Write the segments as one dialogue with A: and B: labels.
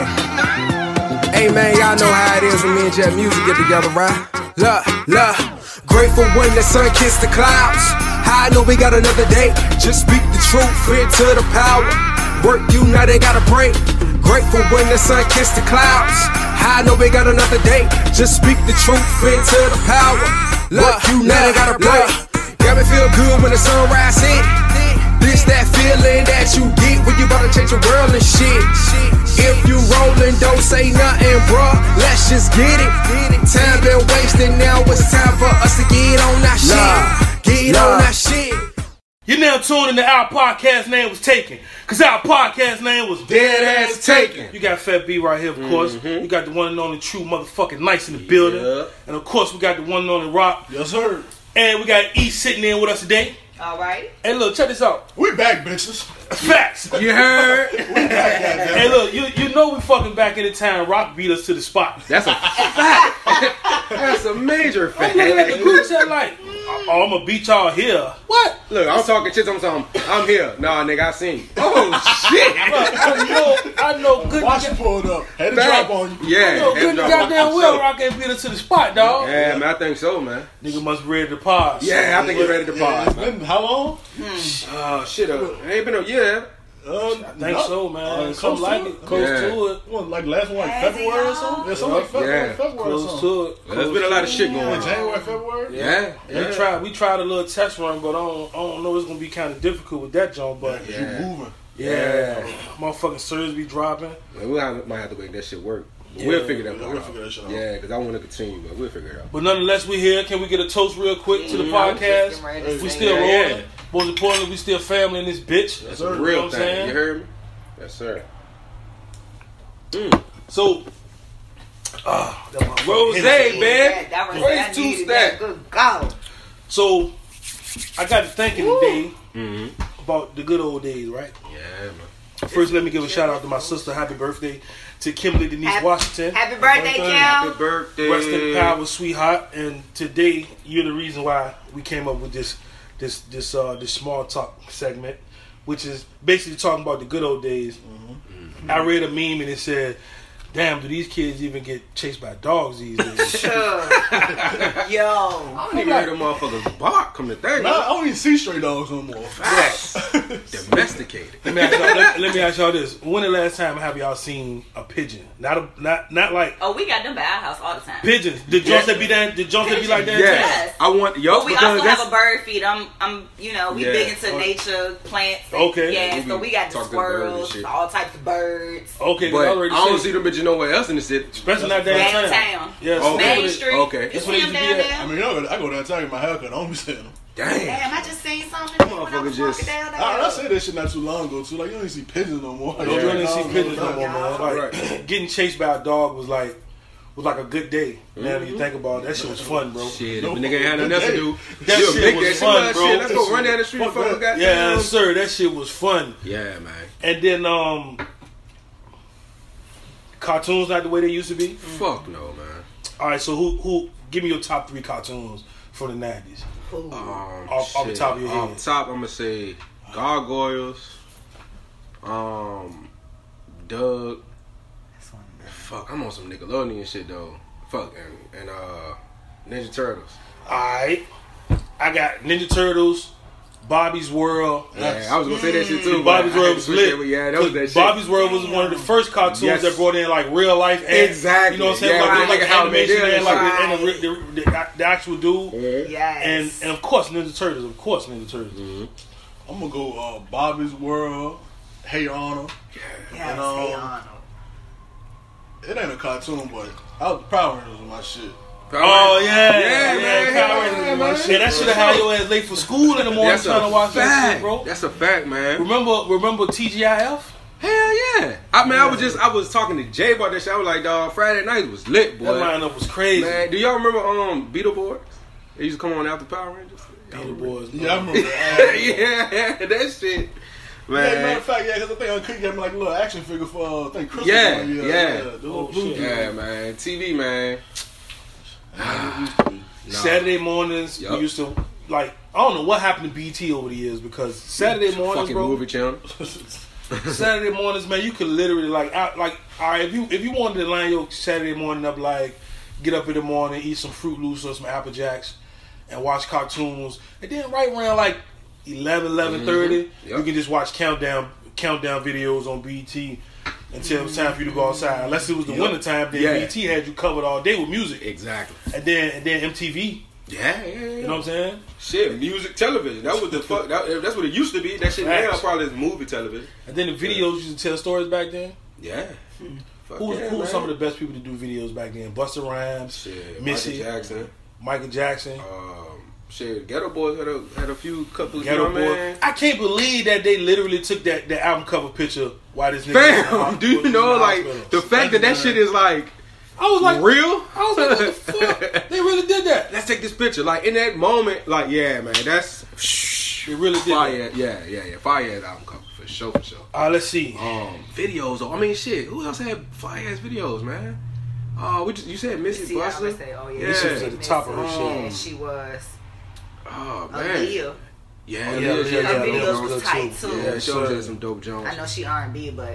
A: Yeah. Hey man, y'all know how it is when me and Jet Music get together, right? Look, look. Grateful when the sun kissed the clouds. How I know we got another day. Just speak the truth, fear to the power. Work you now, they gotta break. Grateful when the sun kissed the clouds. How I know we got another day. Just speak the truth, fear to the power. Look, you now, they gotta break. Got me feel good when the sunrise hit. This that feeling that you get when you about to change the world and shit. If you rolling, don't say nothing, bruh. Let's just get it. Time been wasted, now it's time for us to get on that shit. Get on that shit.
B: You're now tuning to our podcast name was taken. Cause our podcast name was
A: Dead ass taken.
B: You got Fat B right here, of course. You got the one and only true motherfucking nice in the building.
C: Yeah.
B: And of course we got the one and only rock.
C: Yes, sir.
B: And we got E sitting in with us today.
D: All right.
B: Hey look, check this out.
C: We back, bitches.
B: Facts.
A: You heard?
B: hey look, you you know we fucking back in the town. Rock beat us to the spot.
A: That's a fact. That's a major fact.
B: I'm looking at the group chat like, oh, I'm gonna beat y'all here.
A: What? Look, I'm talking shit. I'm talking. I'm here. Nah, nigga, I seen you. Oh shit.
B: Look, I know, I know good.
C: Watch it pulled up. Had a drop on you.
B: I
A: Yeah.
B: know
A: that's
B: good
A: drop.
B: goddamn well, Rock ain't beat us to the spot, dog.
A: Yeah, man, I think so, man.
B: Nigga must read the pause.
A: Yeah, I think you're ready to
C: Yeah,
A: pause.
C: it's been how long?
A: Oh shit, uh, it ain't been a year.
C: Um,
B: I think so, man.
C: Uh,
B: Something
C: close
B: like
C: to
B: it.
C: it?
B: Close
A: Yeah.
B: to it.
C: What, like last one, like
D: Has it
C: February or
D: y'all?
C: something? Yeah, something like February,
A: Yeah.
C: February or
B: Close
C: something.
B: to it.
A: There's been a lot of shit going
C: In
A: on.
C: January, February?
A: Yeah,
B: We
A: yeah.
B: tried, we tried a little test run, but I don't, I don't know. It's gonna be kind of difficult with that joint. But yeah,
C: You moving.
A: Yeah.
B: motherfucking serves be dropping.
A: We might have to make that shit work. But
B: Yeah,
A: we'll figure that
C: we'll
A: part
C: figure that shit
A: out.
C: out.
A: Yeah, because I want to continue, but we'll figure it out.
B: But nonetheless, we here. Can we get a toast real quick to the
D: I'm just getting
B: podcast?
D: ready to
B: We
D: say
B: still
D: it.
A: Yeah.
B: rolling. Most importantly, we still family in this bitch.
C: Yes,
A: It's a
C: sir.
B: You know
A: real
B: what I'm
A: thing.
B: saying?
A: You heard me? Yes, sir.
B: So, ah, Rose,
D: Yeah,
B: man.
D: that was
A: Raise
D: I
A: two
D: needed
A: stack.
D: that. Good God.
B: So, I got to thinking
D: Woo.
B: today
A: Mm-hmm.
B: about the good old days, right?
A: Yeah, man.
B: First, let me give a shout out to my sister. Happy birthday to Kimberly Denise
D: Happy-
B: Washington.
D: Happy birthday,
B: birthday.
D: Kim.
A: Happy birthday.
B: Rest in power, sweetheart. And today, you're the reason why we came up with this this this uh this small talk segment, which is basically talking about the good old days.
A: Mm-hmm.
B: I read a meme and it said, "Damn, do these kids even get chased by dogs these days?"
D: Sure.
A: I
D: Yo.
A: don't even hear the motherfuckers bark come to think.
C: Nah, I don't even see stray dogs no more.
A: Facts. Domesticated.
B: let, me ask y'all, let, let me ask y'all this: When the last time have y'all seen a pigeon? Not a not not like
D: Oh, we got them by our house all the time.
B: pigeons. The Jones that be that the Jones that be like that. in
A: Yes.
B: Texas?
D: Yes.
A: I want y'all
D: But we
A: because
D: also
A: that's
D: have a bird feed. I'm, I'm, you know, we
A: Yeah.
D: big into nature, plants. and-
B: Okay.
D: Yeah, so we got the
A: Talk to birds and
D: squirrels,
A: shit.
D: all types of birds.
B: Okay,
A: but
B: I
A: I
B: already
A: don't
B: said-
A: see them bitches nowhere else in the city.
B: Especially not downtown.
D: Downtown.
B: Yes.
A: Okay.
D: Main
A: That's what it-
D: Street.
A: okay.
D: You
B: That's what
D: see
B: it
D: them
B: used to
D: down
B: be
D: there?
B: at.
C: I mean, y'all, I go down there and my haircut. I don't be seeing them.
A: Damn.
D: Damn, I just seen something when I
A: Motherfucker
D: was
A: just-
D: walking down there.
C: I, I said that shit not too long ago, too. Like, you don't even see pigeons no more. Like,
B: You don't
C: stray
B: really see
C: dogs
B: pigeons no
C: time.
B: more, man. Like getting chased by a dog was like was like a good day. Now that you think about it, that shit was fun, bro.
A: Shit, if
C: No.
A: a nigga ain't had nothing else to do,
B: That
A: she'll
B: shit
A: make
B: was
A: that shit.
B: fun,
A: Well,
B: bro.
A: shit, Let's go run down the street and fuck
C: Fuck
A: goddamn.
B: Yeah, sir, that shit was fun.
A: Yeah, man.
B: And then um cartoons not the way they used to be.
A: Fuck no, man.
B: Alright, so who who give me your top three cartoons from the nineties.
A: Um,
B: Off- off the
A: shit.
B: top of your
A: Off
B: head.
A: the top, I'm gonna say gargoyles. Um, Doug. Fuck, I'm on some Nickelodeon shit though. Fuck and and uh, Ninja Turtles.
B: Alright. I got Ninja Turtles, Bobby's World.
A: Yeah, I was gonna say that shit too. but
B: Mm. Bobby's
A: I had
B: World
A: to
B: was
A: switch
B: lit.
A: that with- Yeah, that was that shit.
B: Bobby's World was one of the first cartoons
A: Yes.
B: that brought in like real life. And,
A: Exactly.
B: You know what I'm saying?
A: Yeah,
B: like,
A: right.
B: like
A: Like how they
B: animation
A: did it.
B: and like
D: Right.
B: and the, the, the, the actual dude. And
D: Yes.
B: and of course Ninja Turtles. Of course Ninja Turtles.
A: Mm-hmm.
C: I'm gonna go uh, Bobby's World, Hey Arnold.
D: yes,
C: and, um,
D: they on 'em.
C: It ain't a cartoon, but I was Power Rangers was my shit.
B: Oh yeah,
A: Yeah, man.
B: Power
A: Yeah,
B: Rangers
A: man.
B: was my shit. that should have had your ass late for school in the morning
A: That's
B: trying to watch
A: a
B: that shit,
A: fact.
B: bro.
A: That's a fact, man.
B: Remember, remember TGIF?
A: Hell yeah! I mean, I was just I was talking to Jay about that shit. I was like, dog, Friday night was lit,
B: That
A: boy.
B: lineup was crazy.
A: Man, do y'all remember um Beetleborgs? They used to come on after Power Rangers. Y'all
B: Peter
A: remember?
B: Boys.
C: Yeah, I remember. that.
A: yeah, that shit,
C: Yeah, matter
A: man.
C: of fact, yeah, because I think Uncle Cookie got me like a little action figure for uh, I think Christmas.
A: Yeah,
C: one year.
A: yeah.
C: the little
B: Oh,
C: blue
B: shit.
C: dude.
A: Yeah, man. TV, man.
C: Yeah, it used to be.
A: Nah.
B: Saturday mornings,
A: Yup.
B: we used to like. I don't know what happened to BT over the years because Saturday mornings,
A: Fucking
B: bro.
A: movie channel.
B: Saturday mornings, man, you could literally like, out, like, all right, if you if you wanted to line your Saturday morning up, like, get up in the morning, eat some Fruit Loops or some Apple Jacks, and watch cartoons, and then right around like 11, 11.30,
E: Yep.
B: you can just watch countdown countdown videos on BET until it's time for you to go outside. Unless it was the
E: Yep.
B: winter time, then
E: Yeah.
B: BET had you covered all day with music,
E: Exactly.
B: and then and then MTV.
E: Yeah, yeah, yeah.
B: You know what I'm saying?
E: Shit, music television. That was the fuck. That, that's what it used to be. That shit now
B: Facts.
E: probably is movie television.
B: And then the videos used to tell stories back then.
E: Yeah. Fuck
B: Hmm. Who was,
E: yeah,
B: who was
E: man.
B: some of the best people to do videos back then? Buster Rhymes,
E: shit?
B: Missy,
E: Michael Jackson.
B: Michael Jackson,
E: Um, shit, Ghetto Boys had a had a few couple.
B: Ghetto
E: you know what I mean?
B: Boys. I can't believe that they literally took that, that album cover picture while this nigga was in the
E: Fam,
B: hos-
E: do
B: was
E: you
B: in
E: know like
B: hospital.
E: the fact that that shit is like oh.
B: I was like,
E: real?
B: I was like, what the fuck? They really did that.
E: Let's take this picture. Like in that moment, like yeah, man, that's
B: They really did. that.
E: fire. Yeah, yeah, yeah. Fire ass album cover for sure, for sure.
B: All right, Uh, let's see.
E: Um, videos. though. I mean, shit. Who else had fire ass videos, man? Uh, we just, you said Missy
D: See, I
E: Buster.
D: would say, oh yeah,
E: Yeah. She was
B: at the top of her
D: Yeah,
E: shit.
D: she was.
E: Oh man.
D: Aaliyah.
E: Yeah,
B: Oh,
E: yeah, yeah.
D: Her
E: yeah,
D: videos
E: those
D: was
E: good
D: tight,
E: too.
D: too.
E: Yeah, she always
B: Sure.
E: had some dope Jones.
D: I know she R and B, but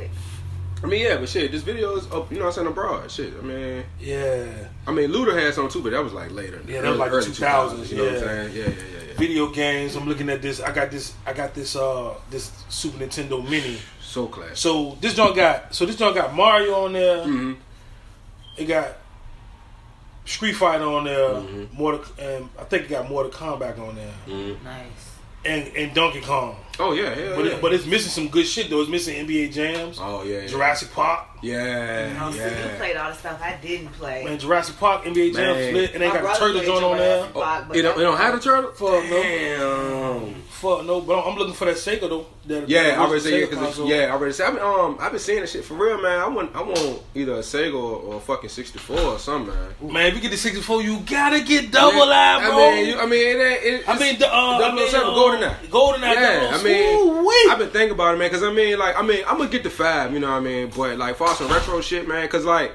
E: I mean, yeah, but shit, this video is up. You know, what I'm saying abroad. Shit, I mean,
B: Yeah.
E: I mean, Luda had some too, but that was like later.
B: Yeah, that was like 2000s,
E: You know what
B: yeah.
E: I'm saying? Yeah, yeah, yeah, yeah.
B: Video games. I'm looking at this. I got this. I got this. Uh, this Super Nintendo Mini.
E: So classic.
B: So this joint got so this joint got Mario on there.
E: Mhm.
B: It got Street Fighter on there.
E: Mm-hmm.
B: Mortal and I think it got Mortal Kombat on there
D: nice.
B: and and Donkey Kong.
E: Oh yeah, yeah.
B: But
E: yeah.
B: it, but it's missing some good shit though. It's missing NBA Jams,
E: oh yeah, yeah.
B: Jurassic Park.
E: Yeah,
D: Oh, see, you
E: yeah.
D: played all the stuff I didn't play.
B: Man, Jurassic Park, NBA Jams
E: Man.
B: lit, and they got
D: My
B: the
D: brother
B: Turtle
D: played
B: joint on there.
D: Jurassic
E: Oh,
D: Park, but
E: it, don't, it don't have a turtle.
B: Fuck no,
E: Damn.
B: fuck no. But I'm I'm looking for that Sega though. That,
E: Yeah,
B: that
E: I already
B: Sega
E: say yeah, cause
B: console.
E: it's, yeah, I already said. I've been, um, I've been seeing this shit for real, man. I want, I want either a Sega or, or a fucking sixty four or something, man.
B: Man, if you get the 64, you gotta get double
E: I
B: I,
E: mean,
B: bro.
E: I mean, you, I mean, it, ain't- it,
B: I mean, the, uh, I mean,
E: 007
B: uh,
E: Golden Eye.
B: Golden Eye.
E: Yeah, I mean,
B: Ooh-wee.
E: I've been thinking about it, man, because I mean, like, I mean, I'm gonna get the five, you know what I mean? But like, for some retro shit, man, because like,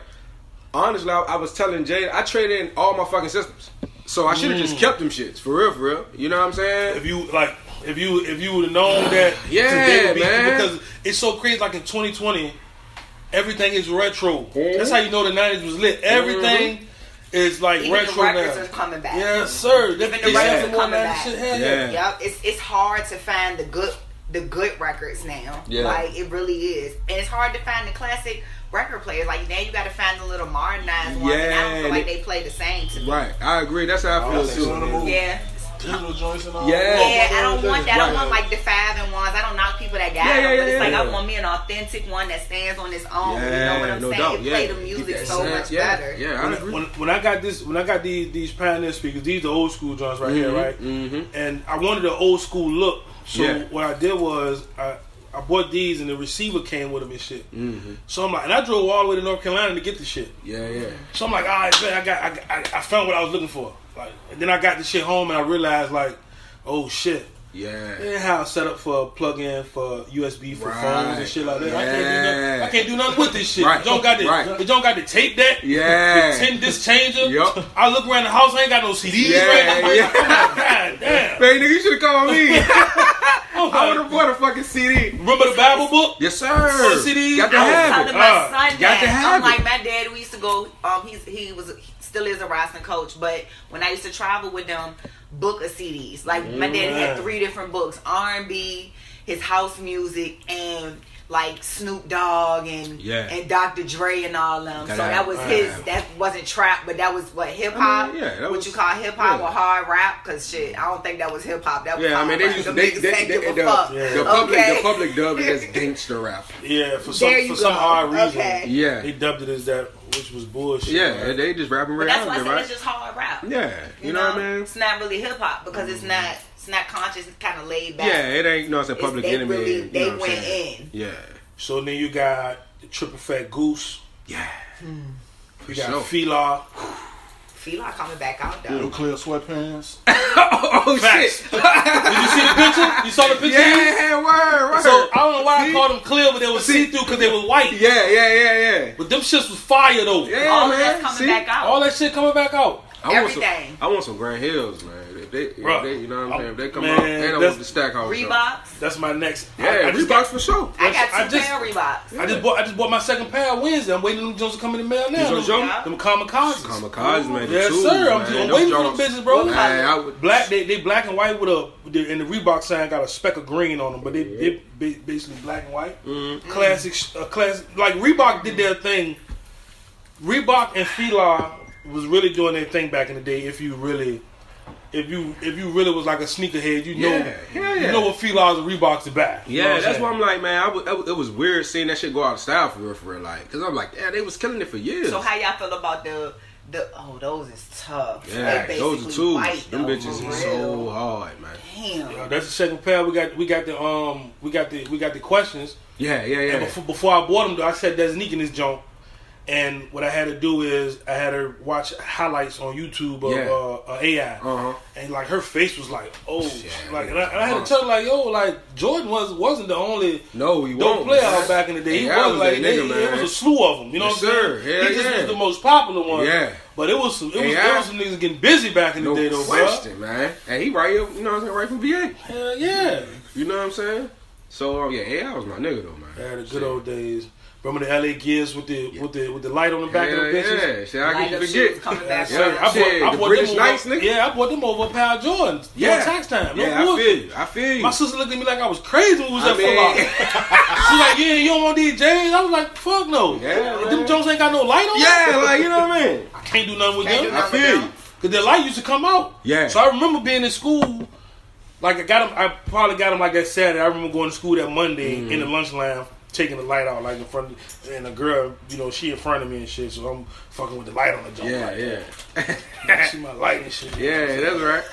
E: honestly, I, I was telling Jade, I traded in all my fucking systems, so I should have just kept them shits for real, for real. You know what I'm saying?
B: if you like, if you if you would have known that,
E: Yeah,
B: today would be,
E: man.
B: because it's so crazy. Like in 2020, everything is retro.
E: Mm-hmm.
B: That's how you know the 90s was lit. Everything is like
D: Even
B: retro
D: the records
B: now.
D: are coming back.
B: Yes, sir. That-
D: Even the
B: they
D: records
B: have
D: are
B: some more
D: coming
B: 90s
D: back.
B: shit, hell
E: Yeah.
D: Yep, it's it's hard to find the good the good records now.
E: Yeah.
D: Like it really is. And it's hard to find the classic record players. Like now you gotta find the little modernized ones and I
E: Yeah,
D: don't feel like
E: they-
D: they play the same to me.
E: Right, I agree. That's how I feel
C: that's
E: too.
C: one of
E: man.
C: them.
D: Yeah.
C: Digital joints and all.
E: Yeah.
D: Yeah, I don't want that. I don't
E: Right.
D: want like the five and ones. I don't knock people that got
E: Yeah, yeah,
D: them, but
E: yeah,
D: it's like
E: yeah.
D: I want me an authentic one that stands on its own. you know what
E: Yeah,
D: I'm
E: no
D: saying?
E: doubt.
D: It
E: Yeah,
D: play the
E: Get
D: music
E: that
D: so
E: sense.
D: much
E: yeah.
D: better.
E: Yeah, I
B: When,
E: agree.
B: when, when I got this, when I got these these Pioneer speakers, these the old school drums right here, right?
E: mhm.
B: And I wanted an old school look, so
E: Yeah.
B: what I did was I I bought these, and the receiver came with them and shit. Mm-hmm. So I'm like, and I drove all the way to North Carolina to get the shit.
E: Yeah, yeah.
B: So I'm like, all right, man, I got, I, got- I, I found what I was looking for. Like, and then I got the shit home, and I realized like, oh shit,
E: Yeah.
B: they have set up for a plug-in for USB for
E: Right.
B: phones and shit like that. I, can't do
E: Yeah.
B: nothing, I can't do nothing with this shit.
E: Right.
B: You don't got to,
E: Right.
B: you don't got to tape that.
E: Yeah.
B: Ten disc changer.
E: Yup.
B: I look around the house. I ain't got no CDs
E: Yeah,
B: right now.
E: yeah.
B: Oh my God damn.
E: Hey, nigga, you should have called me.
B: I'm like,
E: I would have bought a fucking CD.
B: remember the Bible book?
E: Yes, sir.
B: CD.
E: Got to
D: I was
E: have
D: telling
E: it.
D: my
B: Uh,
D: son
E: got to
D: that. I'm
E: have it.
D: like, my dad, we used to go, um, he's, he was, he still is a wrestling coach, but when I used to travel with them, book of CDs. Like, my dad
B: Yeah.
D: had three different books, R&B, his house music, and like Snoop Dogg and
E: Yeah.
D: and Dr. Dre and all them. So
E: Gotta have-
D: that was
E: gotta
D: his.
E: have it.
D: That wasn't trap, but that was what hip hop.
E: yeah, that
D: what
E: was-
D: you call hip hop
E: yeah.
D: or hard rap? Cause shit, I don't think that was hip hop. That was
E: Yeah, I mean they
D: hard
E: used
D: rap.
E: they,
D: Them
E: they,
D: niggas
E: they,
D: ain't give a
E: the,
D: fuck.
E: the public
D: Okay.
E: the public dubbed it as gangster rap.
B: Yeah, for some
D: There you
B: for some
D: go.
B: odd reason,
D: Okay.
E: Yeah,
B: they dubbed it as that, which was bullshit.
E: yeah,
B: right?
E: they just rapping
D: But that's why I
E: reality,
D: said
E: right?
D: it's just hard rap.
E: yeah, you, know, what I mean? Mm-hmm.
D: It's not really hip hop because it's not it's not conscious. It's kind of laid back.
E: Yeah, it ain't. You know, what I'm saying
D: It's-
E: public
D: they
E: enemy.
D: really-
E: you know
D: they
E: what I'm
D: went
E: saying?
D: in.
E: Yeah,
B: So then you got the triple fat goose.
E: yeah.
B: You got
E: sure.
B: Fila.
D: Feel like coming back out though.
C: Little clear sweatpants.
E: Oh
B: Facts.
E: shit!
B: Did you see the picture? You saw the picture?
E: Yeah, word, word.
B: So I don't know why I
E: See?
B: called them clear, but they were see through because they were white.
E: yeah, yeah, yeah, yeah.
B: But them shits was fire though.
E: Yeah,
D: All
E: man.
D: of that's coming
E: see?
D: back out.
B: All that shit coming back out.
E: I want some,
D: Everything.
E: I want some Grand Hills, man. if they, if
B: Bruh,
E: they you know what I'm
B: I'm-
E: saying, if they come
B: man,
E: out, and I
B: that's-
E: want the Stackhouse show.
D: Reeboks.
B: That's my next. I-
E: Yeah,
B: I, just
E: Reeboks
B: got-
E: for sure.
D: I got two
B: I just-
D: pair of Reeboks.
B: I just bought. I just bought my second pair Wednesday. I'm waiting on them Jones to come in the mail now.
E: gonna
B: Them,
E: show me?
B: them kamikazes.
E: Kamikaze man, the
B: Yes,
E: tools,
B: sir. I'm
E: man.
B: just- I'm
E: Them
B: waiting for them
E: joints-
B: bitches, bro.
E: Hey, I would,
B: Black, they, they black and white with a and the Reebok sign got a speck of green on them, but they they ba- basically black and white.
E: Mm-hmm.
B: Classic, sh- uh, classic. Like Reebok did their thing. Reebok and Fila was really doing their thing back in the day. If you really, if you if you really was like a sneakerhead, you know,
E: Yeah, yeah,
B: you
E: yeah.
B: know what Fila's and Reeboks are back. You know
E: Yeah,
B: what I'm
E: that's
B: saying?
E: why I'm like, man, I w- I w- it was weird seeing that shit go out of style for real, for real. Like, cause I'm like, yeah, they was killing it for years.
D: So how y'all feel about the the? Oh, those is tough.
E: yeah,
D: They
E: those are
D: basically
E: tools.
D: white,
E: Them
D: though,
E: bitches
D: for
E: is
D: real.
E: so hard, man.
B: Uh,
D: Damn.
B: That's the second pair. We got we got the um we got the we got the questions.
E: Yeah, yeah, yeah.
B: And before, before I bought them, though, I said there's sneaking this junk. And what I had to do is I had her watch highlights on YouTube of
E: Yeah.
B: uh, uh, AI,
E: Uh-huh.
B: and like her face was like, oh,
E: Yeah,
B: like,
E: yeah.
B: and I, and I had to tell her like, yo, like Jordan was wasn't the only
E: no, he
B: dope
E: won't.
B: player
E: man.
B: out back in the day. He
E: Yeah, I
B: was, like,
E: that
B: they-
E: nigga,
B: it
E: man.
B: was a slew of them. You know
E: Yes,
B: what I'm
E: sir.
B: saying?
E: Hell
B: he just
E: yeah.
B: was the most popular one.
E: Yeah.
B: but it was some, it was,
E: AI.
B: it was some niggas getting busy back in
E: no
B: the day though,
E: question, man. And he right here, you know what I'm saying, right from VA.
B: bro. Hell yeah.
E: You know what I'm saying? So um, yeah, AI was my nigga though, man.
B: Yeah, the good old days. Remember the LA Gears with the with the with the light on the back
E: Hell
B: of the bitches.
E: yeah, shit, I
D: Light
E: can
D: up shoes
E: forget.
D: coming back.
E: Yeah,
B: Sir, I bought,
E: shit,
B: I
E: the
B: bought
E: British
B: them
E: Knights,
B: over,
E: nigga.
B: Yeah, I bought them over a pair of Jordans. Yeah,
E: Yeah.
B: tax time. No
E: yeah, I
B: bullshit.
E: feel you. I feel you.
B: My sister looked at me like I was crazy when we was
E: I
B: at
E: mean-
B: Full Out. She like, yeah, you don't want these J's? I was like, fuck no.
E: Yeah,
B: them
E: man.
B: Jones ain't got no light on.
E: yeah, like you know what I mean.
B: I can't do nothing with
D: Can't
B: them.
D: do
E: I feel you.
B: Cause their light used to come out.
E: Yeah.
B: So I remember being in school. Like I got them. I probably got them like that Saturday. I remember going to school that Monday
E: Mm-hmm.
B: in the lunch line, taking the light out like in front of, and a girl, you know, she in front of me and shit. So I'm fucking with the light on the joint.
E: Yeah,
B: like
E: yeah,
B: That. See my light and shit.
E: yeah. That's right.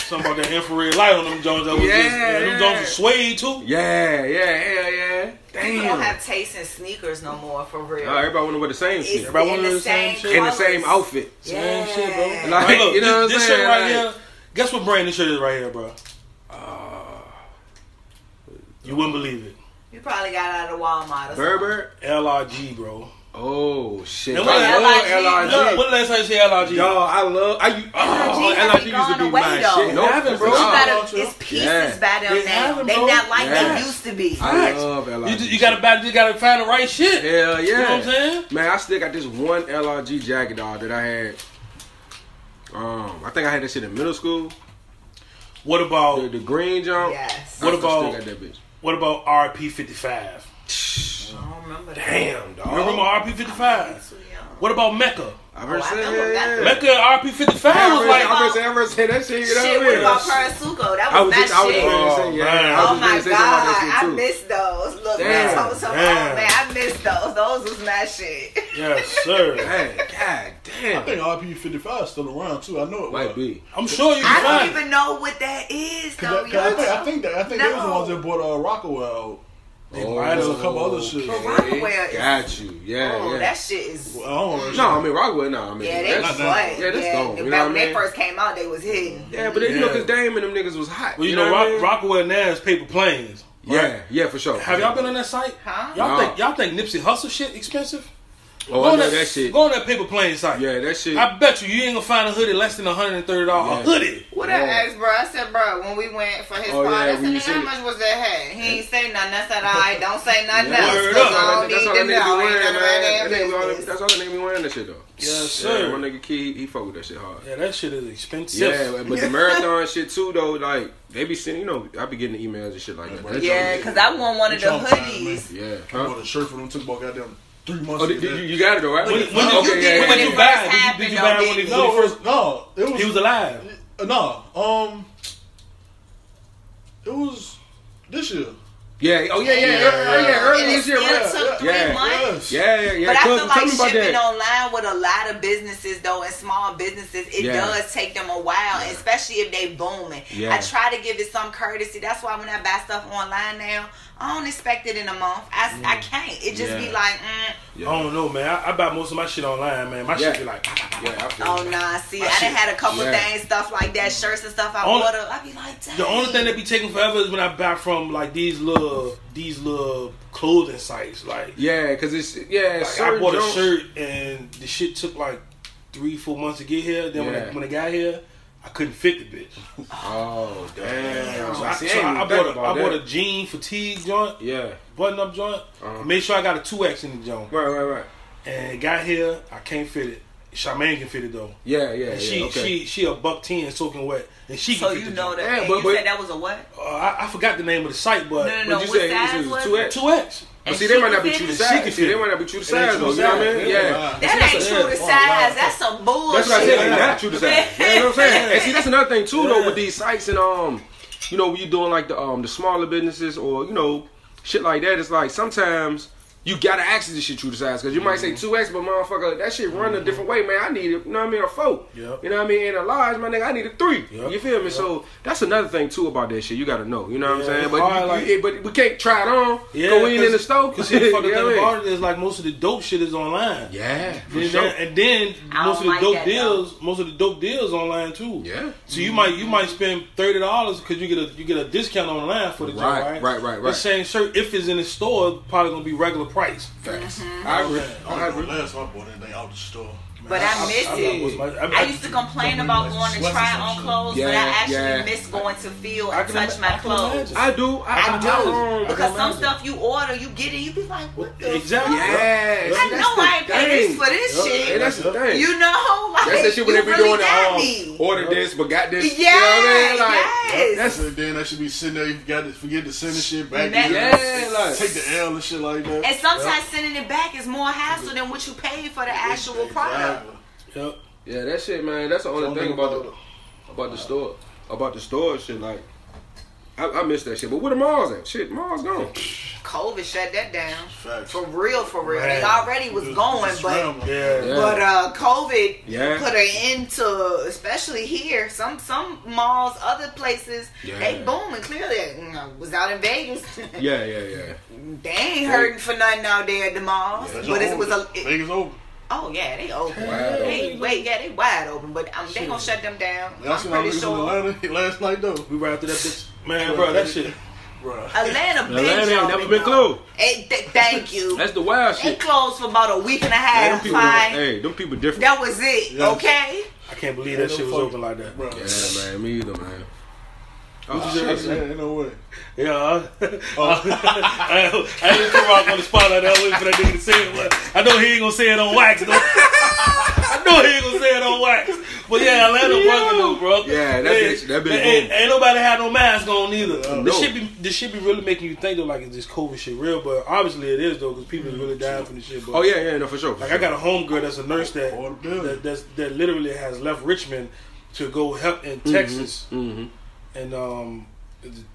B: Something about that infrared light on them Jones. That was
E: Yeah,
B: just, yeah, them
E: yeah.
B: Jones was suede too.
E: Yeah, yeah, hell yeah.
D: You don't
E: Damn.
D: have taste in sneakers no more, for real.
E: Nah, everybody wanna wear the same
D: It's
E: shit.
B: Everybody
D: in
B: wanted
D: the
B: the same
D: same
B: shit.
E: In the
D: colors.
E: same outfit.
D: Yeah.
B: Same shit, bro.
E: Like,
B: Like, look,
E: you
B: this,
E: know what I'm
B: this
E: saying?
B: shit right
E: Like- Uh,
B: here. Guess what brand this shit is right here, bro? you wouldn't believe it.
D: You probably got out of Walmart. Or something.
E: Berber.
B: LRG, bro.
E: Oh shit.
B: And
E: I
B: what
D: LIG?
E: love
B: Look,
E: LIG.
B: what last time you say LRG?
E: Y'all, I love I you oh,
D: LIG
E: LIG used
D: gone
E: to be
D: away,
E: my
D: though.
E: shit. No,
B: They haven't, bro.
D: You
B: Nah.
D: gotta, it's pieces
E: Yeah.
D: by them
B: They
D: now.
B: haven't,
D: They
B: bro.
D: not like
E: Yeah.
D: they used to be.
E: I love LIG.
B: You, ju- you gotta buy, you gotta find the right shit.
E: Hell yeah.
B: You know what I'm saying?
E: Man, I still got this one LRG jacket dog that I had. Um, I think I had that shit in middle school.
B: What about
E: The, the green jump.
D: Yes.
B: Oh.
E: I
B: What
E: still
B: about-
E: got that bitch?
B: what about RP55?
D: I don't remember that.
E: Damn, dog.
B: You remember RP55?
D: Too young.
B: What about Mecca?
E: I've heard
D: Oh, I
E: say,
D: know that.
E: yeah, yeah.
B: Mecca and RP55
E: I
B: was
E: heard-
B: like,
E: I heard say- I heard say that shit. You know
D: oh, Shit,
E: what I
D: what
E: mean?
D: about Parasuco? That
E: I
D: was
E: was
D: that
E: just, I was
D: shit.
E: just ready to say,
B: man.
E: yeah. I
D: Oh
E: was just
D: my
E: ready
D: god,
E: to say something
D: I
E: about that shit
D: missed those. Look,
E: Damn,
D: man, told some, oh
B: damn.
D: man, I missed those. Those was my shit.
B: yes, sir.
E: too. Man,
C: I
E: god damn.
C: think RP fifty five is still around too. I know it was.
E: Might be.
B: I'm sure you
D: I
B: can
D: don't
B: find it.
D: even know what that is though.
C: Cause that- 'cause I, think, I
D: Yo,
C: think that I think they was the
D: Oh, No.
C: ones that bought uh, Rockaway out.
B: They
E: Oh,
B: might have
C: a couple other
E: okay.
C: shit. But
D: Rockawell is-
E: Got you. Yeah,
D: oh,
E: yeah.
D: that shit is.
C: I don't know.
E: no, I mean Rockwell. No, I mean
D: Yeah, they
E: that's,
D: was
C: not that.
D: what?
E: yeah, that's gone. You know
D: back
E: what I
D: when they
E: mean?
D: first came out, they was hidden.
E: yeah, but they, you know,
B: Yeah.
E: cause Dame and them niggas was hot.
B: Well, you, know,
E: what I
B: Rock,
E: mean?
B: Rockwell now is paper planes.
E: Yeah,
B: right?
E: yeah, for sure.
B: Have y'all been on that site?
D: Huh?
B: Y'all
E: Nah.
B: think y'all think Nipsey Hustle shit expensive? go
E: Oh, I
B: on
E: know that shit.
B: Go on that paper plane site.
E: Yeah, that shit.
B: I bet you you ain't gonna find a hoodie less than hundred and thirty dollars. A
E: Yeah.
B: hoodie.
D: What I
E: Yeah.
D: asked, bro, I said, bro, when we went for his
E: Oh,
D: part,
E: yeah,
D: I said,
E: when you
D: nigga,
E: said
D: how
E: it.
D: much was that hat? He ain't say nothing. I said, all right, don't say nothing
E: Yeah.
D: else.
B: Word
D: Cause
B: up.
D: I don't
E: That's all that
D: need to
E: nigga be
D: know. Ain't
E: wearing,
D: none of that
E: man. That nigga be all-
D: business.
E: That's all that nigga be wearing that shit though.
B: Yes,
E: Yeah,
B: sir.
E: one nigga key, he fuck with that shit hard.
B: Yeah, that shit is expensive.
E: Yeah, but the marathon shit too though. Like they be sending, you know, I be getting the emails and shit like that. That
D: Yeah,
E: shit-
D: because I want one of the
C: Y'all trying to make-
D: hoodies.
E: yeah.
C: I
E: Huh?
C: bought a shirt for them. Took about goddamn three months.
E: Oh,
C: to
E: did,
C: get
E: you,
C: that.
E: you got it though, right?
B: When, when
E: okay,
B: did you,
E: yeah,
B: when
E: yeah.
B: did you
D: When it
B: buy?
D: first
B: it? Did you, did you buy
D: happened,
B: it when it,
D: though,
C: No,
B: when it first?
C: first, no, it was,
B: He was alive.
C: no. Um, it was this year.
E: Yeah. Oh yeah, yeah, yeah, yeah, yeah. Early
D: And it
E: this year,
D: still
E: right?
D: took three
E: Yeah.
C: Yes.
D: months.
E: Yeah, yeah, yeah.
D: But I
E: Cuz,
D: feel like
E: tell me about
D: shipping
E: that.
D: online with a lot of businesses though and small businesses, it
E: Yeah.
D: does take them a while, especially if they booming.
E: Yeah.
D: I try to give it some courtesy. That's why when I buy stuff online now, I don't expect it in a month. I, s- I can't. It just be
E: Mm. Yeah.
D: like, mm,
E: Yeah.
B: I don't know, man. I, I buy most of my shit online, man. My
E: Yeah.
B: shit be like, ah.
E: yeah, I feel
D: oh
E: you.
D: nah. See, I done had a couple
E: Yeah.
D: things, stuff like that, shirts and stuff. I
B: Only-
D: order. I be like, Dang.
B: The only thing that be taking forever is when I buy from like these little these little clothing sites. Like,
E: Yeah, because it's yeah.
B: like, I
E: Sir
B: bought a
E: Jones-
B: shirt and the shit took like three four months to get here. Then when
E: Yeah.
B: I, when it got here, I I couldn't fit the bitch.
E: Oh damn!
B: So
E: So
B: I,
E: see,
B: so
E: ain't
B: I
E: even think
B: bought a, I
E: about
B: bought
E: that.
B: a jean fatigue joint,
E: Yeah.
B: button up joint.
E: Uh-huh.
B: Made sure I got a two X in the joint.
E: Right, right, right.
B: And it got here, I can't fit it. Charmaine can fit it though.
E: Yeah, yeah, yeah.
B: And she
E: okay.
B: she she a buck ten soaking wet, and she.
D: So
B: can fit
D: you
B: the
D: know
B: joint.
D: that.
E: Yeah,
D: and
E: but-
D: you
E: but-
D: said that was a what?
B: Uh, I, I forgot the name of the site, but
D: No, no,
E: But
D: no.
E: you
D: What
E: said you
D: size
E: said it was
D: was
E: two
D: it?
E: X.
B: two X.
E: But
D: And
E: see, they
D: she
E: might not be
D: can
E: true to
D: fit
B: it.
E: size. See, they might not be true to
B: And they
E: size
B: true
E: though. You
B: to
E: know what I
B: size.
E: mean?
B: Yeah.
E: Yeah.
D: That ain't
B: that's
D: true
B: a-
D: to
B: yeah.
D: size. That's some bullshit.
E: That's what I said.
B: Yeah.
E: They not true to size. Yeah, you know what I'm saying. And see, that's another thing too, though, with these sites and um, you know, when you doing like the um the smaller businesses or you know, shit like that. It's like sometimes you gotta ask this shit true to size because you might say
B: Mm-hmm.
E: two X, but motherfucker, that shit run a different way, man. I need it. You know what I mean? A four.
B: Yep.
E: You know what I mean? And a large, my nigga, I need a three.
B: Yep.
E: You feel me? So that's another thing too about that shit. You gotta know. You know what
B: Yeah,
E: I'm saying?
B: it's
E: But
B: hard,
E: you-
B: like-
E: you- but we can't try it on. Yeah, go in in the store.
B: Because the fucking
E: You know what
B: thing
E: I mean?
B: about it is like most of the dope shit is online.
E: Yeah, for
B: And
E: sure.
B: then, and then
D: I
B: most of
D: don't
B: the
D: like
B: dope
D: that,
B: deals, most of the dope deals online too.
E: Yeah.
B: So you might you might spend thirty dollars because you get a you get a discount online for the joint,
E: Right,
B: right?
E: right, right,
B: The
E: right.
B: same shirt if it's in the store, probably gonna be regular price.
E: Facts. I agree.
C: I
E: I
C: was
E: agree.
C: last time I bought anything out the store.
D: But I miss
B: I,
D: it.
B: love what's my- I,
D: I used to complain about going to try on clothes, but I
E: Yeah,
D: actually
E: yeah.
D: miss going to feel
B: I
D: and
B: can
D: touch
B: ima- I
D: my
B: can
D: clothes.
B: imagine.
E: I do. I,
D: I
E: I,
D: do.
E: I, um,
D: Because some
B: imagine.
D: stuff you order, you get it, you be like, what the
B: Exactly.
D: fuck?
E: Yeah,
D: I
E: see, that's
D: know
E: the
D: I ain't pay this
E: thing.
D: for this shit.
E: And that's the thing.
D: you know, like
E: that's the shit when
D: you
E: they be
D: really
E: doing
D: got
E: the um,
D: me.
E: order this but got this.
D: Yeah,
E: you know what I mean? Like,
D: yes.
E: that's
C: So then I should be sitting there. You got to forget to send the shit back.
D: Man.
C: You
E: Yeah, like-
C: take the L and shit like that.
D: And sometimes sending it back is more hassle than what you paid for the actual product.
C: Exactly.
B: Yep.
E: yeah, that shit, man. That's the only
C: Don't
E: thing
C: think
E: about the about the store, about the store and shit. Like, I, I miss that shit. But where the malls at? Shit, malls gone.
D: COVID shut that down.
C: Facts.
D: For real, for real. They
B: Man.
D: already was
C: Just-
D: going,
C: just
D: but
C: scramble.
B: Yeah.
E: Yeah.
D: But uh, COVID
E: Yeah.
D: put an end to, especially here, some some malls, other places,
E: Yeah.
D: they booming. Clearly, you know, was out in Vegas.
E: Yeah, yeah, yeah.
D: they ain't hurting for nothing out there at the malls.
C: That's
D: but it
C: over.
D: was a. it-
C: Vegas over.
D: oh yeah, they open.
E: Wide
D: They wait, yeah, they wide open. But um, they gonna shut them down.
C: Y'all
D: I'm
C: seen all
D: pretty
C: niggas
D: sure.
C: in Atlanta last night though,
B: We wrapped it up this man, bro. That shit.
C: bro.
D: Atlanta, been
E: Atlanta ain't
D: open,
E: never been
D: though.
E: closed.
D: Hey, th- thank you.
E: That's the wild
D: they
E: shit.
D: closed for about a week and a
E: Man, them
D: half.
E: people,
D: Fine.
E: hey, them people different.
D: That was it.
C: Yeah.
D: Okay.
B: I can't believe that shit was open like that.
C: bro.
E: Yeah, man. Me either, man. Oh,
C: Shit,
E: shit.
C: man, ain't no way.
B: Yeah.
E: Oh.
B: uh, I, I didn't come out on the spot like that. I waited for that nigga to say it. But I know he ain't gonna say it on wax though. I know he ain't gonna say it on wax. But yeah, Atlanta bugging though, bro.
E: Yeah, that
B: Man,
E: bitch- that bitch
B: man, Ain't,
E: boom.
B: ain't nobody had no mask on either.
E: No.
B: This shit be this shit be really making you think though, like is this COVID shit real? But obviously it is though, because people is really dying from this shit. But
E: Oh yeah, yeah, no, for sure. for
B: like I
E: sure.
B: got a homegirl that's a nurse that
C: All the bills.
B: that, that's, that literally has left Richmond to go help in
E: Mm-hmm.
B: Texas, and um,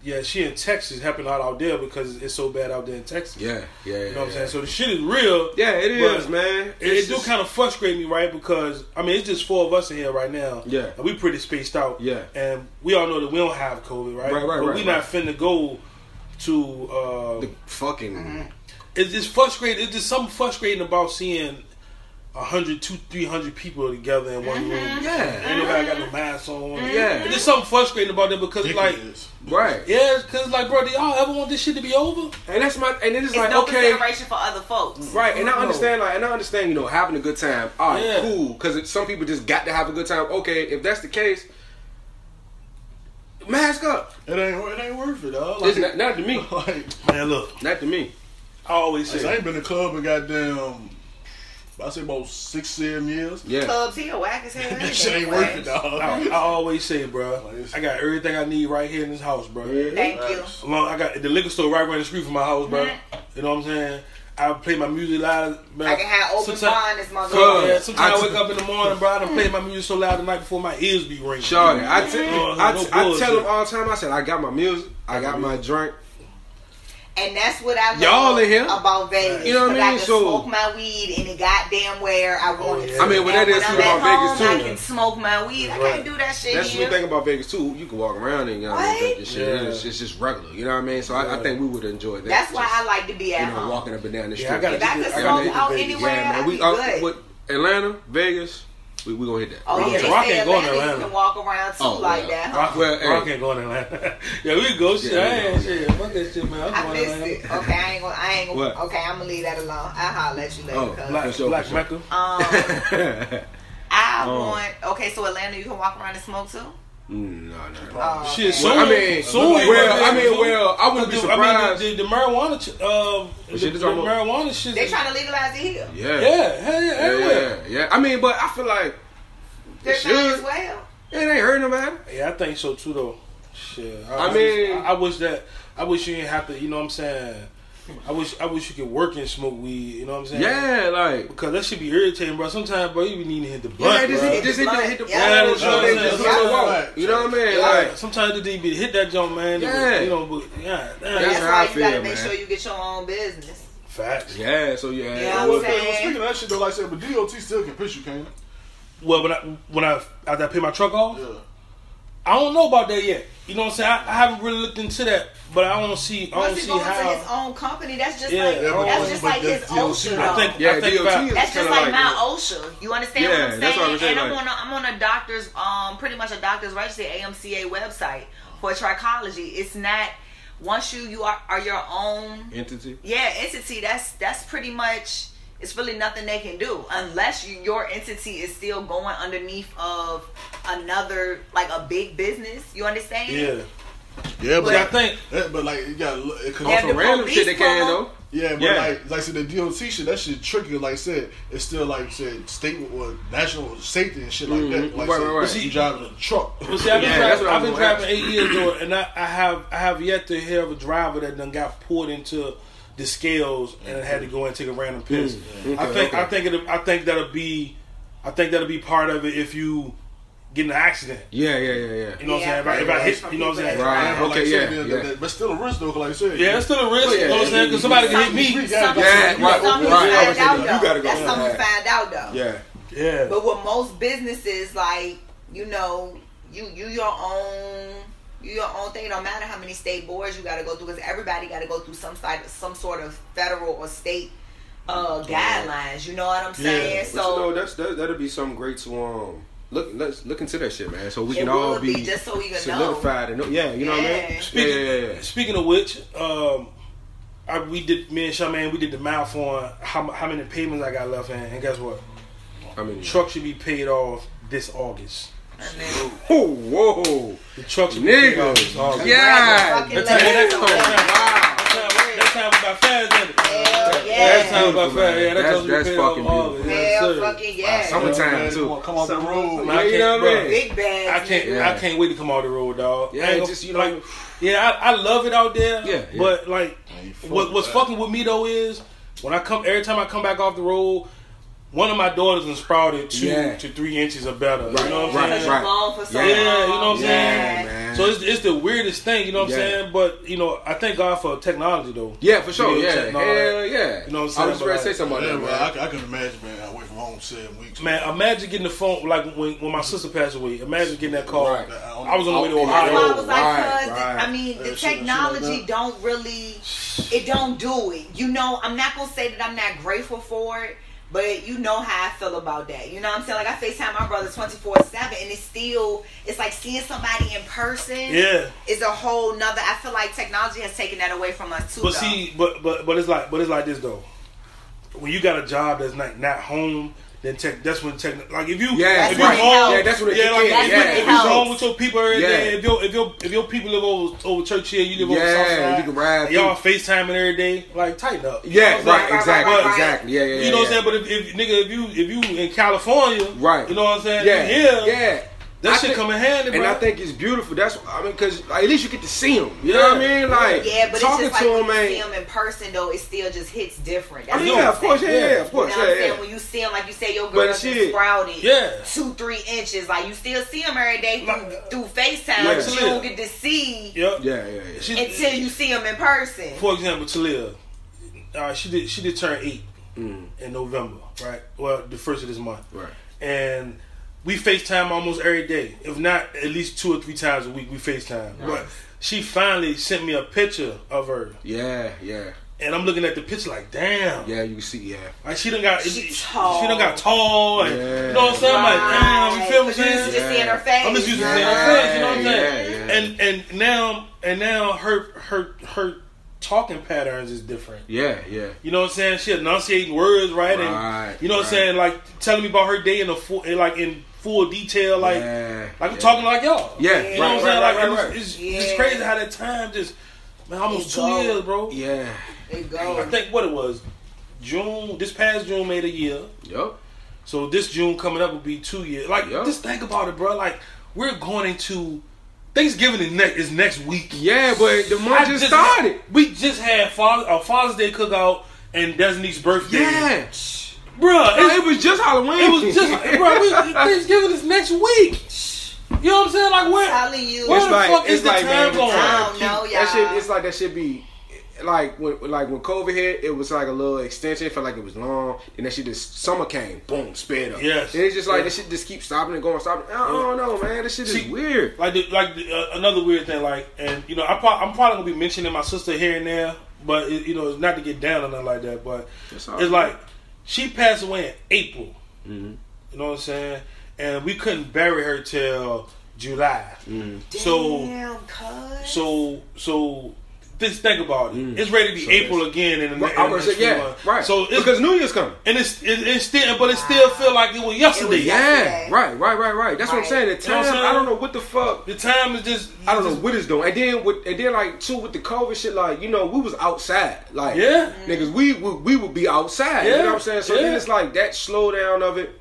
B: yeah, she in Texas helping out out there because it's so bad out there in Texas.
E: Yeah, yeah, yeah.
B: you know what I'm
E: yeah.
B: saying. So the shit is real.
E: Yeah, it
B: But
E: is, man.
B: It,
E: It's
B: do
E: just-
B: kind of frustrate me, right? Because I mean, it's just four of us in here right now.
E: Yeah.
B: and we pretty spaced out.
E: Yeah.
B: and we all know that we don't have COVID, right?
E: Right, right,
B: But
E: right,
B: we
E: right.
B: not finna go to uh,
E: the fucking
B: Mm-hmm. it's just frustrating. It's just something frustrating about seeing 100, 200, 300 people together in one
D: Mm-hmm.
B: room.
E: yeah,
B: Ain't nobody got no mask on.
E: Yeah.
B: There's something frustrating about that because, like,
C: Ridiculous.
E: right.
B: yeah, because, like, bro, do y'all ever want this shit to be over?
E: And that's my and it is
D: It's
E: like
D: no
E: okay,
D: consideration for other folks.
E: right. And I
B: No.
E: understand like and I understand you know having a good time. All right,
B: Yeah.
E: cool. Because some people just got to have a good time. Okay, if that's the case, mask up.
C: It ain't. It ain't worth it, dog.
E: It's not, not to me.
C: like,
B: Man, look,
E: Not to me.
B: I always
C: Since I
B: say,
C: ain't been to club in goddamn, I say about six, seven years.
E: Yeah.
D: Clubs here, whack as hell.
C: That shit ain't worth it,
B: I,
C: dog.
B: I always say, bro, I got everything I need right here in this house, bro.
D: Thank you. Mm-hmm.
B: Long, I got the liquor store right around the street from my house, bro. You know what I'm saying? I play my music loud. Man.
D: I can have open
B: Sometime-
D: wine as my
E: Club.
B: Yeah,
D: girl.
B: sometimes I,
E: I
B: wake up in the morning, bro. I
D: Mm.
B: done play my music so loud the night before my ears be ringing.
E: Shawty, I te-
B: Oh,
E: I
B: no
E: t- I tell
B: bullshit. Mm-hmm.
E: them all the time. I said I got my music. I got my drink.
D: And that's what I love
E: Y'all in here?
D: about Vegas.
E: You know what I
D: 'cause can
E: mean? So-
D: smoke my weed any goddamn where I want
B: yeah.
D: it. to.
B: I mean,
E: well, that
D: And
E: is
D: when
E: true
D: I'm
E: about
D: at
E: Vegas,
D: home,
E: too.
D: I can smoke my weed. I
B: Right.
D: can't do that shit
E: That's the
D: here.
E: thing about Vegas too. You can walk around and you know,
D: Right?
E: the shit
B: Yeah.
E: is it's just regular. You know what I mean? So I, I think we would enjoy that.
D: That's why
E: Just,
D: I like to be at
E: you know,
D: home.
E: walking up and down the street.
B: Yeah, I gotta
D: if I
B: just-
D: could
B: I
D: smoke
B: gotta
D: out
B: get to Vegas.
D: anywhere, I'd be
E: We uh,
D: good.
E: what- Atlanta, Vegas, we we gonna hit that.
D: oh,
E: We
D: yeah,
E: gonna
D: they
B: Rock ain't
D: say
E: hit that.
B: going to
D: Atlanta, you
B: Atlanta.
D: can walk around too
E: Oh,
D: like
E: yeah.
D: that.
B: Rock,
E: Well, hey.
B: Rock ain't going to Atlanta. yeah, we can go. Shit,
E: Yeah,
B: I
E: we
B: ain't
E: go.
B: shit. Fuck that shit, man. I'm
D: I
B: going to
D: missed it.
B: Atlanta.
D: Okay, I ain't gonna. I ain't gonna.
E: What?
D: Okay, I'm gonna leave that alone. I'll holler at you later.
E: Oh,
D: cuz.
E: like-
B: Black,
E: For sure,
B: Black
E: for sure.
B: Mecca.
E: Oh.
D: um, I want. Okay, so Atlanta, you can walk around and smoke too. Oh,
E: No, no.
B: Shit, soon.
E: Well, I mean,
B: soon.
E: well, I mean, well, I wouldn't be
B: I mean,
E: surprised.
B: the, the, the marijuana, ch- uh, the,
E: shit
B: the
E: is almost-
B: marijuana shit.
D: They trying to legalize it here.
E: Yeah.
B: yeah, hell yeah,
E: Yeah,
B: everywhere.
E: yeah, yeah. I mean, but I feel like
D: They're
E: It
D: trying
E: should.
D: as well.
E: it ain't hurting nobody.
B: Yeah, I think so too, though. Shit,
E: I mean-
B: I, I wish that I wish you didn't have to. You know what I'm saying? I wish I wish you could work and smoke weed. You know what I'm saying?
E: Yeah, like
B: Because that should be irritating, bro. Sometimes, bro, you be needing to hit the
E: yeah,
B: blunt,
E: just
B: bro.
E: hit, just hit the hit the
D: Yeah,
E: ball,
B: that's
E: so
B: what
E: they
B: I'm saying.
E: just let it walk.
C: Yeah.
E: You know what I mean?
B: Yeah,
E: Like,
B: sometimes they need to hit that joint, man.
E: Yeah.
B: You know, but yeah, damn,
E: That's
D: That's
B: that's
E: how I
D: why you gotta
E: feel,
D: make
E: man.
D: sure you get your own business.
B: facts.
E: yeah. So yeah,
D: Yeah.
C: Well,
D: saying.
C: well, speaking of that shit, though, like I said, but DOT still can push you, can
B: Well, when I when I after I pay my truck off,
C: Yeah.
B: I don't know about that yet. You know what I'm saying? I, I haven't really looked into that, but I don't
E: Oh,
B: see I don't
D: Once he
B: see
D: goes into his
B: how.
D: own company, that's just
B: Yeah,
D: like
B: yeah, but
D: that's
C: once-
D: just
C: but
D: like his
C: that's DLC.
D: OSHA. though.
B: I think
E: yeah.
B: I think
E: DOT
B: if
E: is
B: I-
D: That's just
E: kinda
D: like,
E: like
D: my OSHA. You understand
E: Yeah,
D: what I'm
E: that's
D: saying?
E: what I'm saying,
D: and
E: like-
D: I'm on a I'm on a doctor's um pretty much a doctor's registered AMCA website for trichology. It's not once you you are, are your own
E: entity.
D: yeah entity. That's that's pretty much it's really nothing they can do unless you, your entity is still going underneath of another like a big business. You understand?
B: Yeah,
C: Yeah,
B: but I think
C: Yeah, but like you got it can
D: Yeah,
C: also
E: Some
D: the
E: random
D: police
E: shit they can
D: call-
E: though.
C: Yeah, but
E: Yeah.
C: like like I said, the DOT shit, that shit tricky. Like I said, it's still like I said state or national safety and shit like that.
E: Mhm.
C: Like
E: Right,
C: I said,
E: right, right.
C: You driving a truck.
B: But see, I've been
E: Yeah, that's
B: driving,
E: what I
B: I've
E: was
B: been driving
E: gonna
B: eight years though, and I, I have I have yet to hear of a driver that done got pulled into the scales and had to go and take a random piss. I
E: Okay,
B: think
E: Mm, okay.
B: I think it I think that'll be I think that'll be part of it if you get in an accident.
E: Yeah, yeah, yeah,
B: You know
D: Yeah,
B: what I'm saying? If I,
D: right,
B: if I
D: right.
B: hit, you know what I'm saying?
E: Right.
C: But, like I said,
E: Okay, yeah,
C: the- the-
E: yeah.
C: But still a risk though, 'cause like I said,
B: Yeah, it's still a risk. You know what I'm saying? Because somebody can hit me.
C: Yeah,
D: Something
E: yeah,
D: you-
E: right,
D: something you
E: right. I was
D: find out,
E: thinking, you
D: though.
E: gotta go.
D: That's something you
E: Yeah.
D: find out though.
E: yeah.
B: Yeah.
D: But with most businesses, like you know, you you your own you your own thing. It don't matter how many state boards you got to go through, because everybody got to go through some side, some sort of federal or state uh, guidelines. You know what I'm saying?
B: Yeah,
E: But you know,
D: so
E: that's that, that'll be something great to um look let's look into that shit, man. So we
D: It
E: can all
D: would be
E: be,
D: just so we can know.
E: solidified and know. yeah, you know what I mean.
D: Yeah.
E: Yeah,
B: Speaking,
E: yeah, yeah.
B: speaking of which, um, I, we did me and Charmaine, we did the math on how mu- how many payments I got left, in, and guess what?
E: I mean,
B: truck should be paid off this August.
D: I mean,
E: oh, whoa,
B: The truck should be paid off this
E: nigga,
B: August.
E: yeah,
D: Fucking
B: That time, that
D: letter.
B: time, that time about fast, ain't it?
D: Hell
B: That
D: yeah.
B: time about
E: Beautiful,
B: fast,
E: man.
B: yeah. That
E: That's-
B: truck should be
E: that's
B: paid off
E: fucking
B: August. Yes,
D: Hell
B: sir.
D: fucking yeah.
E: summertime
C: man, come
E: too.
C: on- come off the road.
B: Man, I
E: You know
B: can't-
E: what I mean?
D: Big bags.
B: I can't.
E: Yeah.
B: I can't wait to come out the road, dog.
E: Yeah,
B: I ain't gonna-
E: just, you know-
B: like, yeah, I, I love it out there.
E: Yeah, yeah.
B: but like,
C: Man, you fuck
B: what,
C: with
B: what's
C: that.
B: fucking with me though is when I come every time I come back off the road, one of my daughters has sprouted two
E: Yeah.
B: to three inches or better. You know what I'm
E: Right,
B: saying?
E: right.
B: Yeah, you know what I'm
E: Yeah,
B: saying.
E: man.
B: So it's, it's the weirdest thing, you know what
E: Yeah.
B: I'm saying. But you know, I thank God for technology though.
E: Yeah, for sure.
B: Video
E: Yeah,
B: chat and all
E: hell
B: that.
E: yeah.
B: You know what I'm
E: I
B: saying?
E: was just ready to
B: But
E: say something about
C: Yeah,
E: that,
C: bro,
E: man.
C: I, I can imagine being away from home seven weeks.
B: Man, imagine getting the phone like when, when my sister passed away. Imagine getting that call.
E: Right.
B: I was on the way to
E: Oh,
D: That's why I
B: Ohio.
D: was like,
E: Right,
D: cuz
E: right.
D: I
C: Yeah,
D: mean, the
C: shit, shit like
D: technology
C: that.
D: don't really, it don't do it. You know, I'm not gonna say that I'm not grateful for it, but you know how I feel about that. You know what I'm saying? Like I FaceTime my brother 24 seven, and it's still, it's like seeing somebody in person.
B: Yeah.
D: is a whole nother. I feel like technology has taken that away from us too.
B: But
D: though.
B: see, but but but it's like but it's like this though. When you got a job that's not not home, then tech that's when tech like if you
E: Yeah,
B: if
D: right.
B: you home,
D: Yeah,
E: that's when it
B: yeah,
E: kick
B: like, if
E: in.
B: you-
E: Yeah.
B: if you
D: Helps.
B: home with your people every
E: Yeah.
B: day, if your if your if your people live over over church here, you live over
E: Yeah,
B: Southside,
E: you can ride
B: and y'all FaceTiming every day, like tighten up. You know
E: Yeah,
B: what I'm
E: right,
B: saying?
E: exactly,
B: But-
E: exactly. Yeah, yeah, yeah.
B: you know what
E: yeah.
B: I'm saying? But if, if nigga, if you if you in California,
E: Right.
B: You know what I'm saying?
E: Yeah,
B: yeah,
E: yeah.
B: That
E: I
B: shit
E: think-
B: come in handy,
E: And
B: bro.
E: I think it's beautiful. That's I mean, cause like, at least you get to see them. You know what I
B: Yeah.
E: mean? Like
D: yeah, but
E: talking
D: it's just like
E: to
D: when
E: them,
D: you
E: man.
D: see them in person though, it still just hits different.
E: I
D: That's
E: mean,
D: what
E: yeah,
D: I'm
E: of course, yeah,
B: Yeah.
E: yeah, of
D: You know
E: course,
D: what I'm
E: yeah,
D: saying?
E: yeah.
D: When you see them, like you say, your
E: But
D: girls
E: shit,
D: is sprouted,
B: yeah.
D: two, three inches. Like you still see them every day through,
B: Like-
D: through FaceTime,
E: Yeah.
D: but you don't get to see
B: Yep.
E: Yeah, yeah, yeah.
B: She-
D: until you see them in person.
B: for example, Talia, uh, she did she did turn eight in November, right? Well, the first of this month,
E: Mm. Right.
B: And we FaceTime almost every day, if not at least two or three times a week. We FaceTime, but she finally sent me a picture of her,
E: Yeah, yeah,
B: and I'm looking at the picture like, damn,
E: yeah. You can see, yeah,
B: like she done got
D: She
B: she,
D: tall.
B: she done got tall, and you know what I'm saying? I'm like, damn, you
D: Right.
B: feel what
D: 'Cause
B: I'm
D: you
B: saying?
D: used to just seeing her face.
B: I'm just using
D: Yeah.
B: it as a thing, you know what I'm
E: Yeah,
B: saying?
E: yeah.
B: And and now and now her her her talking patterns is different.
E: yeah, yeah.
B: You know what I'm saying? She enunciating words right,
E: Right,
B: and you know what
E: right.
B: I'm saying, like telling me about her day in the full, in, like in full detail, like
E: Yeah,
B: like I'm
E: yeah.
B: talking like y'all.
E: Yeah,
B: you know what I'm
E: right,
B: saying?
E: right,
B: like
E: right,
B: it's-
E: right.
B: It's,
D: Yeah.
B: it's crazy how that time just man almost
D: It
B: two
D: go.
B: years, bro.
E: Yeah.
D: It
B: I
D: goes.
B: think what it was June. This past June made a year.
E: Yup.
B: So this June coming up will be two years. Like
E: Yeah.
B: just think about it, bro. Like we're going into Thanksgiving is next is next week.
E: Yeah, but the month
B: I
E: just, started.
B: We just had Father, a Father's Day cookout and Destiny's birthday.
E: Yeah.
B: Bruh,
E: No,
B: it's-
E: it was just Halloween.
B: it was just bro. We, Thanksgiving is next week. You know what I'm saying? Like where?
D: telling you.
B: Where
E: It's
B: the
E: like-
B: fuck is
E: it's
B: the
E: like, man,
B: time
E: the
B: going?
D: time. I don't know,
E: That
D: y'all.
E: shit, it's like that should be, like when like when COVID hit, it was like a little extension. It felt like it was long. Then that shit just summer came, boom, sped up.
B: Yes.
E: And it's just like
B: Yeah.
E: that shit just keep stopping and going, stopping. I don't know, man. This shit is
B: See-
E: weird.
B: Like, the, like the, uh, another weird thing, like, and you know, I prob- I'm probably gonna be mentioning my sister here and there, but it, you know, it's not to get down or nothing like that. But
E: It's
B: it's,
E: all right.
B: like she passed away in April. You know what I'm saying? And we couldn't bury her till July. So,
D: Damn, cuz.
B: so, so, just think about it. It's ready to be April again in the,
E: Right,
B: ne-
E: I
B: in the
E: was
B: next
E: like,
B: few
E: yeah,
B: months.
E: right.
B: So, it's,
E: because New Year's coming.
B: and it's it, it's still, but it still feel like it was yesterday.
E: Yeah,
D: yesterday.
E: right, right, right, right. That's what I'm
D: Right.
E: saying. The
B: know
E: time,
B: what I'm saying?
E: I don't know what the fuck.
B: The time is just
E: I don't know what it's doing. And then with and then like too with the COVID shit, like, you know, we was outside. Like
B: Yeah.
E: niggas, we would we would be outside. You know what
B: Yeah.
E: I'm saying? So then
B: Yeah.
E: it's like that slowdown of it,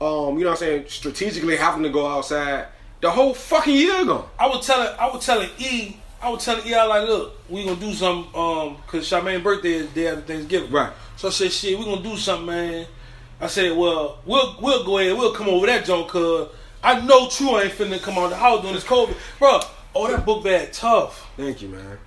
E: um, you know what I'm saying, strategically having to go outside, the whole fucking year gone.
B: I would tell her. I would tell her E. I would tell her E. I like, look, we gonna do something. Um, cause Charmaine's birthday is day after Thanksgiving.
E: Right.
B: So I said, shit, we gonna do something, man. I said, well, we'll we'll go ahead. We'll come over that junk. Cause I know True ain't finna come out the house during this COVID, bro. Oh, that book bag tough.
E: Thank you, man.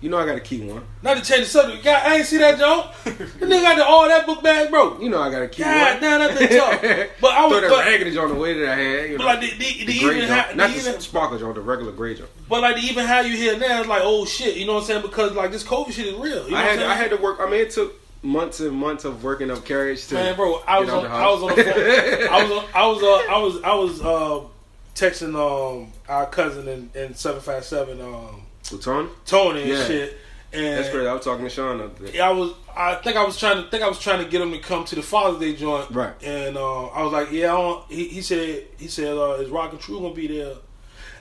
E: You know I gotta keep one.
B: Not to change the subject. God, I ain't see that junk. The nigga got the, all that book bag, bro.
E: You know I gotta keep
B: God
E: one.
B: damn, that thing tough. But I was-
E: Throw that
B: but-
E: raggedy on the way that I had, you know.
B: But like, they, they, they
E: the
B: even
E: gray junk.
B: have,
E: not
B: they
E: the
B: even,
E: sparkle on the regular gray junk.
B: but like, even how you here now is like, oh shit, you know what I'm saying? Because like this COVID shit is real. You know what
E: I
B: I'm
E: had
B: saying?
E: I had to work I mean it took months and months of working up carriage to
B: Man, bro, I
E: get
B: was
E: out
B: on,
E: the
B: I was
E: house.
B: on the phone. I was on, I was uh, I was I was uh, texting um our cousin in, in seven five seven um
E: Plutonium?
B: Tony and
E: Yeah.
B: shit. And
E: That's crazy. I was talking to Sean up there.
B: I was I think I was trying to think I was trying to get him to come to the Father's Day joint.
E: Right.
B: And uh, I was like, yeah, I don't, he, he said he said uh, is Rock and True gonna be there?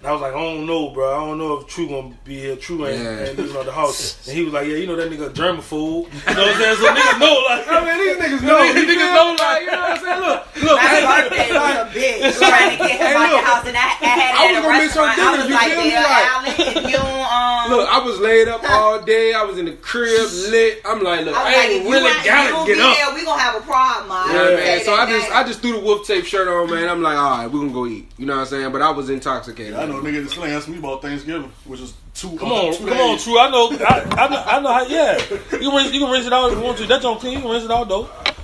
B: And I was like, I don't know, bro. I don't know if True gonna be here. True ain't,
E: Yeah.
B: ain't living on the house. And he was like, yeah, you know that nigga germaphobe. You know what I'm saying? So niggas know like.
E: I mean, these niggas know.
B: These
E: you
B: niggas
E: feel
B: know,
E: me?
B: like-
E: you know what I'm saying? Look, look.
D: My
E: hey,
D: birthday was a bitch trying to get him
E: Hey,
D: out
E: look.
D: the house, and I, I had it at a
E: I was gonna miss your
D: restaurant. I
E: dinner,
D: was
E: you
D: like,
E: feel me?
D: "Dale
E: Like-
D: Allen, if you um,
E: look, I was laid up all day. I was in the crib, lit. I'm like, look,
D: I
E: I,
D: was like, if
E: ain't
D: you
E: really
D: not- if you
E: gotta
D: don't
E: get
D: be
E: up.
D: there, we gonna have a problem." Ma.
E: You
D: I'll
E: know what
D: tell
E: I mean?
D: you
E: So
D: that
E: I just,
D: day.
E: I just threw the wolf tape shirt on, man. I'm like, all right, we're gonna go eat. You know what I'm saying? But I was intoxicated.
C: I know a nigga that's gonna ask me about Thanksgiving, which is two. uh,
B: Come on,
C: two
B: come on,
C: days.
B: True. I know, I, I know, I know how. Yeah, you can rinse, you can rinse it out if you want to. That's on clean. You can rinse it out though.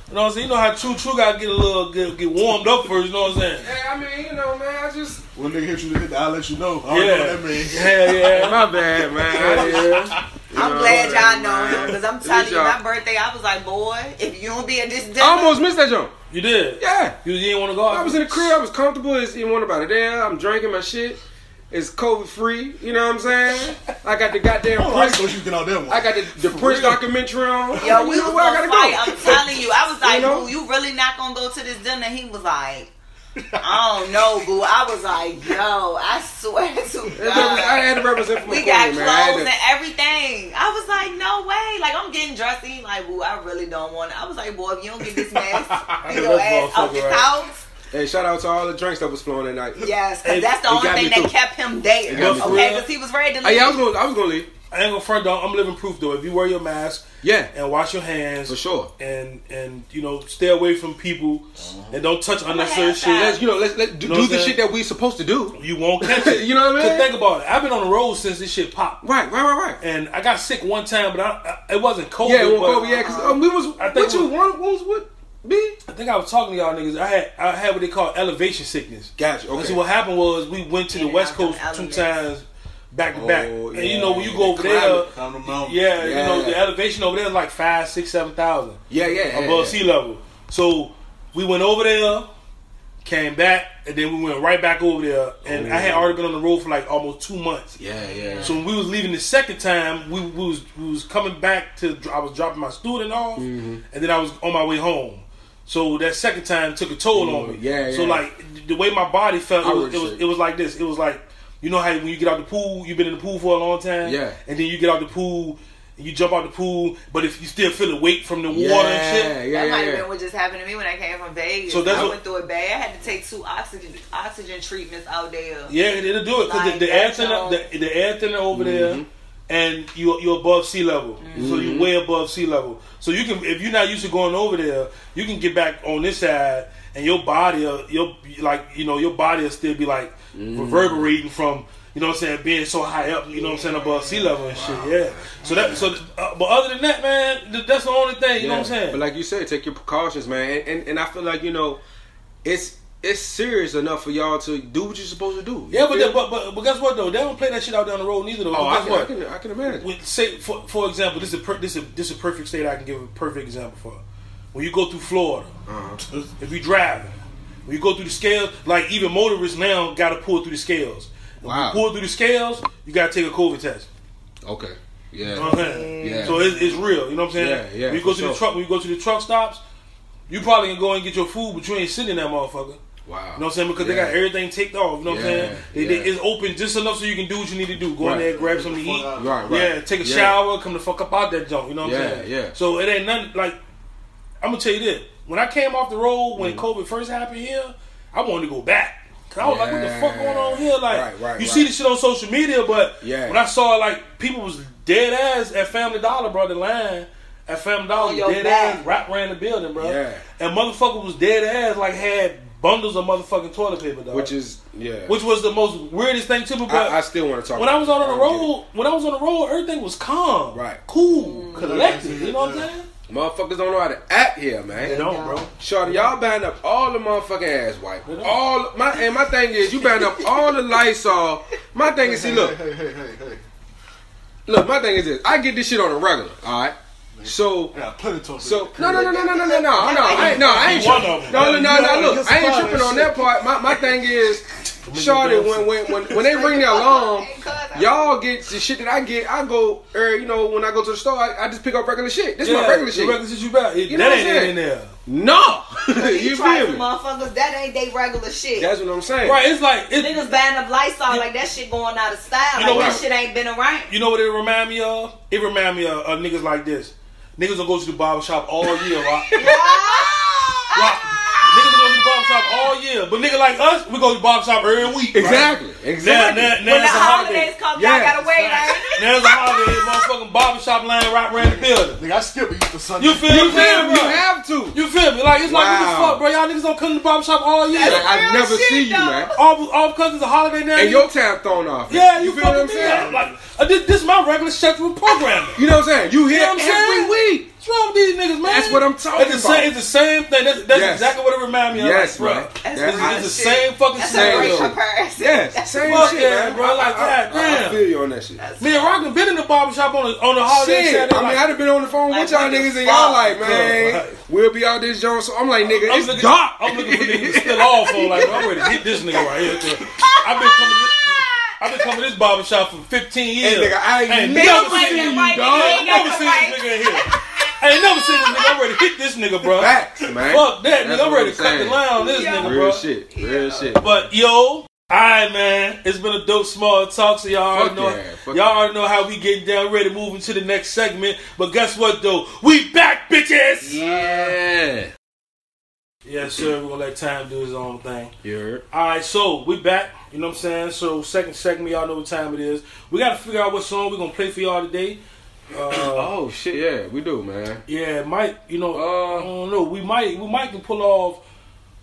B: You know what I'm saying? You know how True True got to get a little get, get warmed up first. You know what I'm saying?
E: Hey, I mean, you know, man, I just.
C: When nigga hit you, with it, I'll let you know. I don't know
B: Yeah,
C: what that means.
B: yeah, yeah.
E: My bad, man. Yeah.
D: I'm
E: know,
D: glad y'all
E: Oh, man.
D: know him because I'm
E: At
D: telling
E: least
D: you,
E: y'all-
D: my birthday, I was like, "Boy, if you don't be at this dinner,
E: I almost missed that jump.
B: You did.
E: Yeah.
B: You, you didn't want to go. out?
E: I was in the crib. I was comfortable. It's even one about it there. I'm drinking my shit. It's COVID free. You know what I'm saying? I got the goddamn
C: Oh, I
E: Prince.
C: just thought you get out there one.
E: I got the, the Prince documentary on.
D: Yo,
E: You
D: we
E: know
D: was
E: where I
D: gonna
E: gotta
D: fight.
E: go?
D: I'm telling you, I was like,
E: know?
D: "Boo, you really not gonna go to this dinner?" He was like, "I don't know, boo." I was like, "Yo, I swear to
E: And then we- I
D: God."
E: had to represent for my
D: We got
E: corner,
D: clothes
E: man. I had to-
D: and everything. I was like, no way. Like, I'm getting dressed. He like, boo, I really don't want it. I was like, boy, if you don't get this mess, you know,
B: This
D: ass out the
B: motherfucker, right.
D: house.
E: Hey, shout out to all the drinks that was flowing that night.
D: Yes,
B: Hey,
D: because that's the
E: it
D: only
E: got me
D: thing
E: through.
D: that kept him there.
E: got
D: Okay,
E: me
B: through.
D: because he was ready to leave.
E: Hey, yeah, I was gonna, I was gonna leave.
B: I ain't gonna front though. I'm living proof though. If you wear your mask,
E: Yeah,
B: and wash your hands
E: for sure.
B: and and you know stay away from people
E: Uh-huh.
B: and don't touch unnecessary
D: have that.
B: shit.
E: Let's, you know, let's let do,
B: Know
E: do
B: what
E: the
B: I'm
E: shit
B: saying?
E: that we supposed to do.
B: You won't catch it.
E: you know what I
B: Cause
E: mean?
B: think about it. I've been on the road since this shit popped,
E: Right, right, right, right.
B: and I got sick one time, but I, I it wasn't COVID.
E: yeah, well,
B: but-
E: COVID, yeah, because um, we was.
B: I think
E: What you
B: we-
E: one what was what me?
B: I think I was talking to y'all niggas. I had I had what they call elevation sickness.
E: Gotcha.
B: And see, what happened was we went to the
D: Yeah,
B: West
D: them
B: Coast two
D: elements.
B: times back to back,
E: Oh,
B: and you
E: yeah.
B: know when you go over
E: Climate.
B: there,
C: Down the mountain.
B: yeah, you know the
E: Yeah.
B: elevation over there is like five, six, seven thousand
E: Yeah, yeah, yeah,
B: above
E: yeah.
B: sea level. So we went over there, came back, and then we went right back over there. And I had already been on the road for like almost two months.
E: Oh. Yeah, yeah.
B: So when we was leaving the second time, we, we was we was coming back to dr- I was dropping my student off,
E: Mm-hmm.
B: and then I was on my way home. So that second time took a toll on me.
E: Mm-hmm. yeah,
B: So
E: yeah.
B: like the way my body felt,
E: I
B: it was,
E: would
B: it was
E: say.
B: it was like this. It was like you know how when you get out the pool, you've been in the pool for a long time,
E: Yeah.
B: and then you get out the pool. and You jump out the pool, but if you still feel the weight from the water and
E: yeah, yeah,
B: shit,
E: yeah,
D: that might have
E: yeah.
D: been what just happened to me when I came from Vegas.
B: So that's
D: I
B: what-
D: went through it bad. I had to take two oxygen oxygen treatments out there.
B: yeah, it- it'll do it because
D: Like,
B: the, the air
D: that's
B: thinner,
D: all.
B: the, the air thinner over
E: Mm-hmm.
B: there, and you you're above sea level, so you're way above sea level. So you can, if you're not used to going over there, you can get back on this side, and your body, will- your like, you know, your body will still be like
E: Mm-hmm.
B: reverberating from. You know what I'm saying? Being so high up, you know what I'm saying, above sea level and shit, yeah. So that, so, uh, but other than that, man, th- that's the only thing. You know what I'm
E: Yeah.
B: saying?
E: But like you said, take your precautions, man. And, and and I feel like you know, it's it's serious enough for y'all to do what you're supposed to do.
B: yeah, but,
E: You
B: they- but but but guess what though? They don't play that shit out down the road neither though.
E: feel- oh,
B: But
E: I
B: guess
E: can,
B: what?
E: I can I can imagine.
B: With, say for for example, this is a per, this is this is a perfect state I can give a perfect example for. When you go through Florida,
E: Uh-huh.
B: if you driving, when you go through the scales, like even motorists now got to pull through the scales. When
E: Wow.
B: you pull through the scales, you got to take a COVID test.
E: okay.
B: You know what
E: Yeah.
B: I'm saying?
E: Yeah.
B: So it's, it's real. You know what I'm saying?
E: Yeah, yeah,
B: When you go to
E: for
B: the
E: sure.
B: truck, when you go to the truck stops, you probably can go and get your food, but you ain't sitting in that motherfucker.
E: Wow.
B: You know what I'm saying? Because
E: Yeah.
B: they got everything taped off. You know what I'm
E: Yeah,
B: saying? They, they-
E: yeah.
B: it's open just enough so you can do what you need to do. Go
E: Right.
B: in there, grab something to
C: Fuck
B: eat.
C: out.
E: Right. Right.
B: Yeah, take a
E: Yeah.
B: shower, come the fuck up out that junk. You know what
E: Yeah,
B: I'm saying?
E: yeah.
B: So it ain't nothing like I'm gonna tell you this. When I came off the road when
E: Mm.
B: COVID first happened here, I wanted to go back. 'Cause I was like, what the fuck going on here? Like,
E: Right, right,
B: you
E: right.
B: see this shit on social media, but
E: Yeah.
B: when I saw like people was dead ass at Family Dollar, bro, the line at Family Dollar,
D: your
B: dead
D: back.
B: ass right around the building, bro.
E: Yeah.
B: And motherfucker was dead ass like had bundles of motherfucking toilet paper, dog.
E: Which is yeah.
B: which was the most weirdest thing to me. But
E: I, I still want to talk.
B: when I was
E: about
B: out on the
E: it. I don't
B: road, when I was on the road, everything was calm,
E: Right.
B: cool, collected. You know what I'm
C: Yeah.
B: saying?
E: get it. motherfuckers don't know how to act here, man.
B: They don't, bro.
E: Shorty, y'all band up all the motherfucking ass wipe. All my and my thing is you band up all the Lysol. My thing is see look,
C: Hey, hey, hey, hey.
E: look, my thing is this. I get this shit on a regular, alright? So
C: I got plenty of toilet
E: so
C: paper.
E: no no no no no no no no no I ain't no I ain't
B: One
E: tripping.
B: of 'em.
E: No no no no
C: You
E: look I ain't
C: spotted
E: tripping on
C: shit.
E: that part. My my thing is Shorty when when when when they ring the alarm Y'all get the shit that I get. I go, er, you know, when I go to the store, I, I just pick up regular shit. This is my regular
B: the
E: shit.
B: Regular shit you got. It-
E: You know
B: that
E: what
B: ain't
E: I'm
B: it in
E: saying?
B: there.
E: no,
D: You
E: you
D: try
E: feel
D: some
E: me?
D: motherfuckers that ain't they regular shit.
E: That's what I'm saying.
B: Right, it's like it,
D: Niggas buying up Lysol like that shit going out of style.
B: You know
D: like
B: what?
D: that shit ain't been around.
B: You know what it remind me of? It remind me of, of niggas like this. Niggas will go to the barber shop all year, rock. rock. Niggas will go to the barber shop all year, but nigga like us, we go to the barber shop every week. right?
E: Exactly.
B: Now,
E: Exactly.
B: now, now
D: when the
B: it's a
D: holidays
B: holiday.
D: come,
E: Yeah.
D: y'all gotta wait. Like,
B: Now it's a holiday. Motherfucking barber shop line right around the building.
C: Nigga, I skip it Easter Sunday.
B: You feel me?
E: You feel me? You
B: bro?
E: have to.
B: You feel me? Like it's like what the
E: Wow.
B: fuck, bro? Y'all niggas don't come to the barber shop all year.
E: Like, I
D: Real
E: never
D: shit,
E: see you,
D: though.
E: man.
B: all all because it's a holiday now.
E: And
B: you-
E: your time thrown off.
B: yeah, you,
E: feel
B: fucking
E: what I'm
B: me
E: saying?
B: up. Like uh, this, this is my regular schedule programming.
E: You know what I'm saying? You here
B: know what I'm
E: every
B: saying?
E: week.
B: What's wrong with these niggas, man?
E: That's what I'm talking
B: it's the
E: about.
B: Same, it's the same thing. That's, that's
E: Yes.
B: exactly what it reminds me of.
E: Yes,
B: like,
E: man.
B: bruh,
E: That's
B: It's,
E: hot
B: it's the
D: shit.
B: same fucking
D: that's
E: Same
D: a great
E: shit.
B: scenario.
D: comparison.
E: Yes, same
B: Fuck
E: shit,
B: yeah,
E: man.
B: bro,
E: I-
B: like,
E: I, I,
B: goddamn.
E: I feel you on that shit.
B: Me and Rockin' been in the barbershop on a, on a holiday Saturday.
E: Shit, I mean,
B: like,
E: I'd have been on the phone
D: Like,
E: with y'all
D: what the
E: niggas, and y'all
D: fuck?
E: like, man,
B: Like-
E: we'll be out this joint. So I'm like, nigga,
B: I'm
E: it's
B: looking,
E: dark.
B: I'm looking for niggas to spill off on. Like, bro, I'm ready to hit this nigga right here. 'cause I've been coming. To, I've been coming to this barbershop for 15 years.
E: Hey, nigga, I ain't never
B: never
E: seen
B: seen
E: you,
B: you,
E: dog.
B: dog. I ain't never
D: Ain't
B: seen this nigga in here. I ain't never seen this nigga. I'm ready to hit this nigga, bro.
E: Facts, man.
B: Fuck that,
E: That's
B: nigga. I'm
E: what
B: ready to cut the
E: saying.
B: line on this
D: Yeah.
B: nigga,
E: Real
B: bro.
E: shit, real shit.
B: But yo, alright man, it's been a dope small talk, so y'all already
E: Fuck
B: know
E: yeah, fuck
B: y'all
E: yeah.
B: already know how we getting down ready moving to the next segment. But guess what though? We back bitches! Yeah,
E: yeah,
B: sir, we're gonna let time do his own thing.
E: you heard?
B: Alright, so we back, you know what I'm saying? So second segment, y'all know what time it is. We gotta figure out what song we're gonna play for y'all today. Uh,
E: Oh shit, yeah, we do, man.
B: yeah, Mike, you know,
E: Uh,
B: I don't know. We might we might can pull off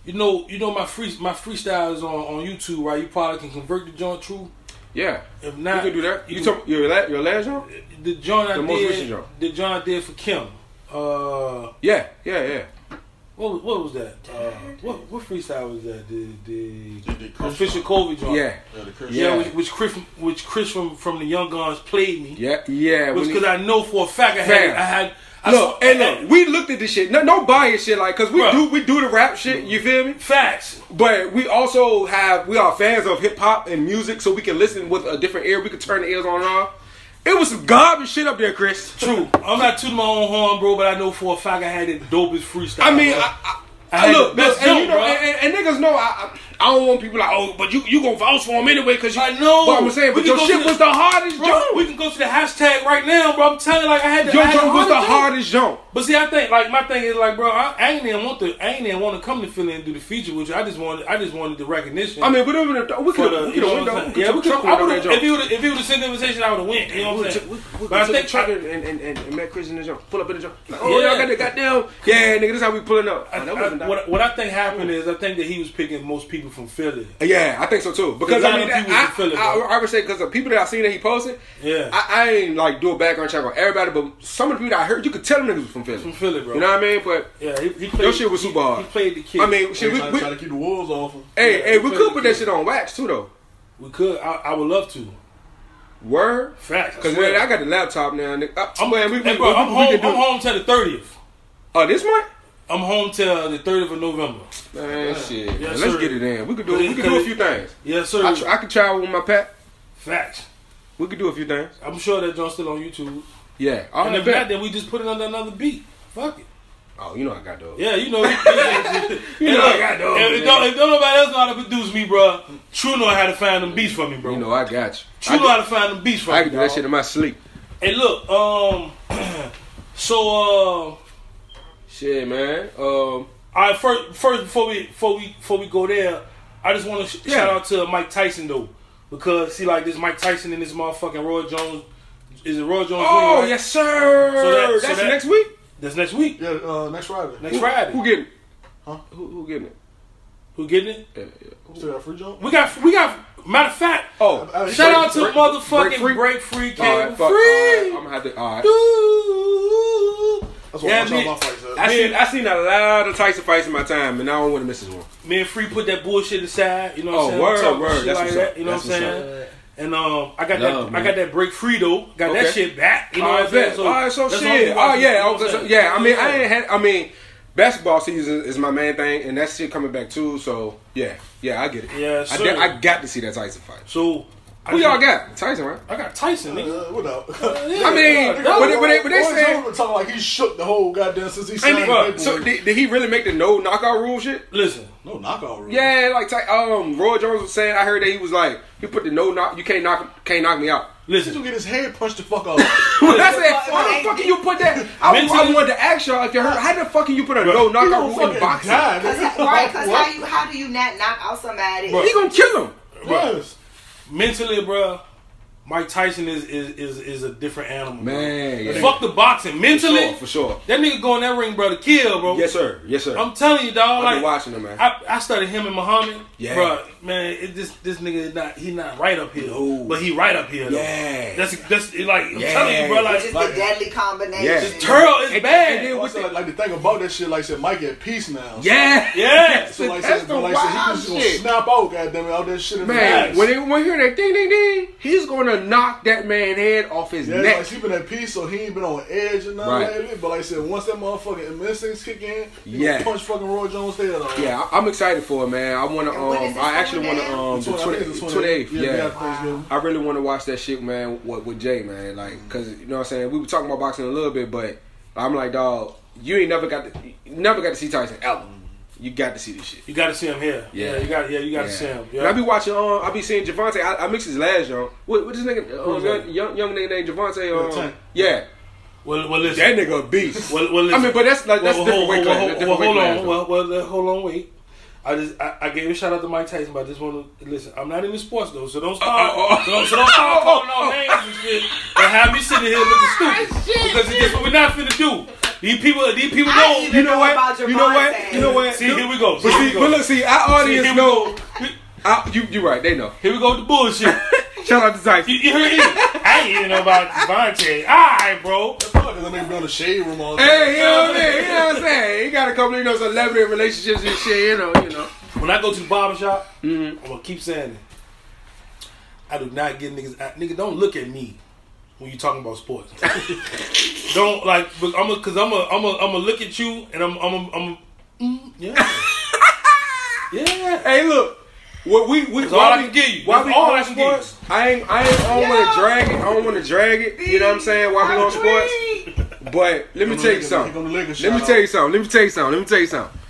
B: you know, you know my free my freestyle is on, on YouTube, right? You probably can convert the joint true.
E: Yeah,
B: If
E: you
B: not,
E: can do that. You
B: can-
E: talk your la- your last joint?
B: the joint I
E: The
B: did,
E: most recent joint.
B: the joint I did for Kim. Uh,
E: Yeah, yeah, yeah.
B: what what was that? Uh, what what freestyle was that? The the,
C: The- the
B: official Kobe joint.
E: Yeah,
C: Yeah, the Christmas.
B: yeah,
E: Yeah.
B: Which, which Chris which Chris from from the Young Guns played me.
E: yeah, yeah.
B: Which
E: when
B: because
E: he-
B: I know for a fact I had
E: Fam.
B: I had I
E: look,
B: saw-
E: and look, we looked at this shit. No, no bias shit, like, cause we
B: Bruh.
E: do we do the rap shit. You feel me?
B: facts.
E: But we also have we are fans of hip hop and music, so we can listen with a different ear. We can turn the ears on and off. It was some garbage shit up there, Chris.
B: True. I'm not tooting my own horn, bro, but I know for a fact I had the dopest freestyle.
E: I mean,
B: bro.
E: I, I,
B: I had
E: look,
B: the best
E: look, and, you
B: jump,
E: know,
B: bruh.
E: and, and- and niggas know I, I don't want people like, oh, but you you gonna vouch for him anyway because you.
B: I know.
E: But I'm saying,
B: We can
E: but your
B: go
E: shit
B: to
E: was
B: the-
E: the hardest
B: Bro, we
E: jump.
B: can go to the hashtag right now, bro. I'm telling you, like I had to. I
E: Your
B: had
E: jump was the
B: hardest jump.
E: hardest jump.
B: But see, I think like my thing is like, bro, I, I ain't even want to, I ain't even want to come to Philly and do the feature with you. I just wanted, I just wanted the recognition.
E: I mean, whatever. The, we
B: for
E: could
B: the,
E: have
B: you know
E: went
B: what
E: down.
B: I'm saying? Yeah, we could.
E: I
B: I
E: would
B: would've-
E: have.
B: If he would, if he would have sent the invitation, I would have went. You know what I'm saying?
E: But I think
B: I,
E: and, and, and, and met Chris in the jump. Pull up in the jump. Like, oh,
B: Yeah.
E: y'all got the goddamn. Yeah, nigga, this how we pulling up.
B: I,
E: Like, that would've been
B: I, what, what I think happened is I think that he was picking most people from Philly.
E: Yeah, I think so too. Because
B: A lot
E: I mean,
B: of
E: that,
B: people
E: I,
B: can feel it,
E: I,
B: bro.
E: I, would say because the people that I seen that he posted,
B: Yeah.
E: I, I ain't like do a background check on everybody, but some of the people that I heard, you could tell them niggas was from Philly.
B: From Philly, bro.
E: You know what I mean? But
B: Yeah, he, he played.
E: your shit was super
B: he,
E: hard.
B: He played the kid.
E: I mean, shit, we,
C: trying,
E: we-
C: trying to keep the wolves off him.
E: hey,
B: Yeah,
E: hey,
B: he
E: we
B: played
E: could
B: the
E: put that
B: kid.
E: shit on wax too, though.
B: we could. I, I would love to.
E: Word,
B: Facts. I
E: because
B: swear.
E: man, I got the laptop now. Nigga. I,
B: I'm,
E: man, we, we,
B: hey, bro,
E: we-
B: I'm
E: we
B: home.
E: can do-
B: I'm home till the thirtieth.
E: Oh, this month.
B: I'm home till the thirtieth of November.
E: Man, shit.
B: Yes,
E: let's
B: sir.
E: get it in. We could do.
B: Could it-
E: We could
B: could
E: do a
B: it-
E: few things.
B: Yes, sir.
E: I, tr- I could travel with my pack.
B: Facts.
E: We could do a few things.
B: I'm sure that John's still on YouTube.
E: Yeah. All
B: and
E: right,
B: if not,
E: bet.
B: then we just put it under another beat. Fuck it.
E: Oh, you know I got those.
B: Yeah, you know. you know,
E: know I got those,
B: If, if,
E: man.
B: don't, if don't nobody else know how to produce me, bro, True know how to find them beats for me, bro.
E: You know I got you.
B: True
E: I
B: know
E: can-
B: how to find them beats for
E: I
B: me.
E: can do that
B: dawg.
E: shit in my sleep.
B: Hey, look. Um. so, uh,
E: Shit, man. Um,
B: I first, first before we before we before we go there, I just want to sh-
E: Yeah.
B: shout out to Mike Tyson though, because see, like this Mike Tyson and this motherfucking Roy Jones. Is it Roy Jones? Jr.,
E: oh
B: right?
E: yes, sir.
B: So that- so
E: That's
B: that-
E: next week.
B: That's next week,
C: Yeah, uh, next Friday.
B: next Friday.
E: Who
B: Who,
E: getting? it?
C: Huh?
E: Who, who getting it?
B: getting it?
E: Yeah, yeah.
C: Still got free jump.
B: We got we got. Matter of fact,
E: Oh,
C: I- I-
B: shout
C: Break-
B: out to
E: break-
B: motherfucking
E: break free?
B: break, free cable
E: all right, fuck.
B: free.
E: All right, I'm gonna have to. All right.
B: Dude.
C: That's
B: Yeah,
C: why I watch
B: me-
C: all my fights. at.
E: I seen I seen a lot of Tyson fights in my time, and I don't want to miss this one.
B: Me and Free put that bullshit aside. You know what
E: Oh,
B: I'm saying?
E: word,
B: Talking
E: word.
B: shit
E: That's
B: like
E: what's
B: that,
E: up.
B: You know
E: That's
B: what I'm
E: what's
B: saying? And um, I got
E: Love,
B: that. I
E: man.
B: got that break free though. Got
E: Okay.
B: that shit back. You know
E: All
B: what I'm
E: right,
B: saying?
E: bet. all right, so
B: that's
E: shit.
B: all
E: Oh
B: we watching, you
E: yeah,
B: know
E: I
B: what I'm
E: was-
B: saying?
E: yeah. I mean, I ain't had. I mean, basketball season is my main thing, and that shit coming back too. So yeah, yeah, I get it.
B: Yes,
E: I,
B: sir.
E: de- I got to see that Tyson fight.
B: So I
E: Who
B: just-
E: y'all got? Tyson, right?
B: I got Tyson. Nigga.
C: Uh, what up?
E: I mean, but they, but they, but they
C: Roy
E: said.
C: Jones was talking like he shook the whole goddamn since he
E: And
C: signed.
E: he-
C: the paperwork.
E: so did, did he really make the no knockout rule shit?
B: Listen,
C: no knockout rule.
E: Yeah, like Ty- um, Roy Jones was saying. I heard that he was like, he put the no knock. You can't knock, can't knock me out.
C: Did
B: listen.
C: you get his head punched the fuck off?
E: I said, how the fuck can you put that? I, was- I wanted to ask y'all if you heard. How the fuck can you put a no
C: He
E: knockout
C: gonna
E: rule in
C: fucking
E: boxing?
C: die,
D: Cause,
C: nigga.
D: right, cause
C: What?
D: how you how do you not knock out somebody?
E: He gonna kill him.
C: Yes.
B: mentally, bruh, Mike Tyson is is is, is a different animal. bro.
E: Man, yeah.
B: fuck the boxing. Mentally,
E: For sure, for sure.
B: that nigga go in that ring, bro, to kill, bro.
E: Yes, sir. Yes, sir.
B: I'm telling you, dog.
E: I've
B: like
E: been watching him, man.
B: I, I studied him and Muhammad.
E: Yeah.
B: bro, man. It, this this nigga is not he not right up here,
E: No.
B: but he right up here. Though.
E: Yeah.
B: that's that's it, like I'm
E: Yeah.
B: telling you, bro. Like,
D: Which is the deadly combination.
E: Yeah.
B: this turtle is
E: And-
B: bad.
E: and then with
C: Also,
E: the-
C: like, like the thing about that shit, like said, Mike at peace now.
E: yeah,
B: yeah,
C: So like,
E: That's
C: said,
E: the
C: like said, he
E: wild
C: was just gonna
E: shit.
C: snap out, goddamn it, all that shit in
E: man.
C: the
E: When they when hear that ding ding ding, he's gonna knock that man head off his
C: Yeah,
E: neck.
C: like he been at peace, so he ain't been on edge and nothing
E: Right.
C: lately. But like I said, once that motherfucking instincts kick in, he
E: Yeah.
C: gonna punch fucking Roy Jones head off.
E: yeah, I- I'm excited for it, man. I wanna,
D: And when is
E: um,
D: it
E: I actually
D: coming
E: wanna,
D: down?
E: um,
C: It's
E: the
C: what- I think it's
E: 28th.
C: Yeah,
E: Yeah,
C: yeah, Thanksgiving.
E: I really want to watch that shit, man. With, with Jay, man, like, cause you know what I'm saying. We were talking about boxing a little bit, but I'm like, dog, you ain't never got to, you never got to see Tyson ever. You got to see this shit.
B: you got to see him here.
E: Yeah.
B: you got yeah, you got to
E: Yeah.
B: see him.
E: And I
B: Yeah,
E: be watching. Um, I be seeing Javante. I, I mixed his last young. What, what this nigga? Um,
B: Who's
E: young,
B: that?
E: young young nigga named
C: Yeah,
E: Javante. Um,
C: Tank.
E: yeah,
B: well, well, listen.
E: that nigga a beast.
B: Well, well,
E: I
B: listen.
E: mean, but that's like that's
B: well,
E: a
B: well,
E: different
B: well,
E: weight
B: well,
E: class.
B: well,
E: That's different
B: hold
E: weight
B: on,
E: class.
B: well, well, uh, hold on, wait. I just I, I gave a shout out to Mike Tyson, but I just want to listen. I'm not in the sports though, so don't start.
E: oh, oh.
B: so don't- So don't
E: Oh,
B: start
E: oh,
B: calling
E: oh.
B: out names and shit and have me sitting here
D: Ah,
B: looking stupid because this is what we're not finna do. These people, these people
D: I
B: know.
D: even
E: You know
D: about
E: what?
D: your
E: You know
D: mindset.
E: what? You know what?
B: See, here we go.
E: But
B: Here we
E: see,
B: go.
E: but look, see, our
B: See,
E: audience
B: here we
E: know.
B: go. Here-
E: I, you you right? They know.
B: Here we go with the bullshit.
E: Shout out to
B: You,
E: Tyson.
B: you heard it? I ain't even know about Devontae. All right, bro.
C: Because that nigga been on the shade room all the time.
E: Hey, you know what I mean? You know what I'm saying? He got a couple of those celebrity relationships and shit. You know, you know.
B: When I go to the barber shop,
D: Mm-hmm.
B: I'm gonna keep saying it. I do not get niggas. I, nigga, don't look at me when you talking about sports. don't like, but I'm a, cause I'm a, I'm a, I'm a look at you, and I'm, I'm, a, I'm, a, mm, yeah, yeah.
E: Hey, look. What we we
B: all
E: why
B: I
E: we
B: can give you.
E: Why
B: That's
E: we
B: all
E: on
B: I can give you.
E: sports? I ain't I ain't I don't want to drag it. I don't want to drag it. You know what I'm saying? Why we on sports? But let me
C: He
E: tell
C: gonna lick
E: you something.
C: it, he gonna lick it,
E: Let me
C: shout
E: tell
C: out.
E: you something. Let me tell you something. Let me tell you something.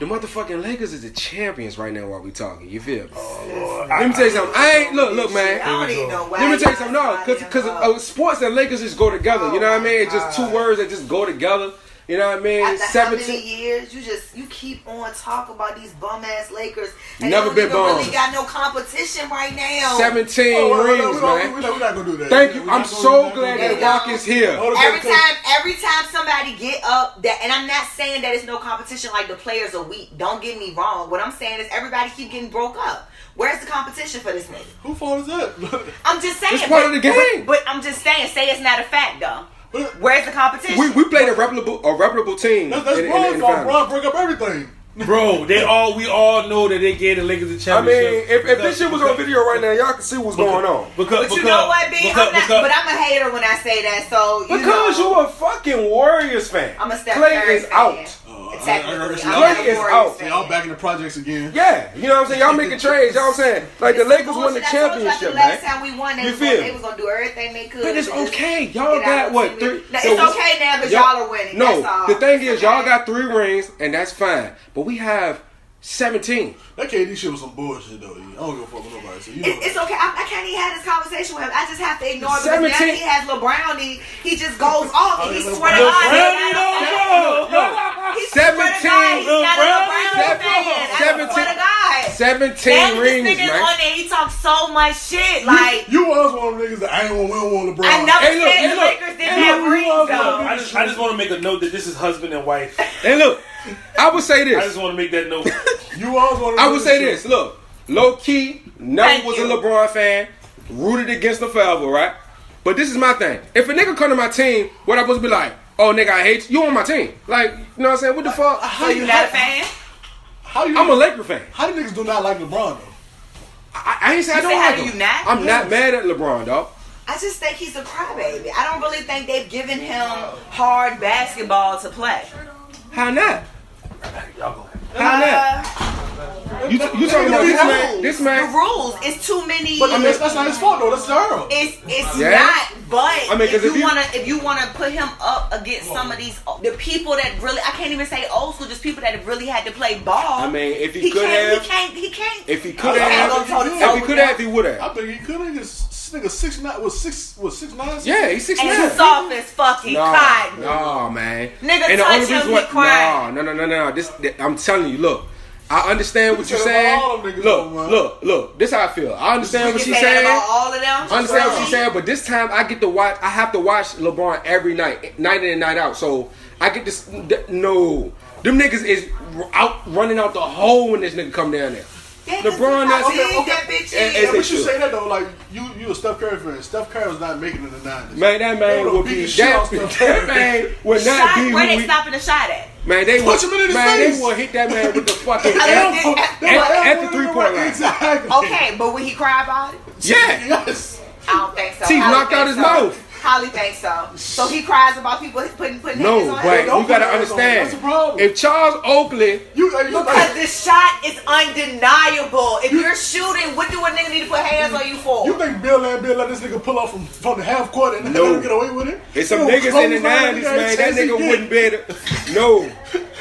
E: The motherfucking Lakers is the champions right now while we talking. You feel me?
D: Oh,
B: Lord,
E: Let
B: I-
E: me tell you something. I ain't look, look, man.
D: I don't even know why.
E: Let me tell you something. No, because because uh, sports and Lakers just go together. you know what I mean? It's just two
D: Oh, God.
E: words that just go together. You know what I mean?
D: after how many
E: Seventeen.
D: years you just you keep on talking about these bum ass Lakers and
E: Never
D: they
E: been
D: don't even
E: bums.
D: really got no competition right now.
E: 17
C: Oh, no, no, no,
E: rings,
C: no,
E: man.
C: We're not, we're not gonna do that.
E: Thank
C: We're
E: you.
C: not
E: I'm
C: gonna-
E: so
C: we're not
E: glad
C: gonna
E: that
D: that.
C: do
E: Rock is here.
C: Hold
D: Every
C: Because-
D: time, every time somebody get up that, and I'm not saying that it's no competition. Like the players are weak. Don't get me wrong. What I'm saying is everybody keep getting broke up. Where's the competition for this nigga?
C: Who fault is that?
D: I'm just saying.
E: It's part of the game.
D: But, but I'm just saying. Say it's not a fact though.
C: But-
D: Where's the competition?
E: We, we played a reputable a reputable team.
C: That's, that's
E: in- in- in
C: Bron's
E: the
C: fault.
E: finals.
C: Bron broke up everything.
B: Bro, they all we all know that they gave the Lakers the
E: I mean,
B: championship.
E: if, if this shit was on video right now, y'all could see what's going on.
B: Because,
D: but you know what, B?
B: because,
D: I'm not,
B: because-
D: but I'm a hater when I say that. So you
E: Because
D: know,
E: you a fucking Warriors fan.
D: I'm a step
E: Clay
D: Curry
E: is
D: fan.
E: out.
D: Technically,
C: I- I- I-
D: I'm not a
E: Clay is
D: Warriors
E: out.
C: So
D: fan.
C: y'all back in the projects again.
E: Yeah, you know what I'm saying. Y'all making trades. Y'all saying like the
D: It's some
E: Lakers won the
D: bullshit. I told you
E: championship,
D: after The last
E: man.
D: time we won, they,
E: You
D: was gonna,
E: feel?
D: they was gonna do everything they could.
E: But it's
D: to just
E: okay. Y'all
D: get out
E: got
D: of
E: what
D: the
E: three?
D: team. No,
E: so
D: it's
E: what's-
D: okay now because
E: y'all-
D: y'all are winning.
E: No,
D: that's all.
E: the thing is,
D: It's
E: y'all
D: okay.
E: got three rings, and that's fine. But we have seventeen.
C: That KD shit was some bullshit though. E. I don't give a fuck with nobody. So you know.
D: It- It's okay. I, I can't even have this conversation with him. I just have to ignore it because now
E: 17
D: he has LeBron. He, he just goes off. and He swear to God.
B: Brownie
D: he's
B: don't
D: not a fan.
B: know.
D: He swear to God, he's not
E: 17
D: a LeBron
E: LeBron
D: fan. I swear to God.
E: 17
D: Damn,
E: rings,
D: this nigga's on
E: man.
D: there. He talks so much shit. Like
C: you was one of the niggas that I ain't gonna win with LeBron.
D: I never
E: Hey, look,
D: said
E: hey,
D: the
E: look,
D: Lakers didn't
E: hey,
D: have
E: look,
D: rings though.
B: I just, I just want to make a note that this is husband and wife.
E: And look, I would say
B: I
E: this.
B: just want to make that note.
C: You was one of the
E: I would
C: niggas
E: say
C: that-
E: this. Look, low key, never
D: Thank
E: was
D: you.
E: a LeBron fan. Rooted against the forever, right? But this is my thing. If a nigga come to my team, what I supposed to be like? Oh, nigga, I hate you. You on my team? Like, you know what I'm saying? What the fuck?
D: So you not a fan?
C: How you?
E: I'm a Laker fan.
C: How do niggas do not like LeBron though?
E: I, I ain't say I
D: You
E: don't
D: say, how
E: like
D: do
E: him.
D: you not?
E: I'm not mad at LeBron, dog.
D: I just think he's a crybaby. I don't really think they've given him hard basketball to play.
E: How not?
B: Y'all
E: How
D: Uh,
E: not? You, you talking about this man? This
D: The
E: man?
D: rules. It's too many.
C: But I mean, that's, that's not his fault though. That's their.
D: It's it's
E: Yeah.
D: not, but
E: I mean, 'cause
D: if,
E: if
D: you
E: you-
D: wanna if you wanna put him up against some of these the people that really I can't even say old school, just people that have really had to play ball.
E: I mean, if he could
D: can't,
E: have-
D: he can't, he can't.
E: If he could
D: can't
E: have,
D: go toe to toe
E: if he
D: with
E: could
D: him.
E: have, he would
C: I
E: have.
C: think he could have just this nigga six nine was six was six nine.
E: Yeah, he's six
D: and
E: nine.
D: he's soft as fucking cotton.
E: No, man.
D: Nigga
E: and the
D: touch
E: only
D: him,
E: reason
D: he
E: why,
D: cry.
E: no, no, no, no, no. This, th- I'm telling you. Look, I understand what
C: You
E: you're
C: said
E: saying.
C: all them niggas
E: Look,
C: though, man.
E: look, look. This how I feel. I
D: You
E: understand what
D: can
E: she's
D: say that
E: saying.
D: about all of them.
E: I understand what
D: Bro.
E: she's saying, but this time I get to watch. I have to watch LeBron every night, night in and night out. So I get this. th- No, them niggas is r- out running out the hole when this nigga come down there.
D: Yeah, 'cause
E: LeBron
D: look how
E: not-
D: big
C: okay, okay.
D: that bitch
E: And-
C: Yeah,
E: and-
D: is.
C: but you
E: They should.
C: say that though, like you you a Steph Curry fan. Steph Curry was not making it in the nineties.
E: Man, that man would be that, that man would not
D: Shot,
E: be
D: where they
E: who we,
D: stopping the shot at?
E: man. They
C: Punch
E: would,
C: him in his
E: man,
C: face.
E: they would hit that man with the fucking.
D: don't think-
E: elbow.
D: At-
E: at the three-point line.
C: Exactly.
D: Okay, but would he cry about it?
E: yeah,
C: Yes.
D: I don't think so.
E: Teeth
D: Holly
E: knocked
D: think
E: out his
D: so.
E: mouth.
D: Holly thinks so. So he cries about people putting putting hands
E: no,
D: on
E: but
D: him.
C: Don't
E: you gotta
C: put hands on him.
E: understand.
C: That's the problem.
E: If Charles Oakley,
C: You, you
D: Because the shot is undeniable. If you're shooting, what do a nigga need to put hands on you for?
C: You think Bill and Bill let this nigga pull off from, from the half court and
E: No.
C: let him get away with it?
E: it's some
C: You know,
E: niggas in the
C: close line,
E: nineties,
C: you
E: man.
C: ain't
E: That
C: chasing
E: nigga
C: dick.
E: wouldn't be able to. No,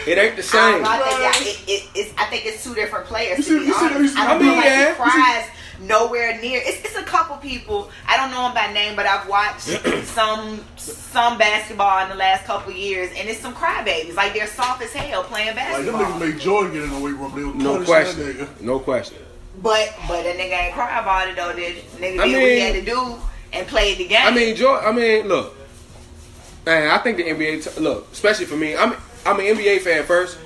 E: it ain't the
D: I,
E: same.
D: don't know, I think that it, it, it's, I think it's two different players.
C: You see-
D: to be
C: you see-
D: honest.
C: you see-
D: I
C: I
D: don't
E: mean,
D: feel like
E: yeah.
D: he cries nowhere near. It's, it's a couple people. I don't know him by name, but I've watched some some basketball in the last couple years, and it's some crybabies. Like they're soft as hell
C: Like,
D: playing
C: them
D: basketball.
C: niggas made Jordan get in the weight room. They would
E: No
C: punish That
E: question.
C: nigga.
E: No question.
D: but but a nigga ain't cry about it though. Did nigga
E: I
D: did what he
E: mean-
D: had to do and played the game.
E: I mean, Joe. I mean, look, man. I think the NBA. T- look, especially for me, I'm I'm an NBA fan first,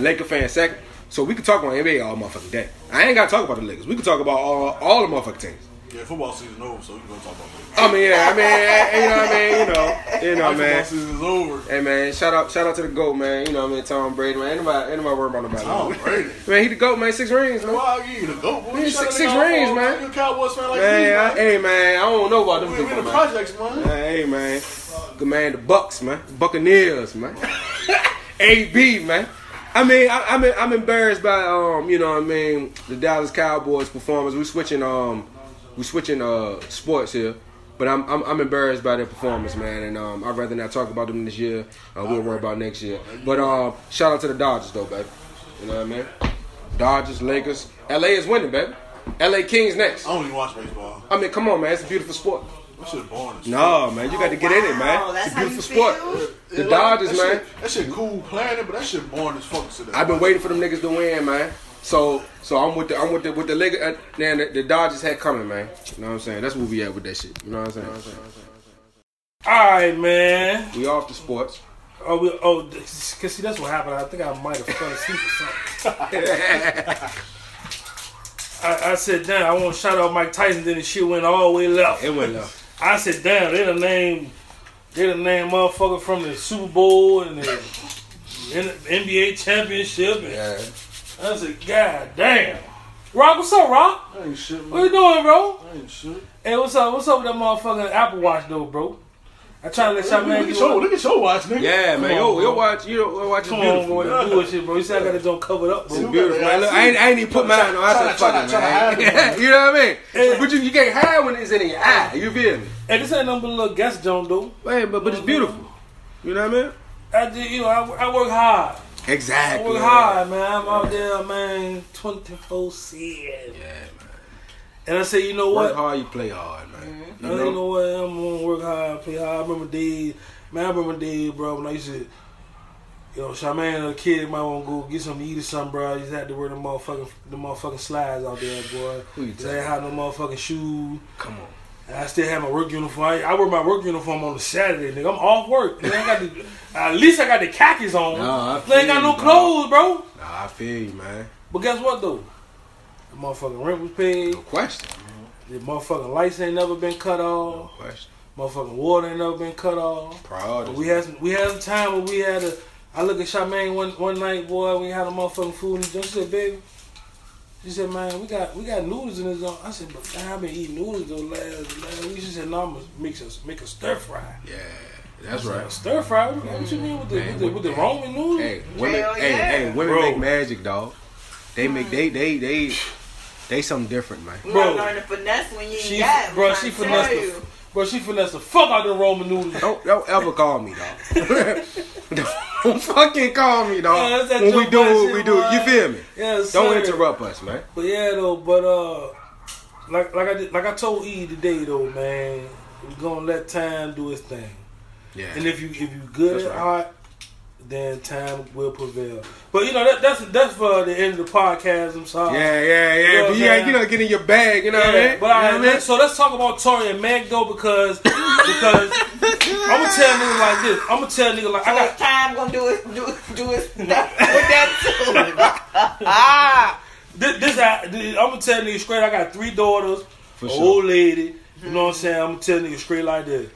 E: Laker fan second. So we could talk about NBA all motherfucking day. I ain't gotta talk about the Lakers. We could talk about all all the motherfucking teams.
C: Yeah, football season over, so you gonna talk about that.
E: I mean, yeah. I mean, you know, what I mean, you know, you know,
C: Like, football
E: man.
C: season is over.
E: Hey man, shout out, shout out to the goat man. You know, what I mean, Tom Brady man. Anybody, anybody worry about nobody?
C: Oh, Brady.
E: Man, he the goat man. Six rings, man.
C: Why are you the goat? boy?
E: Man,
C: You shot a nigga
E: six- six
C: off
E: rings,
C: all-
E: man.
C: You a Cowboys fan like me,
E: Man, I,
C: man.
E: hey man, I don't know about them
C: We we
E: people,
C: in the
E: man.
C: projects, man.
E: Hey man, good man, the Bucks man, Buccaneers man, AB man. I mean, I, I'm I'm embarrassed by um, you know, what I mean, the Dallas Cowboys performance. We switching um, we switching uh sports here, but I'm I'm, I'm embarrassed by their performance, man. And um, I'd uh, rather not talk about them this year. Uh, we'll worry about next year. But um, shout out to the Dodgers though, baby. You know what I mean? Dodgers, Lakers. LA is winning, baby. LA Kings next.
C: I don't even watch baseball.
E: I mean, come on, man. It's a beautiful sport.
C: That shit boring. as fuck.
E: No, man. You got to get in
D: Oh,
E: it,
D: Wow,
E: man.
D: that's
E: It's a
D: how
E: beautiful
D: you
E: sport.
D: feel?
E: The
C: Like,
E: Dodgers,
C: that
E: man.
C: Shit, that shit cool playing it, but that shit boring as fuck today.
E: I've been waiting for them niggas to win, man. So, so I'm with the I'm with the with the Lakers. Uh, man, the, the Dodgers had coming, man. You know what I'm saying? That's where we at with that shit. You know what I'm saying?
B: All right, man.
E: We off the sports.
B: Oh, we, oh, this- cause see, that's what happened. I think I might have fell asleep or something. I, I said, damn, I want to shout out Mike Tyson. Then the shit went all the way left.
E: It went left.
B: I said, damn, they the name, they the name motherfucker from the Super Bowl and the, and the NBA championship. And
E: Yeah.
B: I said, god damn. Rock, what's up, Rock?
C: That ain't shit,
B: What you
C: man.
B: doing, bro?
C: That ain't shit.
B: Hey, what's up? What's up with that motherfucking Apple Watch though, bro? I try to let y'all
C: Look
B: man
C: at
B: do
C: your,
B: what-
C: look at your watch, nigga.
E: Yeah, man.
B: on,
E: Yo, yo,
B: bro.
E: watch. You know, watch is
B: Come on,
E: beautiful.
B: boy,
E: man.
B: don't do it, shit, bro. You said I gotta don't cover it up, bro.
E: It's beautiful, man. Look, I ain't, I ain't even put mine on. I said,
C: Try-
E: fuck
C: try-
E: it,
C: try to hide it,
E: man. you know what I mean? But you, you can't hide when it's in your eye. You feel me?
B: Hey, this ain't nothing but a little guest John though.
E: Man, but, but it's beautiful. You know what I mean?
B: I did, you know, I, I work hard. I
E: Exactly.
B: work hard, man. I'm out there, man, twenty four seven.
E: Yeah, man.
B: And I say, you know what?
E: Work hard, you play hard, man.
B: I
E: You
B: you know what? I'm gonna work hard, play hard. I remember days, man. I remember days, bro, when I used to, you know, Charmaine, a kid might want to go get something to eat or something, bro. I used to have to wear the motherfucking, the motherfucking slides out there, boy.
E: Who you
B: Cause I ain't had no motherfucking shoes.
E: Come on.
B: And I still have my work uniform. I, I wear my work uniform on a Saturday, nigga. I'm off work. Nigga, I got the, at least I got the khakis on. I
E: Nah, I
B: ain't got
E: feel
B: no
E: you,
B: clothes, bro.
E: Nah, I feel you, man.
B: But guess what, though? The motherfucking rent was paid.
E: No question.
B: The motherfucking lights ain't never been cut off.
E: No question.
B: Motherfucking water ain't never been cut off.
E: Proud.
B: We had some, we had some time where we had a. I look at Charmaine one one night, boy. We had a motherfucking food in the junk. She said, "Baby," she said, "Man, we got we got noodles in this zone." I said, "But man, I've been eating noodles though last last week." She said, "No, I'm gonna make a make a stir fry."
E: Yeah, that's
B: A
E: right.
B: stir fry? What, what you mean with the with the, with the Roman noodles?
E: Hey, women.
D: Hell
E: Hey,
D: yeah.
E: hey, women
B: Bro.
E: make magic, dog. They make they they they they something different, man.
D: You
B: Bro.
D: gotta learn to finesse when you ain't
B: She-
D: got it.
B: bro,
D: I'm
B: she
D: trying to
B: finessed
D: tell
B: the-
D: you.
B: Bro, she finessed the fuck out of the Roman noodles.
E: Don't don't ever call me, dog. don't fucking call me, dog.
B: Yeah, that's that
E: when we
B: Joe
E: do
B: Biden
E: what we
B: shit,
E: do,
B: boy.
E: you feel me?
B: Yeah,
E: Don't
B: sir.
E: interrupt us, man.
B: But yeah, though. But uh, like like I did, like I told E today though, man, we gonna let time do its thing.
E: Yeah.
B: And if you if you good
E: That's
B: at
E: right.
B: art, then time will prevail. But you know that, that's that's for the end of the podcast. I'm sorry.
E: yeah, yeah,
B: You know
E: yeah.
B: what
E: But
B: I'm
E: you ain't
B: saying?
E: you know get in your bag, you know
B: Yeah,
E: what I mean?
B: but
E: you know
B: all
E: what
B: right,
E: I mean?
B: let's- so let's talk about Tori and Meg though, because because I'm gonna tell nigga like this. I'm gonna tell nigga like I got
D: Like, time gonna do it, do do it with that too. ah,
B: this. this I, am gonna tell nigga straight. I got three daughters,
E: For
B: an
E: sure.
B: old lady. You know what I'm
D: Hmm.
B: saying? I'm gonna tell nigga straight like this.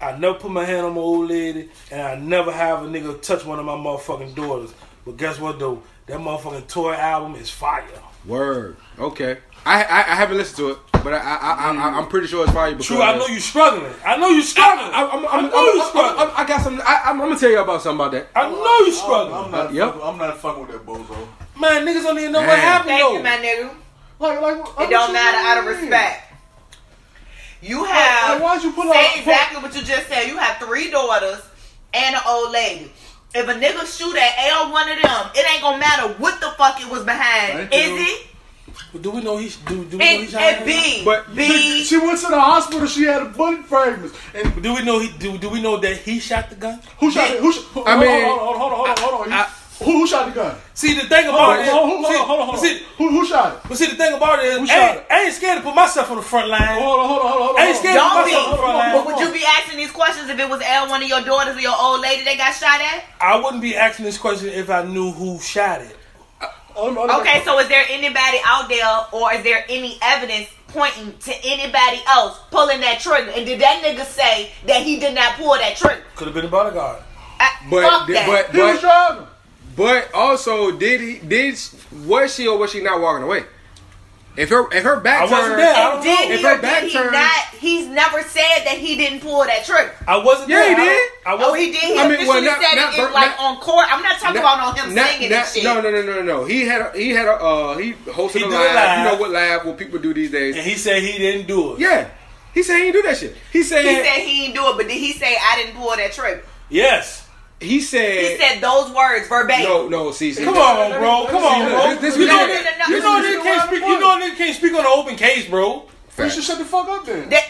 B: I never put my hand on my old lady, and I never have a nigga touch one of my motherfucking daughters. But guess what though? That motherfucking Tory album is fire.
E: Word. Okay. I, I I haven't listened to it, but I I, I, I I'm pretty sure it's probably because
B: True, I know you struggling. I know you struggling.
E: I,
B: I,
E: I'm, I'm, I'm,
B: know you
E: I'm,
B: struggling.
E: I'm, I'm, I got some. I, I'm, I'm gonna tell you about something about that.
B: know you
C: I'm
B: struggling.
C: not,
E: Yep.
C: fucking- I'm not fucking with that bozo.
B: Man, niggas don't even know
E: Man.
B: what happened
D: thank you,
B: though.
D: my nigga.
C: Like, like,
D: It don't matter out of respect. You have
C: Like, why'd you put
D: say
C: on-
D: exactly what you just said. You have three daughters and an old lady. If a nigga shoot at L one of them, it ain't gonna matter what the fuck it was behind.
C: Thank
D: Is
C: you.
D: it?
B: But do we know he? Do, do we know he
D: And,
B: shot?
D: and
B: her?
D: B,
E: But-
D: B,
C: She went to the hospital. She had a bullet fragments. And
B: Do we know he? Do, do we know that he shot the gun?
C: who shot? it? Who? Sh- hold,
E: I
C: I
E: mean-
C: mean, hold on, hold on, hold on, hold on.
E: I-
C: who, who shot the gun?
B: See the thing about
C: Hold on,
B: it.
C: hold on, hold on,
B: see-
C: hold on, hold
B: but
C: on.
B: See,
C: Who, who shot it?
B: but see the thing about it is,
C: shot
B: I, ain't-
C: it?
B: I ain't scared to put myself on the front line.
C: Hold on, hold on, hold on, hold on.
B: I ain't scared to
D: Don't
B: put
D: be.
B: myself on the front line.
D: But would you be asking these questions if it was L one of your daughters or your old lady that got shot at?
B: I wouldn't be asking this question if I knew who shot it.
C: Hold on, hold on.
D: Okay, so is there anybody out there, or is there any evidence pointing to anybody else pulling that trigger? And did that nigga say that he did not pull that trigger?
B: Could have been a bodyguard.
D: I,
E: But
D: fuck
E: th-
D: that.
E: but
C: he was
E: but
C: driving.
E: but also did he did sh- was she or was she not walking away? If her if her back
B: I wasn't
E: turned,
B: there. I don't
D: and
B: know.
D: did
E: If
D: he
E: her
D: or
E: back
D: did he
E: turned-
D: not? He's never said that he didn't pull that trigger.
B: I wasn't
E: Yeah,
B: there.
E: he
B: I don't-
E: did.
B: I was
D: Oh, he did. He
E: I mean,
D: officially
E: well, not-
D: said
E: not
D: it
E: ver-
D: in, like
E: not-
D: on court. I'm not talking about on him
E: Not-
D: singing
E: not-
D: and shit.
E: No, no, no, no, no. He had a, he had a uh, he hosted
B: He
E: a
B: did a
E: live.
B: live.
E: You know what live what people do these days?
B: And he said he didn't do it.
E: yeah, he said he didn't do that shit. He said
D: He said he didn't do it, but did he say I didn't pull that trigger?
B: Yes.
E: he said.
D: He said those words verbatim.
E: no, no, see, see.
B: Come on, bro. Come on,
E: See,
B: bro.
E: look, this- this
B: you
E: we
B: know,
E: got-
B: that,
D: no,
B: you
D: no,
B: know
D: this
B: they
D: is
B: can't
D: the
B: speak.
D: wrong
B: You know they can't speak on an open case, bro.
C: You should shut the fuck up then.
D: That-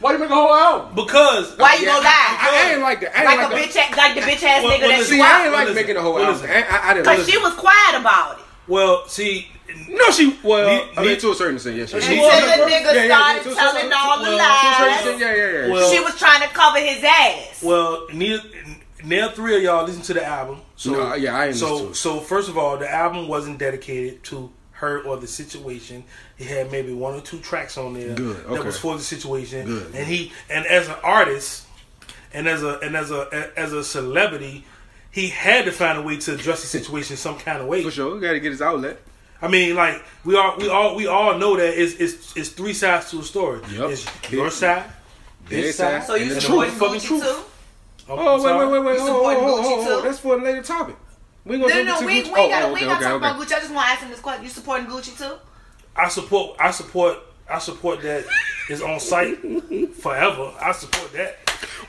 C: Why you make a whole album?
B: Because
D: why you
E: Yeah,
D: gonna
E: I, I, I
D: lie?
E: ain't like that. I ain't
D: like,
E: like,
D: a
E: that.
D: bitch, ass, like the bitch ass
B: Well, well,
D: nigga that
B: listen,
D: she
E: See, I ain't
B: Well,
E: like
B: listen,
E: making a whole
B: well,
E: album.
B: listen.
E: I, I, I didn't.
D: because she
E: listen.
D: was quiet about it.
B: well, see,
E: no, she. Well,
B: Me-
E: I mean,
B: me-
E: to a certain extent, yes. she-
D: Until
B: was-
D: the nigga
E: yeah, yeah,
D: started
E: to a certain-
D: telling all the
B: well,
E: to a certain
D: lies.
E: extent, yeah, yeah, yeah.
B: Well-
D: she was trying to cover his ass.
B: well, neither, now three of y'all listen to the album. So
E: No, yeah, I ain't
B: so
E: listen to it.
B: so first of all, the album wasn't dedicated to her or the situation. It had maybe one or two tracks on there
E: Good,
B: that
E: okay.
B: was for the situation.
E: Good,
B: and
E: good.
B: he and as an artist and as a and as a as a celebrity, he had to find a way to address the situation some kind of way.
E: for sure, we gotta get his outlet.
B: I mean, like we all we all we all know that it's it's, it's three sides to a story.
E: Yep.
B: It's your side.
E: Their
B: This
E: side.
B: side.
D: so you
E: and the
D: supporting
B: truth, fucking
D: Gucci
B: truth.
D: too?
B: I'm
E: Oh wait,
B: sorry.
E: wait, wait, wait! Oh,
D: support
E: oh, oh,
D: Gucci,
E: oh, oh,
D: too?
E: that's for a later topic. We
D: No,
E: gonna
D: no,
E: go
D: no,
E: to
D: we, we
E: Gucci.
D: ain't
E: oh,
D: gotta,
E: oh,
D: we
E: okay,
D: ain't gotta
E: okay,
D: talk
E: okay.
D: about Gucci. I just want to ask him this question. You supporting Gucci too?
B: I support I support I support that is on site forever. I support that.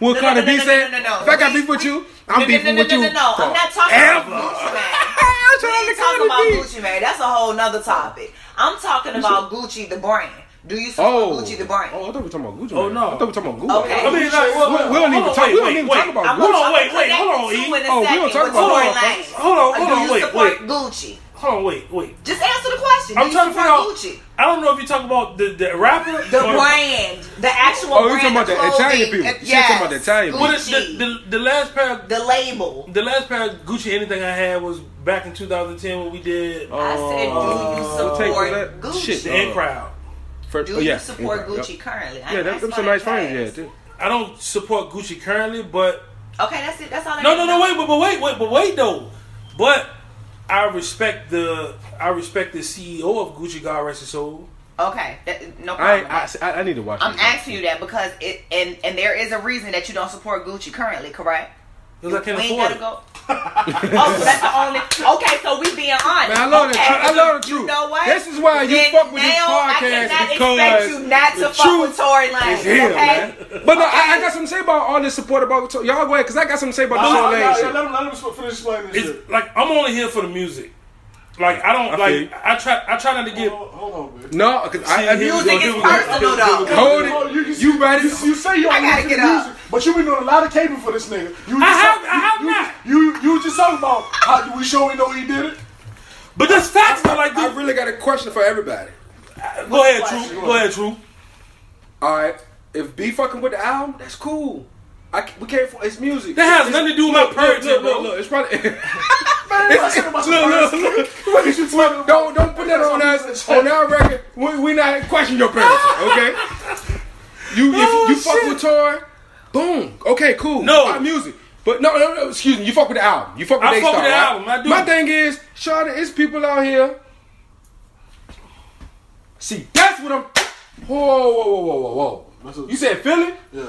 E: Well,
D: No, no,
E: Cardi
D: no,
E: B
D: no, no,
E: said,
D: no, no, no.
E: "If I got
D: We-
E: beef with
D: we-
E: you,
B: no,
E: I'm
B: no,
E: beefing
D: no,
E: with
D: no,
E: you."
D: no, no. I'm not talking
E: forever."
D: about Gucci, man.
E: I'm trying
D: We
E: to
D: ain't talking about
E: Cardi B.
D: Gucci, man. That's a whole nother topic. I'm talking about Gucci the brand. Do you support
E: Oh,
D: Gucci the brand?
E: Oh, I thought we were talking about Gucci.
B: Oh,
E: man.
B: no.
E: I thought we were talking about Gucci.
D: Okay.
B: I mean, like, well,
E: We- we don't even
B: hold
E: talk-
B: on,
E: we don't
B: wait,
E: even
B: wait,
E: talk about
B: I'm-
E: Gucci.
B: Hold on, wait, wait, hold on, E.
E: Oh, we don't talk about-
B: Hold on, hold on, hold on, wait, wait.
D: Hold on, Gucci.
B: Hold on, wait, wait.
D: Just answer the question. Do
B: I'm
D: you
B: trying to figure out.
D: support Gucci?
B: I don't know if you're talking about the, the rapper.
D: The
B: or-
D: brand, the actual
E: Oh, you
D: brand.
E: talking about
D: of
E: the
D: clothing.
E: Italian people.
D: Uh,
E: She talking about the Italian people.
B: What is the, the the last pair? Of,
D: the label.
B: the last pair of Gucci anything I had was back in 2010 when we did uh,
D: I said, do you
E: Oh, take
D: support
E: that
D: Gucci?
E: shit.
B: the In Crowd.
E: For-
D: Do
E: oh, yeah.
D: you support
E: Okay,
D: Gucci
E: yep.
D: currently? I
E: Yeah,
D: ain't
E: that, them
D: asked
E: some
D: why
E: nice
D: they
E: furniture. Yeah,
D: asked.
E: too.
B: I don't support Gucci currently, but
D: Okay, that's it. That's all. I
B: No,
D: need
B: no,
D: to
B: no.
D: know.
B: Wait, but, but wait, wait, but wait though. But I respect the I respect the CEO of Gucci. God rest his soul.
D: Okay, that, no
E: I,
D: problem.
E: I, I, I need to watch.
D: I'm
E: this.
D: asking you that because it and and there is a reason that you don't support Gucci currently, correct?
B: Because I can't
D: we ain't
B: afford
D: gotta
B: it.
D: go. oh, so that's the only. Okay, so we being honest.
E: Man, I love
D: okay,
E: the truth. I love the
D: You
E: truth.
D: know what?
E: This is why you
D: Then
E: fuck with
D: now
E: this podcast
D: I cannot
E: because
D: expect you not
E: the
D: to fuck
E: truth
D: with Tory Lanez.
E: It's here,
D: okay?
E: man. But no, I, I got something to say about all this support about y'all go ahead, cause I got something to say about
C: Nah, nah, nah,
E: the Tory
C: yeah,
E: Lanez
C: let him let him finish explaining this shit.
B: It's like I'm only here for the music. Like I don't
E: I feel you.
B: like I try I try not to get.
C: Hold hold on, man.
E: shit. No, cause I, I
D: Music is personal, though.
E: Hold it.
C: Oh, can-
E: You ready?
C: You, you say you're
D: I gotta
C: music,
D: get up.
C: music, but you've been doing a lot of caping for this nigga. You
B: I
C: just-
B: have- I have
C: you,
B: not.
C: You, you, you just talking about how we sure we know he did it.
B: But that's facts. Though, like
E: I
B: dude,
E: really got a question for everybody.
B: go ahead, True. Go ahead, True.
E: All right, if B fucking with the album, that's cool. I c- we can't. f- It's music.
B: That has
E: It's-
B: nothing to do with my
E: Look,
B: parenting,
E: look, look,
B: bro.
E: look. It's probably.
C: Look,
E: look, look. Don't don't put that on us on our record. We we not question your parents, okay? You if you, you
B: Oh,
E: fuck
B: shit.
E: with Toy, boom. Okay, cool.
B: No.
E: Buy music. But no, no, no, excuse me. You fuck with the album. You fuck with
B: I fuck
E: Daystar,
B: with the
E: right?
B: album, I do.
E: My thing is, Shawty, it's people out here. See, that's what I'm. Whoa, whoa, whoa, whoa, whoa,
C: That's
E: whoa.
C: what-
E: You said Philly?
C: Yeah.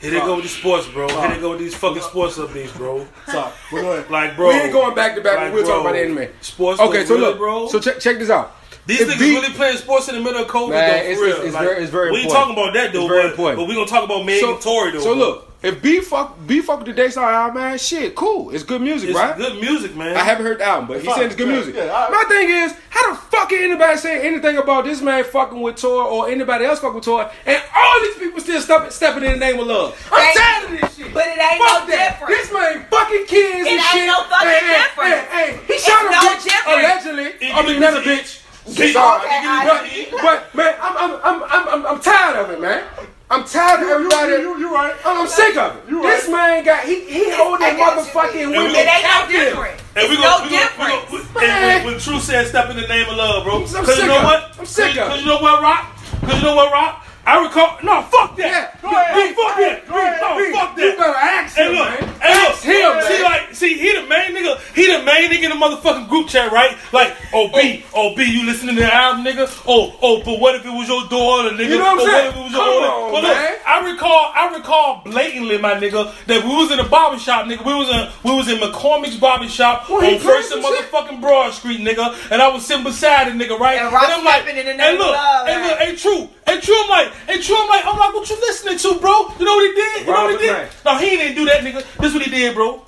B: Here they go with the sports, bro. Here they go with these fucking sports updates, bro.
C: Sorry. But go ahead.
B: Like, bro,
E: we ain't going back to back.
B: Like,
E: we were talking
B: bro,
E: about the anime.
B: Sports.
E: Okay,
B: though,
E: so
B: really,
E: look,
B: bro.
E: So check check this out.
B: These
E: If
B: niggas
E: B-
B: really playing sports in the middle of COVID,
E: Man,
B: though, for
E: it's-
B: real.
E: it's- it's very- it's very
B: We ain't
E: important.
B: talking about that, though.
E: It's very
B: but,
E: important.
B: But we gonna talk about Meg and Tory, though. bro.
E: so look, if B fuck B fuck with the Daystar album, man, shit, cool. It's good music,
B: it's
E: right?
B: good music, man.
E: I haven't heard the album, but he
C: Fine,
E: said it's good
C: yeah,
E: music.
C: yeah, I-
E: My thing is, how the fuck can anybody say anything about this man fucking with Tor or anybody else fucking with Tor, and all these people still stepping, stepping in the name of love? I'm
D: Thank
E: tired
D: you.
E: of this shit.
D: But it ain't
E: fuck
D: no
E: that.
D: different.
E: This man fucking kids
D: It ain't
E: and shit.
D: no fucking
E: Hey, hey,
D: different.
E: hey, hey. He
D: It's
E: shot a
D: no
E: bitch
D: different.
E: allegedly.
B: It-
E: I mean, not a
B: it-
E: bitch.
B: See,
E: Sorry.
D: Okay, I
E: but,
D: see.
E: but man, I'm I'm, I'm I'm I'm I'm tired of it, man. I'm tired of
C: You,
E: everybody.
C: you, you, you right.
E: I'm, I'm sick of it.
C: You
E: this man got he he holding
D: I got you,
E: motherfucking
D: baby.
E: women
D: It ain't no
E: captive.
D: different.
B: And we
D: It's
B: gonna,
D: no
B: we gonna,
D: difference.
B: we gonna, and when, when True said step in the name of love, bro.
E: I'm
B: Cause
E: sick
B: you know
E: of it.
B: what?
E: I'm sick of
B: Cause,
E: it.
B: Cause you know what, Rock? Cause you know what, Rock? I recall. No, fuck that.
E: Yeah.
B: Go ahead,
E: Big,
B: fuck
E: big,
B: that. No,
E: big.
B: fuck
E: You
B: that.
E: better ask
B: Hey,
E: him,
B: look.
E: man.
B: Hey, look.
E: Ask him,
B: See,
E: man.
B: like, Like, see, he the main nigga. He the main nigga in the motherfucking group chat, right? Like, oh B, oh B, you listening to the album, nigga? Oh, oh, but what if it was your daughter, nigga?
E: You know what I'm
B: Or
E: saying?
B: if it was
E: Come
B: your
E: on,
B: But
E: man.
B: I recall, I recall blatantly, my nigga, that we was in a barber shop, nigga. We was in, we was in McCormick's barber shop
E: Well, he
B: on First and
E: playing some shit.
B: motherfucking Broad Street, nigga. And I was sitting beside a nigga, right?
D: And Rock stepping in the name
B: hey,
D: of
B: look,
D: love,
B: hey, look,
D: man.
B: hey, true, hey, true. I'm like, hey, true. I'm like, I'm like, what you listening to, bro? You know what he did? You know what he
E: Robert
B: did? No, he didn't do that, nigga. This what he did, bro.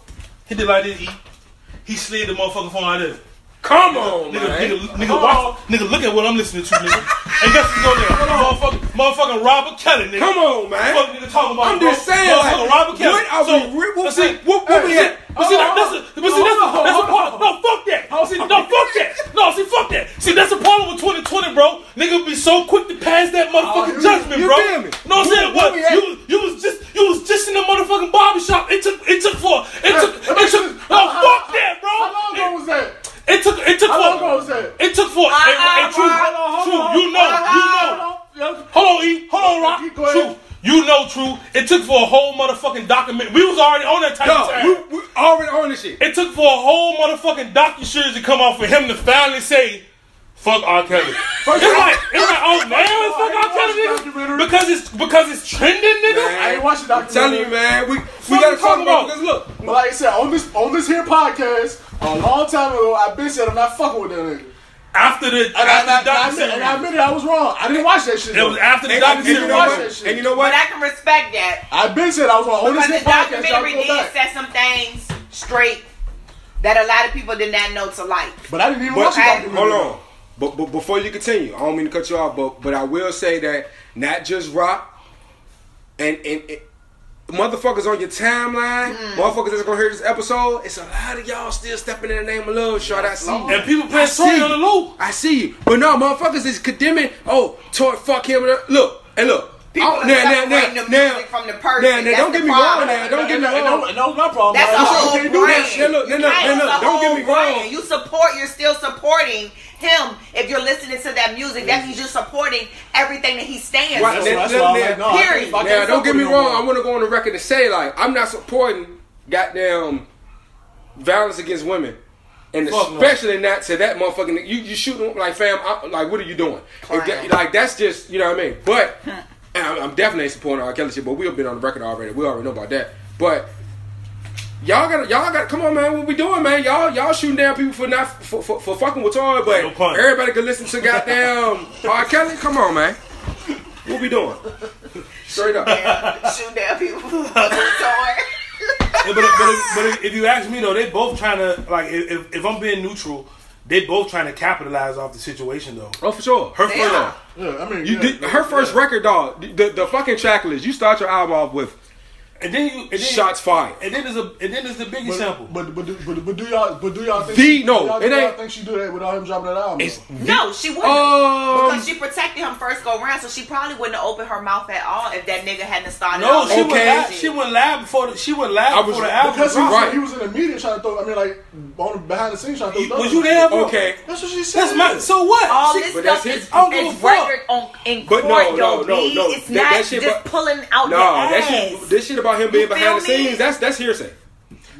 B: He did like this. He, he slid the motherfucking phone out of there.
E: Come on,
B: Nigga,
E: Oh, man.
B: nigga, nigga, watch, nigga, look at what I'm listening to, nigga. and guess who's on there? Motherfucking, motherfucking Robert Kelly, nigga.
E: Come on, man.
B: Fuck nigga talking about
E: I'm
B: bro.
E: just saying,
B: Motherfucking
E: like,
B: Robert Kelly.
E: what are
B: so,
E: we- what-
B: but see,
E: what- what
B: but
E: we
B: see-
E: at?
B: But see,
E: Hold
B: that-
E: on,
B: that's a, but see, that's a,
E: hold on,
B: that's a
E: hold on,
B: part. No, fuck that. See, no, fuck that. No, see, fuck that. See, that's a problem with 2020, bro. Nigga be so quick to pass that motherfucking
E: Ah, you-
B: judgment,
E: you
B: bro.
E: feel me?
B: No, I'm
E: Where-
B: saying
E: where
B: what?
E: we at?
B: You, was- you was just, you was just in the motherfucking barbershop. It took, it took for, it took, it took.
E: oh,
B: No, fuck that, bro.
C: How long ago was that?
B: It took it took
C: How long
B: for
C: ago was that?
B: it took
E: Ah,
B: for and, and true, true, you know, you know. Hold on, E, hold on,
C: Keep
B: Rock.
C: going.
B: True, you know, true. It took for a whole motherfucking document. We was already on that type of time.
E: Yo, we, we already on this shit.
B: It took for a whole motherfucking docu series to come out for him to finally say, "Fuck R. Kelly." it's
E: First of all-
B: like it's like oh man,
C: all, I ain't watched
B: fuck
C: the
B: R. Kelly, nigga,
C: documentary.
B: because it's because it's trending, nigga.
C: I ain't watching
E: I'm telling
C: documentary.
E: you, man. We, we
B: Fuck
E: gotta
B: you
E: talk
B: talking
E: about
B: about?
E: because look,
C: But like I said, on this on this here podcast, a long time ago, I've been said I'm not fucking with that nigga.
B: After the
C: And I, and I,
B: after
C: and
B: the
C: I,
B: docu
C: admit- and I
B: series,
C: admit it, I was wrong. I didn't watch that shit.
B: it was
C: though.
B: after the
E: and,
B: docu
E: and you
B: series.
E: know
C: watch
E: what?
C: that shit.
E: And you know
D: But
E: what?
D: I can respect that
C: I've been said I was wrong. On this
D: because
C: here
D: the
C: podcast, y'all
D: documentary
C: go
D: did
C: back.
D: set some things straight that a lot of people did not know to like.
C: But I didn't even
E: But
C: watch the
D: I-
C: documentary.
E: hold on. But, but before you continue, I don't mean to cut you off, but but I will say that not just rock and and. and Motherfuckers on your timeline,
D: Mm.
E: motherfuckers that's gonna hear this episode, it's a lot of y'all still stepping in the name of love, shot. I see. you.
B: And people playing
E: I see
B: Troy on the
E: you.
B: loop.
E: I see you. But no, motherfuckers is condemning. Oh, Tory, fuck him. Look, and look.
D: People
E: Oh,
D: are separating the music from the person.
E: Now, now,
D: That's
E: don't
D: the
E: get me
D: problem.
E: wrong. Now, don't get
C: And
E: me
C: that, and
E: wrong.
C: that, and that was my problem.
D: That's a
C: Like,
E: sure
D: whole
E: can't
D: brand.
E: do that shit. Look, no, no,
D: Right,
E: no,
D: it's
E: no,
D: a
E: don't get
D: whole
E: me wrong.
D: brand. You support. You're still supporting him if you're listening to that music. That means you're supporting everything that he stands
E: Right,
C: That's,
D: for.
E: that-
C: that's why I'm like, no, I can't-
D: Period.
C: I can't
E: Now,
C: fuck
E: don't get
C: with
E: me
C: it no
E: wrong.
C: more.
E: I want to go on the record to say, like, I'm not supporting goddamn violence against women, and
B: Fuck no.
E: especially not to that motherfucking. You you shooting like fam. I, like, what are you doing? If that- like, that's just you know what I mean. But and I'm, I'm definitely supporting R. Kelly shit. But we've been on the record already. We already know about that. But y'all got to y'all got to come on, man. What we doing, man? Y'all y'all shooting down people for not for, for, for fucking with Tory, but
B: No pun.
E: everybody can listen to goddamn R. Kelly. Come on, man. What we doing? Straight up.
D: Shoot down people. Sorry.
B: Yeah, but but, if, but if, if you ask me though, they both trying to like if, if- if I'm being neutral, they both trying to capitalize off the situation though.
E: Oh, for sure. Her
B: They
E: first,
D: are.
C: Yeah, I mean,
E: you
C: yeah,
E: did,
C: yeah,
E: her first record, dog. The, the fucking track list. You start your album off with
B: And then you and then,
E: shots fired.
B: And then there's a and then there's the Biggie
C: But,
B: sample.
C: but, but, do- but, but do y'all but do y'all think
E: The-
C: she,
E: no,
C: do y'all, do
E: it
C: y'all
E: ain't-
C: think she do that without him dropping that album?
E: It's-
D: No, she wouldn't.
E: Um,
D: because she protected him first go round, so she probably wouldn't open her mouth at all if that nigga hadn't started.
B: no,
D: all
B: she
D: that
B: went
E: okay.
B: live.
D: shit.
B: She went live before the, she went live
E: I was-
B: before the album.
C: because he was,
B: dropped.
E: Right.
C: he was in the media trying to throw. I mean, like on the behind the scenes trying to
B: You-
C: throw.
B: was
C: doves.
B: you there? Bro?
E: Okay.
C: That's what she
B: That's
C: said.
B: my so what?
D: all
B: She-
D: this
E: but
D: stuff
E: that's his-
D: is,
B: I don't give a
D: is
B: fuck.
D: record on in
E: But
D: court, yo,
E: no, no, no,
D: B.
E: no.
D: It's
E: That-
D: not
E: that shit
D: just
E: bu-
D: pulling out
E: No,
D: your ass.
E: Um, that shit, this shit about him being
D: You
E: behind the
D: feel me?
E: scenes. That's that's hearsay.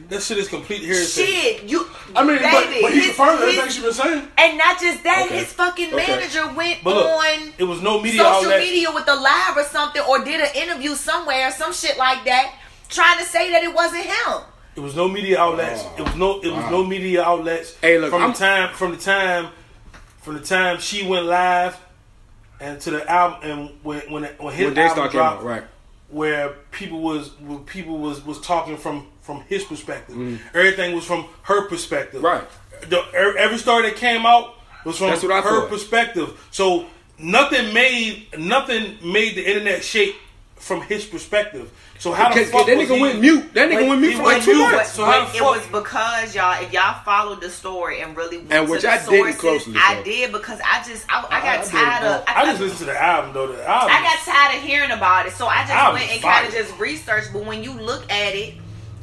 B: That shit is complete hearsay.
D: shit, you.
C: I mean,
D: baby,
C: but, but he
D: his-
C: confirmed everything
D: his-
C: she been saying.
D: And not just that,
E: Okay.
D: his fucking
E: Okay.
D: manager went
B: But look,
D: on
B: it was no media
D: social
B: outlet.
D: media with the live or something, or did an interview somewhere, some shit like that, trying to say that it wasn't him.
B: It was no media outlets.
E: Wow.
B: It was no. It was no media outlets.
E: Hey, look,
B: from
E: I'm-
B: the time from the time from the time she went live and to the album and when when when his
E: When
B: album
E: Daystar came
B: dropped,
E: out, right?
B: where people was where people was was talking from from his perspective. Everything was from her perspective.
E: Mm-hmm. Right.
B: The, er- every story that came out was from
E: That's what I
B: her
E: thought.
B: perspective. So nothing made nothing made the internet shake from his perspective. So how
E: Because
B: the fuck
E: that
B: was
E: nigga
B: he-
E: went mute. That nigga
B: But
E: went mute
B: he
E: for
B: went
E: like two
B: mute,
E: months.
B: So how
D: But
B: the
D: it was
B: fuck?
D: because y'all, if y'all followed the story and really went
E: And
D: to
E: which
D: the
E: I didn't
D: sources,
E: closely,
D: I
E: so.
D: did because I just I, I
C: I
D: got
C: did,
D: tired of
B: I just listened to the album though. The album.
D: I got tired of hearing about it, so I just
B: I was
D: went and
B: fired.
D: kind of just researched. But when you look at it,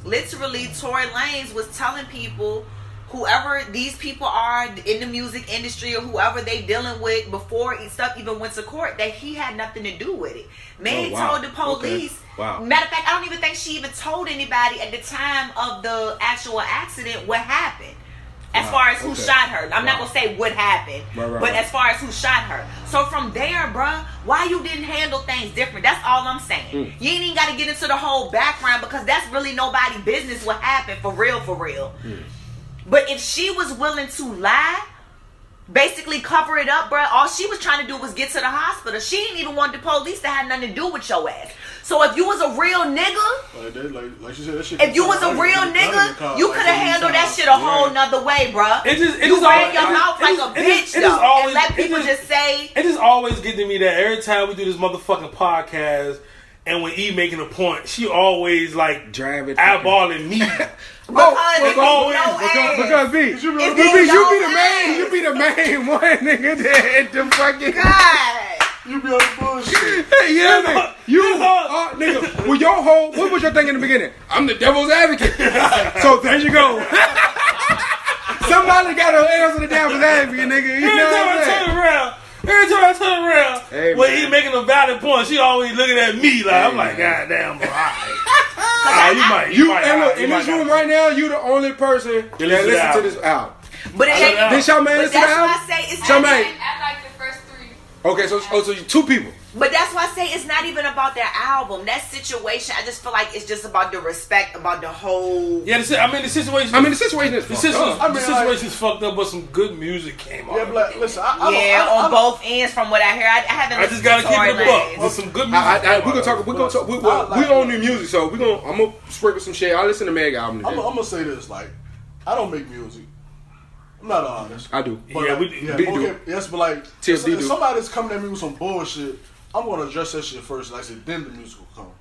D: literally, Tory Lanez was telling people whoever these people are in the music industry or whoever they dealing with before stuff even went to court that he had nothing to do with it. May
E: Oh, wow.
D: told the police.
E: Okay. Wow.
D: Matter of fact, I don't even think she even told anybody at the time of the actual accident what happened. As
E: Wow.
D: far as who
E: Okay.
D: shot her, I'm not
E: Wow.
D: gonna say what happened,
E: Right, right,
D: but
E: right.
D: as far as who shot her. So from there, bruh, why you didn't handle things different? That's all I'm saying.
E: Hmm.
D: You ain't even got to get into the whole background because that's really nobody business what happened for real, for real.
E: Hmm.
D: But if she was willing to lie, basically cover it up, bruh, all she was trying to do was get to the hospital. She didn't even want the police to have nothing to do with your ass. So if you was a real nigga,
C: Like, that, like, like she said, that shit.
D: if you was a real nigga, you could have handled that shit a whole nother way, bruh.
B: It just- it
D: you
B: just
D: ran
B: al-
D: your
B: it
D: mouth
B: just-
D: like a
B: it
D: bitch,
B: just- it
D: though,
B: just always-
D: and let
B: it
D: people
B: just-
D: just say
B: It just always get to me that every time we do this motherfucking podcast and when E making a point, she always like
E: Drive it fucking-
B: eyeballing me.
D: because
E: Oh, because-
D: it's no
B: because-
D: ass.
E: Because, because B, you be,
D: If they
E: you be the
D: don't
E: main, you be the main one nigga that hit the fucking.
D: God.
C: You be on bullshit.
E: Hey, yeah, nigga. You
B: That's all.
E: are, nigga. With your whole, what was your thing in the beginning? I'm the devil's advocate. so there you go. Somebody got to answer the devil's advocate, nigga.
B: Every
E: You know
B: time I
E: what I'm saying?
B: turn around, every time I turn around,
E: Hey,
B: when
E: man.
B: he making a valid point, she always looking at me like I'm
E: Hey,
B: like, God
E: man.
B: damn, boy, all right. All right, you might, you,
E: You,
B: might,
E: and
B: all
E: look,
B: right, you
E: in
B: might
E: this
B: got
E: room
B: it.
E: right now, you the only person
B: listen
E: that
B: to the
E: listen to
B: album.
E: this album.
D: But it ain't.
E: Did y'all man
D: But that's
E: listen to the
D: why I
E: album?
D: say it's
E: Some
D: not
E: man-
D: even-
F: I like the first three.
E: Okay, so oh, so you two people.
D: But that's why I say it's not even about that album. That situation, I just feel like it's just about the respect about the whole.
B: Yeah, the, si- I mean the situation.
E: I mean, the situation is
B: the,
E: fucked
B: situation,
E: up.
C: I mean,
B: the
C: like-
B: situation's fucked up, but some good music came out.
C: Yeah, but like, listen, I, I don't-
D: yeah,
C: I, I,
D: on both ends, from what I hear, I, I haven't.
B: I just
D: listened
B: gotta
D: to
B: keep
D: Tory
B: it a buck.
D: Lanez.
B: With some good music.
E: I, I, I,
B: came
E: we gonna
B: out.
E: talk. We gonna talk. We, we, we on new music, so we gonna. I'm gonna sprinkle some shit. I listen to Meg album.
C: I'm, I'm
E: Today.
C: gonna say this, like, I don't make music. I'm not an artist.
E: I do.
C: But
B: Yeah,
C: like,
B: we-
C: yeah,
E: we
C: okay,
E: do.
C: Yes, but like,
E: TFD
C: if, if
E: do.
C: somebody's coming at me with some bullshit, I'm gonna address that shit first. Like I said, then the music will come.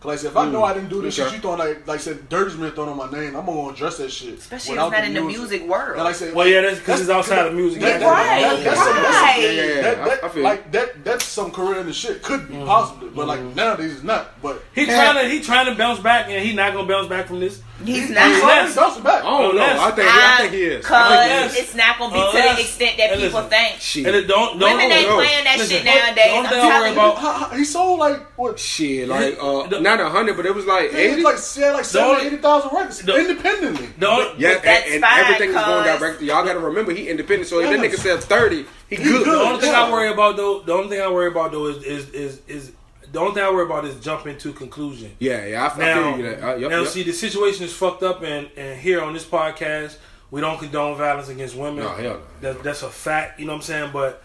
C: Cause like I said, if I
B: Mm.
C: know I didn't do this
E: okay.
C: shit, you throwing like, like I said, Dirty's been throwing on my name. I'm gonna address that shit.
D: Especially if
C: without
D: it's not in the music world.
C: And like I said,
B: Well, yeah, that's because it's outside of music.
C: that- that-
D: Right,
C: that- that's some- that's
D: right.
C: some-
D: Yeah,
E: yeah, yeah.
C: that- that-
E: I- I feel
C: Like that, that's some career in the shit could be possible, but like nowadays it's not. But
B: He trying to he trying to bounce back, and he not gonna bounce back from this.
D: He's
C: He's
D: not.
B: Unless-
C: already bouncing back.
E: I don't know. I think. I think he is. I think
D: Because
E: he is.
D: it's not gonna be to
B: Unless-
D: the extent that
B: and
D: people
B: listen,
D: think.
E: Shit.
B: And it don't, don't
D: Women ain't
E: no.
D: playing that
B: Listen,
D: shit nowadays.
B: don't
D: I'm
B: they worry
D: telling you.
B: about-
C: How- how- He sold like what?
E: Shit, like uh,
B: The-
E: not a hundred, but it was like
C: He
E: eighty.
C: was like, yeah, like
B: only-
C: 70, 80,000 records
B: the-
C: independently.
B: The only,
E: yeah,
D: But that's
E: and, and
D: fine,
E: everything is going
D: cuz-
E: direct. Y'all gotta remember, he independent. So if that
C: Yeah.
E: nigga sells thirty, he good.
B: the only
C: good.
B: thing I worry about though, the only thing I worry about though is is is, is the only thing I worry about is jumping to conclusion.
E: Yeah, yeah, I, I
B: Now,
E: feel you. That. Uh, yep,
B: now
E: yep.
B: see, the situation is fucked up, and, and here on this podcast, we don't condone violence against women.
E: No, hell no.
B: That, that's a fact. You know what I'm saying? But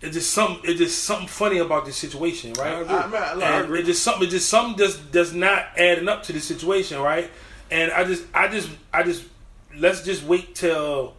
B: it's just some, it's just something funny about this situation, right?
E: I agree.
C: I, man, look,
B: and it just something it just something just does not adding up to the situation, right? And I just I just I just let's just wait till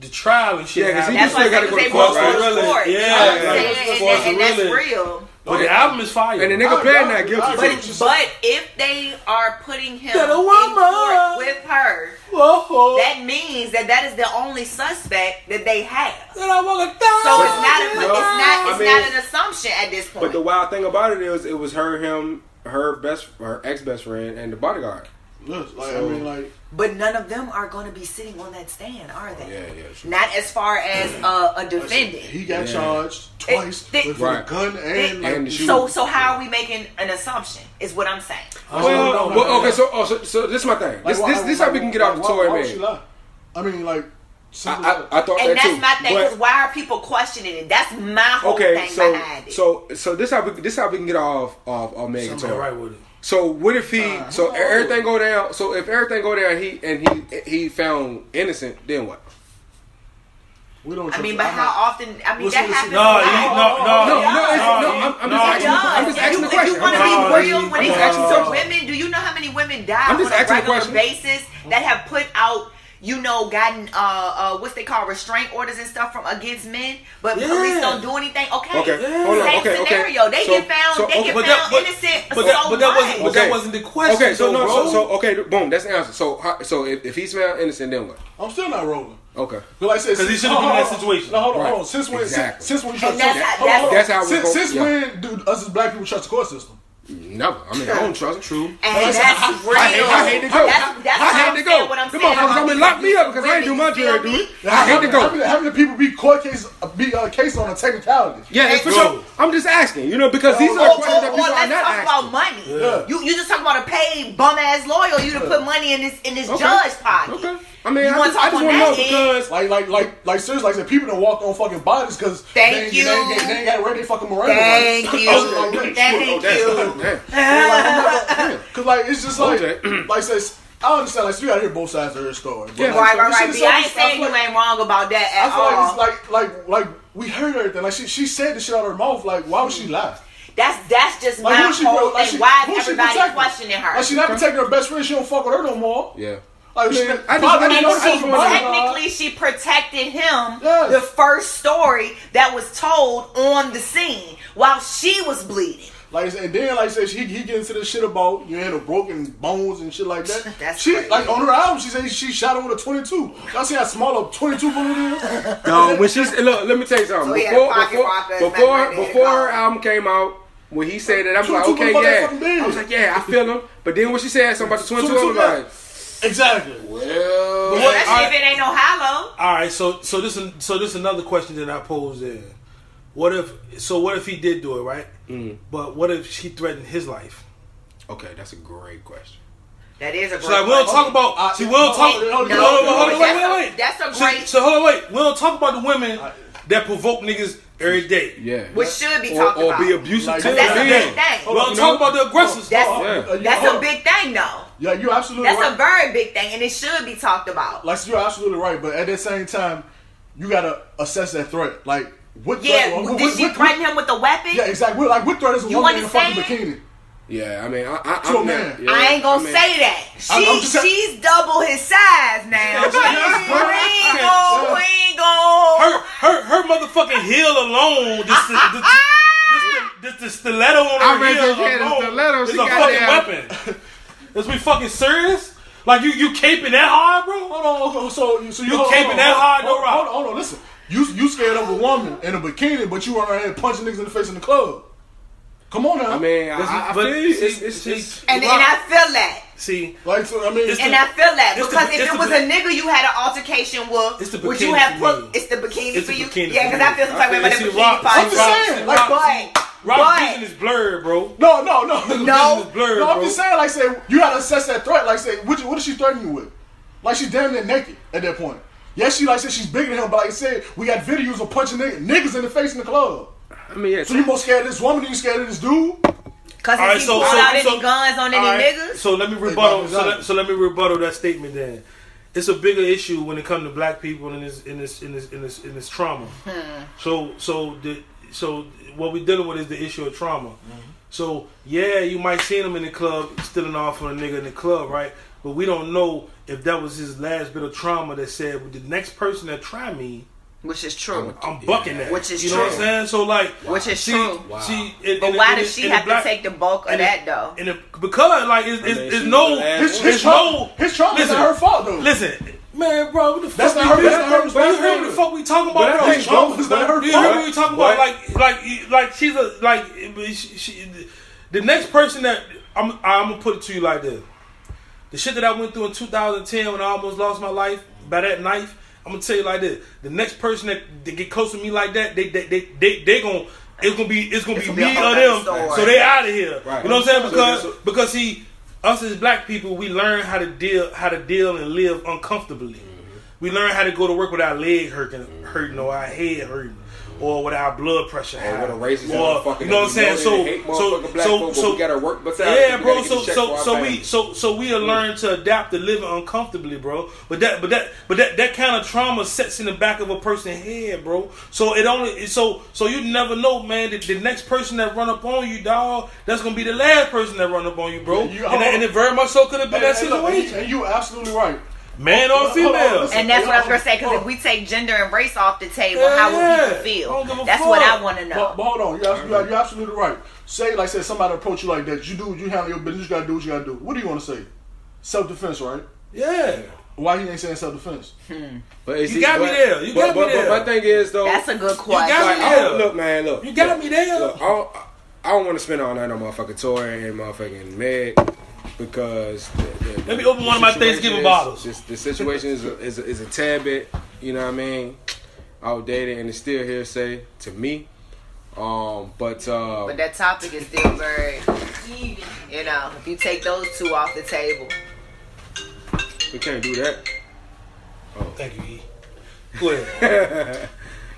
B: the trial and shit.
E: Yeah, 'cause he
B: happens.
D: That's
E: just-
D: why
E: still gotta
D: niggas
E: go
D: they
E: to court,
D: both go
B: right?
D: to court.
B: Yeah,
D: You know what I'm
B: yeah,
D: saying?
B: yeah.
D: And that- and
B: Really.
D: that's real.
B: but the album is fire.
E: and the
C: I-
E: nigga playing
C: I-
E: that guilty.
C: I-
E: too.
C: I-
D: But but if they are putting him
B: That a
D: in
B: woman.
D: court with her,
B: Whoa,
D: that means that that is the only suspect that they have.
B: that I wanna die.
D: So it's not a,
E: No,
D: it's not
E: I
D: it's
E: mean-
D: not an assumption at this point.
E: But the wild thing about it is, it was her, him, her best, her ex best friend, and the bodyguard.
C: Look, like,
E: So-
C: I mean, like,
D: But none of them are going to be sitting on that stand, are they?
E: Oh, Yeah, yeah, sure.
D: Not as far as uh, a defendant.
C: he got
E: Yeah.
C: charged twice
D: they-
C: with
E: Right.
C: a gun and, like,
E: And the shoe.
D: So so how are we making an assumption? Is what I'm saying.
C: I
E: Well,
C: don't know,
E: well,
C: man.
E: okay, so, oh, so so this is my thing.
C: Like,
E: This this
C: why-
E: this
C: like,
E: how we can get off the
C: why-
E: Tory
C: why would she
E: man.
C: lie? I mean, like, simple
E: I, I, I thought
D: And
E: that too.
D: that's my thing.
E: but-
D: 'cause why are people questioning it? That's my whole
E: okay,
D: thing
E: so
D: behind it.
E: so so this how we this how we can get off of of Megan
B: Something
E: Tory.
B: right with it.
E: So what if he? so e, everything go down. So if everything go down, he and he he found innocent. Then what?
C: we don't
D: I mean,
C: trust-
D: but
C: I'm
D: how
C: not-
D: often? I mean,
C: Listen,
D: that
C: listen.
D: happens.
B: No,
D: a
B: you,
D: lot.
B: no, no,
E: No, no, it's,
B: no,
D: Oh,
E: no. I'm, I'm
B: no.
E: just
D: It
E: asking. I'm
D: does.
E: just
D: If
E: asking
D: you,
E: the question.
D: want to
B: No,
E: I'm
B: it
E: just-
D: be real, when it
E: I'm
D: comes
E: just
D: to
E: asking.
D: women, do you know how many women die
E: I'm
D: on a
E: just asking a
D: regular
E: question.
D: basis that have put out, you know, gotten uh, uh, what's they call restraint orders and stuff from against men, but
B: Yeah.
D: police don't do anything. Okay,
E: Okay,
D: same
E: hold on. Okay, okay.
D: scenario. They
E: So-
D: get found.
E: so,
D: they get
E: okay. But
D: found
B: that- but-
D: innocent.
B: but that-
D: so
B: but that wasn't-
D: what?
B: But that wasn't the question,
E: Okay,
B: though,
E: so no,
B: bro.
E: so, so okay, boom, that's the answer. So how- so if, if he's found innocent, then what?
C: I'm still not rolling.
E: Okay,
C: But like I said,
B: 'Cause he
C: since-
B: should've been
C: hold
B: in
C: on,
B: that
C: hold on.
B: situation.
C: No, hold on,
E: Right.
C: hold on. Since when?
E: Exactly.
C: Since, since when you trust
D: And that's
C: the
D: how-
C: court- hold on,
E: that's-
C: hold on.
E: that's how we
C: Since,
E: go-
C: since
E: yeah.
C: when do us as black people trust the court system?
E: Never. I mean, I don't trust. them. True.
D: And that's, real.
E: I hate, I hate to go.
D: That's, that's
E: I hate
D: what I'm
E: to
D: saying,
E: go.
D: What I'm
E: Them
D: saying
E: motherfuckers
D: about
E: gonna
D: these
E: lock me up because I
D: women,
E: ain't do
D: you
E: my
D: feel
E: jury
D: me?
E: duty. I hate to
C: How many,
E: go.
C: how many people beat court cases, beat uh, case on a technicality?
E: Yeah, it's for
B: Bro.
E: sure. I'm just asking, you know, because these
D: Or,
E: are
D: or,
E: questions that
D: or
E: people are
D: let's
E: not
D: talk
E: asking.
D: about money.
C: Yeah.
D: You you just talking about a paid bum ass lawyer. You to put money in this in this
E: Okay.
D: judge pocket.
E: Okay. I mean,
D: You
E: I
D: wanna
E: just,
D: talk
E: I just
D: on
E: want to
D: that
E: know
D: end?
E: because
C: Like, like, like, like, seriously, like, I said, people don't walk on fucking bodies because
D: Thank
C: they, ain't-
D: you.
C: They, ain't get- they ain't got ready to fucking Miranda.
D: Thank
C: rights.
D: you.
C: Shit like that.
D: Thank you.
E: Damn.
C: Cause like it's just like
E: Okay.
C: like says I understand like so you gotta hear both sides of her story. But,
E: Yeah.
C: like,
D: Right,
C: so
D: right,
C: this
D: right.
C: shit is so-
D: B, I ain't
C: I
D: saying
C: feel
D: you
C: like-
D: ain't wrong about that
C: I
D: at
C: feel
D: all.
C: like it's like like like we heard everything. Like she she said the shit out of her mouth. Like why would she lie?
D: that's that's just
C: Like
D: my
C: who she
D: whole
C: pro- like
D: thing.
C: she-
D: Why
C: who
D: is
C: she
D: everybody
C: protecting?
D: questioning her?
C: Like she not protecting her best friend. She don't fuck with her no more.
E: Yeah.
C: Like she
E: Man, I just-
C: probably
E: I just-
D: and
C: know
E: I
C: she
E: just
D: she,
E: wanna-
C: was lying.
D: technically she protected him
C: Yes.
D: the first story that was told on the scene while she was bleeding.
C: Like I said, and then like I said, he, he get into this shit about you know broken bones and shit like that.
D: That's
C: she
D: crazy.
C: like on her album she said she shot him with a twenty two. Y'all see how small a twenty two bullet is?
E: No, when she's look, let me tell you something.
D: So he had
E: before,
D: pocket
E: before,
D: rockers,
E: before,
D: Mac Miller,
E: before her
D: Coke.
E: album came out, when he said that, I was
C: Two-
E: like,
C: two
E: okay,
C: motherfucking
E: yeah.
C: fucking
E: I was like, yeah, I feel him. But then when she said something about the twin two,
C: Two-
E: I
C: two,
E: was
C: yeah.
E: like,
C: exactly.
E: well,
D: Well,
B: all
D: Especially
B: right.
D: if it ain't no hollow.
B: All right, so so this is so this is another question that I posed there. What if so? What if he did do it, right? But what if she threatened his life?
E: okay, that's a great question.
D: That is a great
B: So like, we don't
D: question.
B: talk about.
C: I-
B: see, we don't talk.
C: no,
B: Hold on,
C: no,
B: hold on, hold on,
D: but
B: wait,
D: that's a-
B: wait, wait.
D: that's a
B: So-
D: great-
B: So, hold on, wait. We don't talk about the women that provoke niggas every day.
E: Yeah.
D: Which should be
E: or,
D: talked
E: or
D: about.
E: be abusive
C: Like,
E: to
D: That's
E: the
D: a
E: men.
D: big thing.
B: We don't
E: You know?
B: talk about the aggressors.
D: That's
C: Oh,
E: Yeah.
C: uh, you-
D: that's
C: hold
D: a
C: on.
D: big thing though.
C: Yeah, you absolutely
D: That's
C: right.
D: a very big thing, and it should be talked about.
C: Like you're absolutely right, but at the same time, you gotta assess that threat. Like what?
D: Yeah,
C: threat,
D: did she threaten him with a weapon?
C: Yeah, exactly. Like what threat is a
D: You
C: woman in a fucking
D: understand?
C: bikini?
E: Yeah, I mean, I, I,
C: To
E: I'm
C: a man.
E: not, yeah,
D: I ain't gonna
E: mean-
D: say that. She,
C: I'm- I'm just-
D: she's double his size now. we ain't gonna, we ain't
B: her
D: gonna.
B: her her motherfucking heel alone. This
D: Ah,
B: the, the, this, the, this the stiletto on
E: I
B: her
E: read
B: heel
E: that, yeah, the
B: alone
E: stiletto,
B: is
E: she
B: a
E: got
B: fucking
E: that.
B: weapon. Let's be fucking serious. Like you you caping that hard, bro?
C: Hold on, hold on. So, you- so you,
B: You
C: hold on,
B: caping
C: hold
B: that
C: on,
B: hard, no
C: hold on,
B: rock.
C: Hold on, hold on. Listen, you you scared of a woman in a bikini, but you run around here punching niggas in the face in the club. Come on now.
E: I mean, I, I, I
B: But
E: feel you.
B: see,
E: It's, it's
B: see,
E: just.
D: And, and I feel that.
B: See,
C: like so, I mean,
B: It's
D: And
B: the-
D: I feel that
B: it's the-
D: because
B: it's
D: if it
B: the
D: was
B: bi-
D: a nigga you had an altercation with,
B: It's the
D: would you
B: bikini
D: have
B: for
D: put?
B: me.
D: It's the bikini
B: It's
D: for
B: the
D: you.
B: bikini
D: yeah,
B: for
D: because I
B: me.
D: feel some type of way
B: I
D: about the
B: feel- see,
D: bikini
B: Rock-
C: I'm
D: party.
C: just saying, like,
D: but
B: Rock
D: but
B: vision is blurred, bro.
C: no, no, no,
D: No.
B: Vision is blurred,
C: no. I'm
B: bro.
C: just saying, like, say you gotta assess that threat. Like, say what, you- what is she threatening you with? Like, she damn near naked at that point. Yes, she like said she's bigger than him, but like I said, we got videos of punching niggas, niggas in the face in the club.
E: I mean, yeah.
C: So you more scared of this woman than you scared of this dude?
D: because
B: All right,
D: if he
B: so-
D: pulled
B: so-
D: out any
B: so-
D: guns on any
B: All right,
D: niggas,
B: So let me rebuttal.
C: Hey,
B: So let, so let me rebuttal that statement. Then it's a bigger issue when it comes to black people and this in this in this in this in this trauma.
D: Hmm.
B: So so the so what we're dealing with is the issue of trauma. So yeah, you might see him in the club stealing off on a nigga in the club, right? But we don't know if that was his last bit of trauma that said well, the next person that try me,
D: which is true,
B: I'm bucking that.
D: Which is
B: you know what I'm
D: true.
B: saying? So like,
D: which is
B: she,
D: true.
B: she, and-
D: But
B: and-
D: why
B: and-
D: does she
B: and the
D: have to
B: black-
D: take the bulk of
B: and
D: that
B: it-
D: though?
B: and it, because like it's, it's,
E: mean,
B: it's
E: she
B: no,
E: was the last
B: it's,
C: His, his,
E: one.
B: it's
C: trauma,
B: no.
C: his trauma is
B: listen,
C: not her fault though.
B: Listen, man, bro, what the
C: That's
B: fuck?
C: not her-
B: you,
C: that's not
B: you
C: her
B: hear what the
C: responsibility.
B: fuck we talking
E: But
B: about,
E: that
B: bro?
E: ain't
C: trauma, it's not her
B: You hear what we
E: fault.
B: talking
E: What?
B: about? Like, like, like she's a like she, she, the next person that I'm I'm gonna put it to you like this. The shit that I went through in 2010 when I almost lost my life by that knife, I'm gonna tell you like this: the next person that they get close to me like that, they they they they, they gonna it's gonna be it's gonna
D: It's
B: be
D: gonna be
B: me
D: a
B: or
D: whole
B: them.
D: nother story.
B: So they out of here.
E: Right.
B: You know what I'm saying?
E: So
B: Because
E: that's-
B: because see, us as black people, we learn how to deal how to deal and live uncomfortably.
E: Mm-hmm.
B: We learn how to go to work with our leg hurting, hurting or our head hurting. Or with our blood pressure, high.
E: Mm-hmm. Or with a racist
B: Or-
E: motherfucker
B: you know what I'm saying?
E: that we
B: So,
E: know they hate
B: so,
E: motherfucking black
B: so,
E: folk, but
B: so,
E: we gotta work beside it.
B: yeah,
E: We
B: bro.
E: gotta get
B: So,
E: the check
B: so,
E: for our
B: so we,
E: families.
B: so, so we learn to adapt to living uncomfortably, bro. But that, but that, but that, that kind of trauma sets in the back of a person's head, bro. So it only, so, so you never know, man. The, the next person that run up on you, dog, that's gonna be the last person that run up on you, bro.
C: Yeah, you-
B: and, that- and it very much so could have been
C: And,
B: that
C: and look, and you-
B: situation,
C: and you absolutely right.
B: man
C: Hold
B: or
C: on, hold on,
B: female.
C: listen.
D: And that's what I was gonna say. Because if we take gender and race off the table, how
B: Oh. Yeah.
D: will people
B: I don't give a
D: feel? That's what
B: fuck.
D: I want to know.
C: But, but hold on, you're, abs- you're, you're absolutely right. Say like say somebody approach you like that. You do you handle your business. You gotta do what you gotta do. What do you want to say? Self defense, right?
B: Yeah,
C: Why he ain't saying self defense?
E: But is
B: You
E: it-
B: got me
E: but-
B: there. You
E: but-
B: got me
E: but-
B: there.
E: But my thing is though.
D: That's a good question.
B: got
E: like,
B: me
E: I don't-
B: there.
E: Look, man. Look.
B: You got
E: look,
B: me there.
E: Look, I don't- I don't want to spend all night on motherfucking Tory and motherfucking Meg because the, the,
B: Let me open one of my
E: situation
B: Thanksgiving
E: is-
B: bottles.
E: This, the situation is a, is, a, is a tad bit, you know what I mean, outdated and it's still hearsay to me. Um, but uh,
F: But that topic is still very, you know, if you take those two off the table.
E: we can't do that.
B: Thank you, E. Go ahead.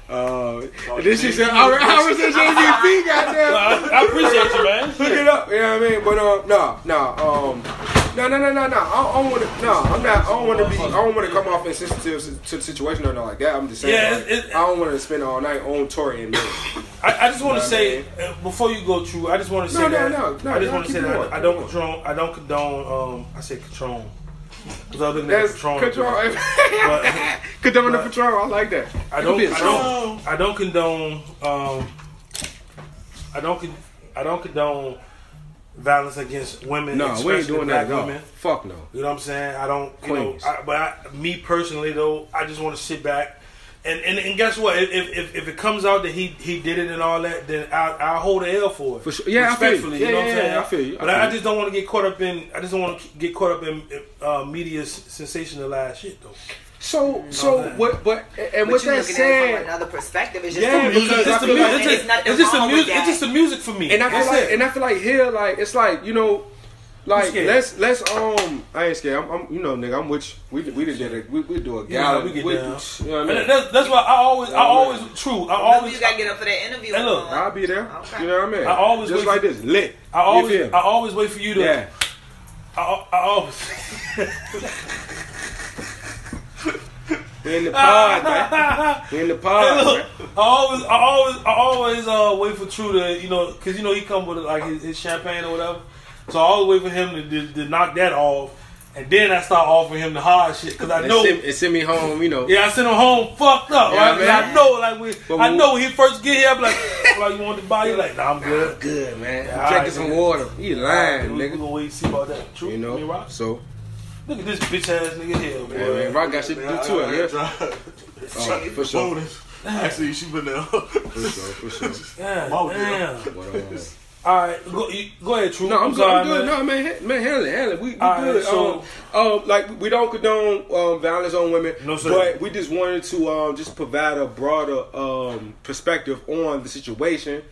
E: Uh, this shit said, I, I was in JVP, E goddamn.
B: Nah, Oh, I, I appreciate you, man.
E: Look it up, you know what I mean? But um, nah, nah, um, no, no, no, no, no. I don't want to. No, I'm not. I don't want to be. I don't want to come off insensitive to- to the situation or nothing like that. I'm just saying.
B: Yeah,
E: like,
B: it- it-
E: I don't want to spend all night on Tory and me.
B: I, I just want
E: Nah,
B: to say
E: man.
B: uh, before you go through, I just want to say
E: No, no,
B: that
E: no, no,
B: I just
E: no,
B: want to say
E: keep
B: that
E: going.
B: I, I don't condone. I don't condone. Um, I say control. Because I was looking at
E: That's
B: Patron.
E: control.
B: But-
E: Condemn the patrol. I like that.
B: I
E: It could
B: don't.
E: be a
B: I
E: song.
B: don't. I don't condone. Um, I don't. Con- I don't condone violence against women.
E: No, we ain't
B: especially
E: doing
B: black
E: that at all.
B: Women.
E: Fuck no.
B: You know what I'm saying? I don't, you
E: Queens.
B: know, I, but I, me personally though, I just want to sit back and, and, and guess what? If, if if it comes out that he he did it and all that, then I I hold the L for it.
E: For sure. Yeah, I feel you.
B: Respectfully,
E: Yeah,
B: know what
E: yeah,
B: I'm saying?
E: yeah, I feel you. I
B: But
E: feel
B: I, I
E: you.
B: just don't want to get caught up in. I just don't want to get caught up in uh, media s- sensationalized shit though.
E: So, so
B: that.
E: what? But and
F: But
E: with
F: you looking at
E: that
F: it from
E: said,
F: another perspective. It's just
E: Yeah,
F: a
E: because
F: media
B: It's
E: it's I
B: just the
E: feel
F: thing,
E: like-
F: and
B: music. It's,
F: it's nothing
B: it's just the
F: wrong with
B: music.
F: that.
B: It's just the music for me.
E: and I
B: That's
E: feel like,
B: it.
E: and I feel like here, like it's like you know, like
B: scared.
E: let's let's um, I ain't scared. I'm, I'm you know, nigga, I'm with you. We we done did a we we do a
B: Yeah,
E: gala.
B: we get
E: we,
B: down.
E: You know
B: And
E: what I mean?
B: that's, that's why I always, I always, true. I
D: Remember,
B: always,
D: you gotta get up for that interview.
B: Hey, look,
D: Ramon.
E: I'll be there.
D: Okay.
E: You know what I mean?
B: I always wait
E: just like
B: for-
E: this lit.
B: I
E: You
B: always,
E: feel
B: I
E: me?
B: always wait for you to.
E: yeah.
B: I, I always.
E: We in the pod, man. We in the pod,
B: Look,
E: man.
B: I always, I always, I always uh, wait for True to, you know, because you know he come with like his, his champagne or whatever. So I always wait for him to, to, to knock that off, and then I start offering him the hard shit because I
E: And
B: know.
E: send, and send me home, you know.
B: Yeah, I sent him home fucked up.
E: Yeah,
B: right? 'Cause
E: man.
B: I know, like, when,
E: But
B: I
E: we-
B: know when he first get here, I'm like, I'm like, you want to buy? He like, nah, I'm good.
E: Ah, Good, man.
B: Yeah,
E: Drinking
B: alright,
E: some
B: nigga.
E: water. You lying,
B: we, we
E: nigga.
B: gonna wait and see about that. True,
E: You
B: Me,
E: know,
B: Rock?
E: so
B: Look at this bitch ass nigga here, boy.
E: yeah, man, Rock got shit to do too out here. Oh, for sure,
C: Bonus. Actually, she been there.
E: for sure, for sure.
B: God
C: Mo,
B: damn.
E: But, um,
B: All right, go, you, go ahead, True.
E: No, I'm, good.
B: sorry,
E: I'm good.
B: man.
E: No, man, ha- man, handle it, handle it. We, we
B: All right,
E: good.
B: so-
E: um, um, like we don't condone um, violence on women.
B: No, sir.
E: But we just wanted to um, just provide a broader um, perspective on the situation